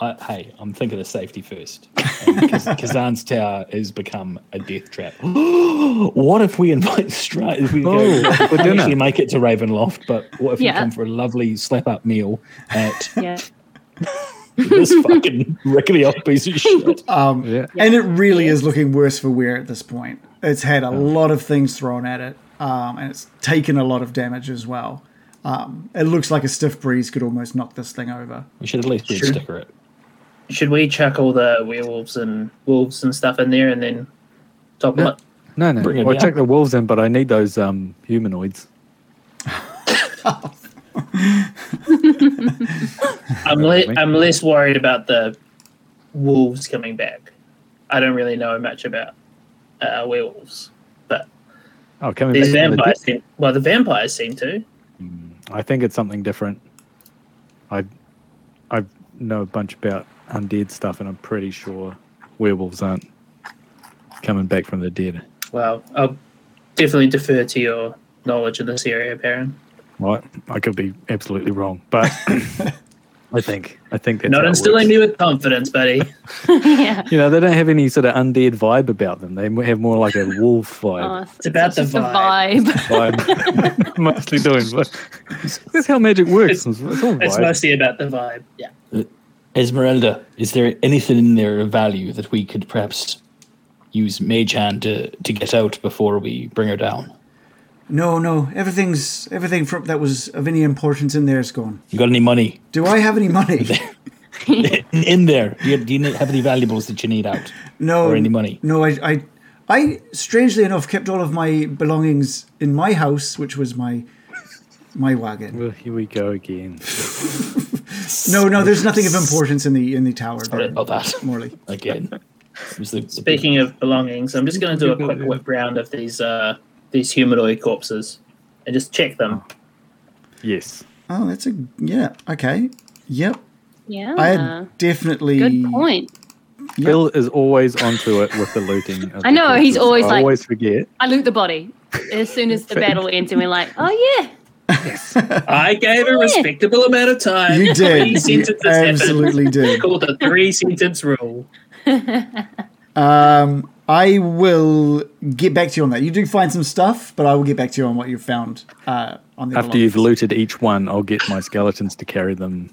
Speaker 2: I, hey, I'm thinking of safety first. Um, Kaz- Kazan's tower has become a death trap. what if we invite Stra- if we go,
Speaker 4: Oh, for
Speaker 2: we
Speaker 4: dinner.
Speaker 2: actually make it to Ravenloft, but what if
Speaker 6: Yeah.
Speaker 2: we come for a lovely slap up meal at
Speaker 6: Yeah.
Speaker 2: this fucking rickety off piece of shit?
Speaker 4: Yeah.
Speaker 3: And it really is looking worse for wear at this point. It's had a lot of things thrown at it, um, and it's taken a lot of damage as well. Um, it looks like a stiff breeze could almost knock this thing over.
Speaker 2: We should at least be a
Speaker 5: Sure.
Speaker 2: sticker it.
Speaker 5: Should we chuck all the werewolves and wolves and stuff in there and then top them up?
Speaker 4: No, no.
Speaker 2: Bring it
Speaker 4: I'll
Speaker 2: down.
Speaker 4: check the wolves in, but I need those um, humanoids.
Speaker 5: I'm, le- I'm less worried about the wolves coming back. I don't really know much about uh, werewolves, but
Speaker 4: Oh, coming back.
Speaker 5: these
Speaker 4: to the-
Speaker 5: vampires. seem- well, the vampires seem to.
Speaker 4: I think it's something different. I I know a bunch about undead stuff, and I'm pretty sure werewolves aren't coming back from the dead.
Speaker 5: Well, I'll definitely defer to your knowledge of this area, Baron.
Speaker 4: Right? I could be absolutely wrong, but I think I think that's
Speaker 5: Not
Speaker 4: how it works.
Speaker 5: instilling me with confidence, buddy.
Speaker 6: yeah.
Speaker 4: You know, they don't have any sort of undead vibe about them. They have more like a wolf
Speaker 6: Oh,
Speaker 4: vibe.
Speaker 6: it's
Speaker 5: about
Speaker 6: just
Speaker 5: the vibe.
Speaker 6: vibe.
Speaker 4: vibe. mostly doing, but that's how magic works. It's, it's all
Speaker 5: It's
Speaker 4: vibe.
Speaker 5: mostly about the vibe. Yeah.
Speaker 2: Esmeralda, is there anything in there of value that we could perhaps use Mage Hand to, to get out before we bring her down?
Speaker 3: No, no, everything's everything from that was of any importance in there is gone.
Speaker 2: You got any money?
Speaker 3: Do I have any money?
Speaker 2: in, in there. Do you, do you need- have any valuables that you need out?
Speaker 3: No,
Speaker 2: Or any money.
Speaker 3: No, I, I, I strangely enough kept all of my belongings in my house, which was my my wagon.
Speaker 4: Well, here we go again.
Speaker 3: No, no, there's nothing of importance in the in the tower.
Speaker 2: Sorry
Speaker 3: There,
Speaker 2: about that.
Speaker 3: Morley.
Speaker 2: Again. It was the- the-
Speaker 5: Speaking of belongings, I'm just going to do a quick whip round of these uh, these humanoid corpses and just check them.
Speaker 4: Yes.
Speaker 3: Oh, that's a yeah. Okay. Yep.
Speaker 6: Yeah.
Speaker 3: I had definitely
Speaker 6: Ah. Good point.
Speaker 4: Bill is always onto it with the looting. of
Speaker 6: I
Speaker 4: the
Speaker 6: know, he's
Speaker 4: corpses.
Speaker 6: always
Speaker 4: I
Speaker 6: like-
Speaker 4: always forget.
Speaker 6: I loot the body as soon as the battle ends, and we're like, oh yeah,
Speaker 5: I gave a respectable amount of time.
Speaker 3: You
Speaker 5: Three
Speaker 3: did. You
Speaker 5: sentences happened.
Speaker 3: absolutely did.
Speaker 5: Called the three sentence rule.
Speaker 3: Um, I will get back to you on that. You do find some stuff, but I will get back to you on what you found uh, on the
Speaker 4: After you've looted each one, I'll get my skeletons to carry them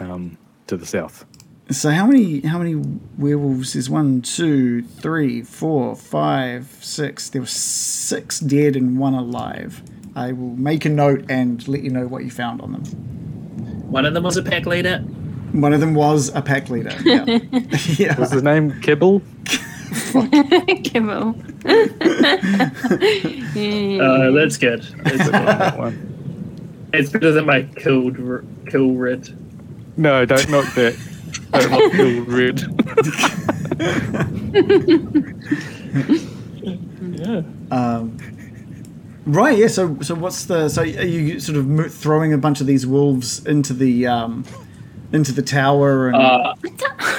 Speaker 4: um, to the south.
Speaker 3: So how many how many werewolves is one, two, three, four, five, six? There were six dead and one alive. I will make a note and let you know what you found on them.
Speaker 5: One of them was a pack leader.
Speaker 3: One of them was a pack leader. Yeah.
Speaker 4: Was
Speaker 3: yeah.
Speaker 4: his name Kibble?
Speaker 6: Kimmel.
Speaker 5: Uh, that's good. That's good.
Speaker 4: That one.
Speaker 5: It's better than my killed r- kill red.
Speaker 4: No, don't knock that. Don't knock Kibble red.
Speaker 3: Right. Yeah. So so what's the so are you sort of mo- throwing a bunch of these wolves into the um into the tower and
Speaker 5: Uh,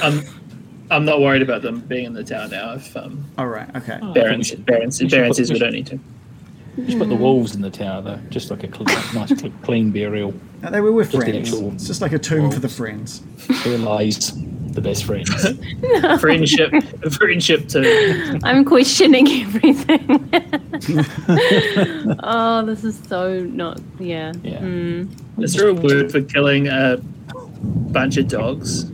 Speaker 5: I'm, I'm not worried about them being in the tower now. If um,
Speaker 3: all right okay
Speaker 5: Baron,
Speaker 2: should-
Speaker 5: Baron, Baron says we don't need to.
Speaker 2: Just put the wolves in the tower, though. Just like a cl- nice, cl- clean burial.
Speaker 3: Now, they were with
Speaker 2: Just the
Speaker 3: friends.
Speaker 2: actual
Speaker 3: It's just like a tomb for the friends.
Speaker 2: Here lies the best friends.
Speaker 5: Friendship, friendship too.
Speaker 6: I'm questioning everything. oh, this is so not. Yeah.
Speaker 2: Yeah.
Speaker 6: Hmm.
Speaker 5: Is there a word for killing a bunch of dogs?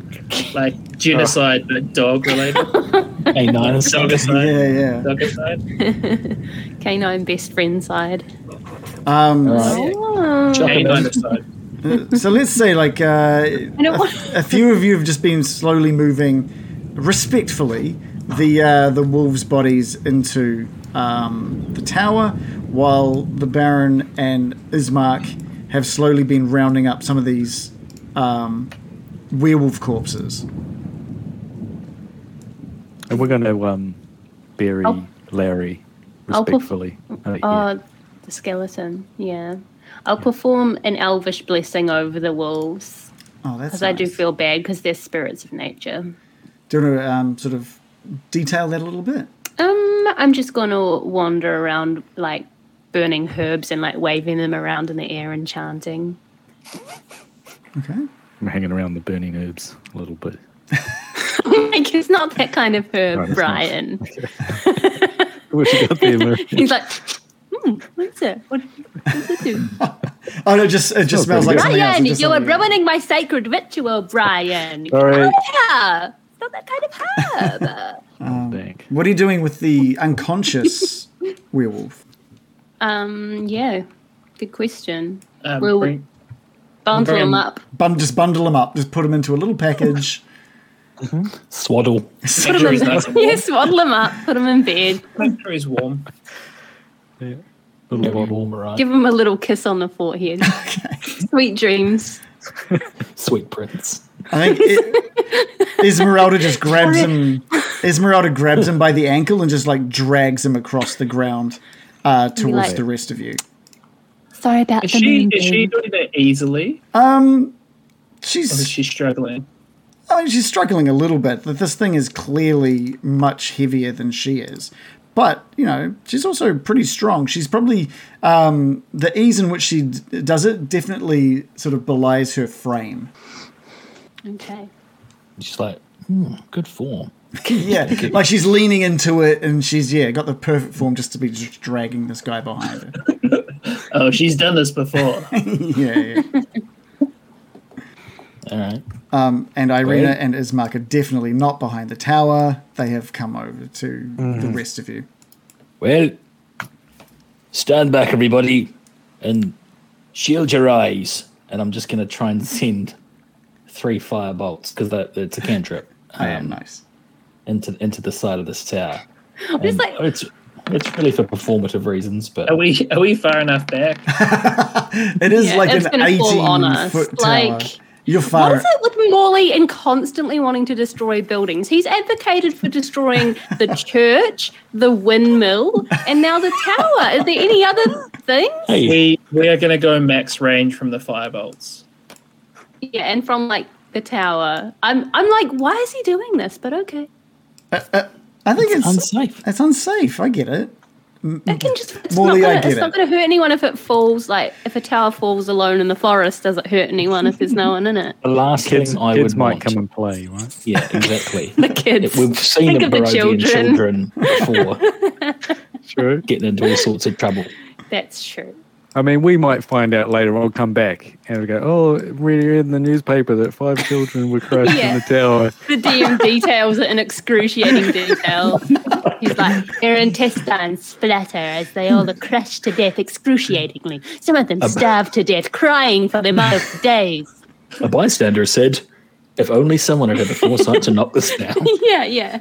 Speaker 5: Like genocide, but dog related.
Speaker 2: A nine is
Speaker 5: Dogicide.
Speaker 3: Yeah, yeah.
Speaker 5: Dogicide.
Speaker 6: Canine best friend side.
Speaker 3: Um,
Speaker 2: Right.
Speaker 6: Oh.
Speaker 2: Chuck-
Speaker 5: Canine-ocide.
Speaker 3: So let's say like uh,
Speaker 6: I don't want.
Speaker 3: a few of you have just been slowly moving, respectfully, the uh, the wolves' bodies into um, the tower, while the Baron and Ismark have slowly been rounding up some of these um, werewolf corpses.
Speaker 4: And we're going to um, bury
Speaker 6: I'll-
Speaker 4: Larry
Speaker 6: I'll put-
Speaker 4: respectfully. Uh, yeah.
Speaker 6: Oh, the skeleton. Yeah. I'll perform an elvish blessing over the wolves
Speaker 3: Oh, that's
Speaker 6: because I do
Speaker 3: nice.
Speaker 6: feel bad because they're spirits of nature.
Speaker 3: Do you want to um, sort of detail that a little bit?
Speaker 6: Um, I'm just gonna wander around like burning herbs and like waving them around in the air and chanting.
Speaker 3: Okay.
Speaker 4: I'm hanging around the burning herbs a little bit.
Speaker 6: like it's not that kind of herb,
Speaker 4: Right, it's not.
Speaker 6: Brian.
Speaker 4: What you got there, Larry?
Speaker 6: He's like, hmm, what's it? What, what's it do?
Speaker 3: Oh no, it just it just
Speaker 4: Smells
Speaker 3: smells like
Speaker 4: pretty
Speaker 3: something else. It
Speaker 6: Brian,
Speaker 3: just
Speaker 6: you are
Speaker 3: smells like-
Speaker 6: ruining my sacred ritual, Brian. Oh,
Speaker 4: Sorry.
Speaker 6: Yeah, it's not that kind of herb.
Speaker 4: Thank.
Speaker 3: What are you doing with the unconscious werewolf?
Speaker 6: um, yeah, good question.
Speaker 5: Um,
Speaker 6: Will-
Speaker 5: bring-
Speaker 6: Bundle them
Speaker 5: Brian-
Speaker 6: up.
Speaker 3: Bun- just bundle them up. Just put them into a little package.
Speaker 2: Swaddle.
Speaker 5: make sure he's nice and warm.
Speaker 6: Yeah, swaddle them up. Put them in bed.
Speaker 5: Make sure he's warm.
Speaker 4: Little
Speaker 2: Warm,
Speaker 4: bottle.
Speaker 2: right?
Speaker 6: Give them a little kiss on the forehead. Sweet dreams.
Speaker 2: Sweet prince.
Speaker 3: I think it, Esmeralda just grabs him. Esmeralda grabs him by the ankle and just like drags him across the ground uh, towards
Speaker 6: like-
Speaker 3: the rest of you.
Speaker 6: Sorry about
Speaker 5: Is
Speaker 6: the
Speaker 5: she
Speaker 6: moon.
Speaker 5: is she
Speaker 6: beam.
Speaker 5: doing that easily,
Speaker 3: Um,
Speaker 5: or Oh, is
Speaker 3: she's
Speaker 5: she struggling?
Speaker 3: I mean, she's struggling a little bit. That this thing is clearly much heavier than she is. But you know, she's also pretty strong. She's probably um, the ease in which she d- does it definitely sort of belies her frame.
Speaker 6: Okay.
Speaker 2: She's like, hmm, good form.
Speaker 3: Yeah, like she's leaning into it, and she's yeah got the perfect form just to be just dragging this guy behind her.
Speaker 5: Oh, she's done this before.
Speaker 3: yeah, yeah.
Speaker 2: All right.
Speaker 3: Um, And Irina
Speaker 2: Right.
Speaker 3: and Ismark are definitely not behind the tower. They have come over to the rest of you.
Speaker 2: Well, stand back, everybody, and shield your eyes. And I'm just going to try and send three fire bolts because it's a cantrip um,
Speaker 3: I am Um, nice.
Speaker 2: into into the side of this tower.
Speaker 6: just
Speaker 2: And
Speaker 6: like-
Speaker 2: it's it's really for performative reasons, but
Speaker 4: Oh,
Speaker 5: Are we are we far enough back?
Speaker 3: It is
Speaker 6: Yeah,
Speaker 3: like
Speaker 6: it's
Speaker 3: an
Speaker 6: gonna fall on
Speaker 3: 18
Speaker 6: us.
Speaker 3: foot tower.
Speaker 6: Like,
Speaker 3: You're
Speaker 6: What
Speaker 3: far.
Speaker 6: is it with Morley and constantly wanting to destroy buildings? He's advocated for destroying the church, the windmill, and now the tower. Is there any other thing?
Speaker 2: hey,
Speaker 5: We we are going to go max range from the firebolts.
Speaker 6: Yeah, and from like the tower. I'm I'm like, why is he doing this? But okay.
Speaker 3: I think it's,
Speaker 2: unsafe.
Speaker 3: It's unsafe. I get it.
Speaker 6: It can just it's
Speaker 3: Morley, I
Speaker 6: not
Speaker 3: get
Speaker 6: gonna, it's not
Speaker 3: it.
Speaker 6: gonna hurt anyone if it falls like if a tower falls alone in the forest, does it hurt anyone if there's no one in it?
Speaker 2: The last
Speaker 4: Kids,
Speaker 2: thing I
Speaker 4: kids
Speaker 2: would
Speaker 4: might
Speaker 2: want.
Speaker 4: come and play, right?
Speaker 2: Yeah, exactly.
Speaker 6: The kids.
Speaker 2: We've seen
Speaker 6: Think
Speaker 2: the
Speaker 6: of the
Speaker 2: Barodian
Speaker 6: children.
Speaker 2: children before
Speaker 4: True.
Speaker 2: getting into all sorts of trouble.
Speaker 6: That's true.
Speaker 4: I mean, we might find out later. I'll come back and we go, oh, we read in the newspaper that five children were crushed
Speaker 6: Yeah.
Speaker 4: in the tower.
Speaker 6: The DM details it in excruciating detail. He's like, their intestines splatter as they all are crushed to death excruciatingly. Some of them starve to death, crying for their mother for days.
Speaker 2: A bystander said, "If only someone had had the foresight to knock this down."
Speaker 6: Yeah, yeah.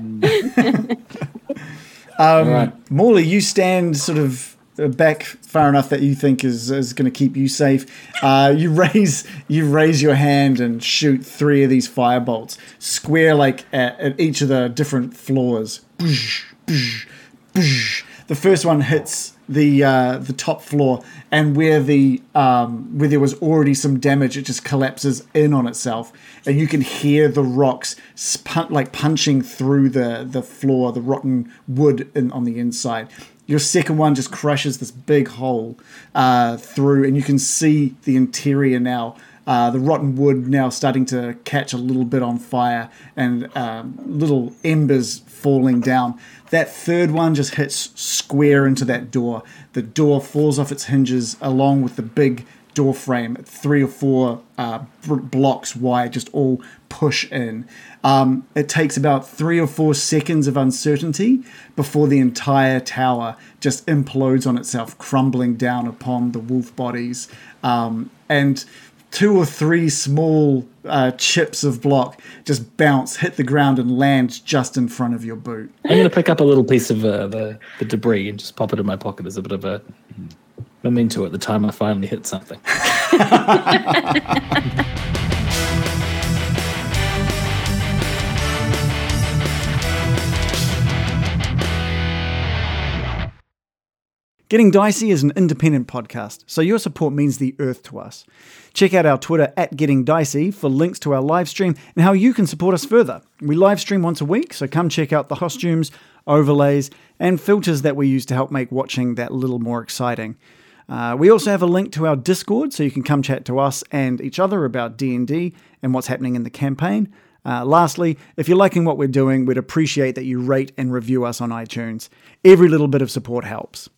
Speaker 3: Morley, you stand sort of uh, back far enough that you think is, is going to keep you safe. Uh, you raise you raise your hand and shoot three of these firebolts square like at, at each of the different floors. Boosh, boosh, boosh. The first one hits the uh, the top floor, and where the um, where there was already some damage, it just collapses in on itself, and you can hear the rocks spun- like punching through the the floor, the rotten wood in, on the inside. Your second one just crushes this big hole uh, through, and you can see the interior now. Uh, the rotten wood now starting to catch a little bit on fire and um, little embers falling down. That third one just hits square into that door. The door falls off its hinges along with the big door frame, three or four uh, br- blocks wide, just all push in. Um, it takes about three or four seconds of uncertainty before the entire tower just implodes on itself, crumbling down upon the wolf bodies. Um, and two or three small uh, chips of block just bounce, hit the ground, and land just in front of your boot.
Speaker 2: I'm going to pick up a little piece of uh, the, the debris and just pop it in my pocket as a bit of a memento at the time I finally hit something.
Speaker 3: Getting Dicey is an independent podcast, so your support means the earth to us. Check out our Twitter at Getting Dicey for links to our live stream and how you can support us further. We live stream once a week, so come check out the costumes, overlays, and filters that we use to help make watching that little more exciting. Uh, we also have a link to our Discord, so you can come chat to us and each other about D&D and what's happening in the campaign. Uh, lastly, if you're liking what we're doing, we'd appreciate that you rate and review us on iTunes. Every little bit of support helps.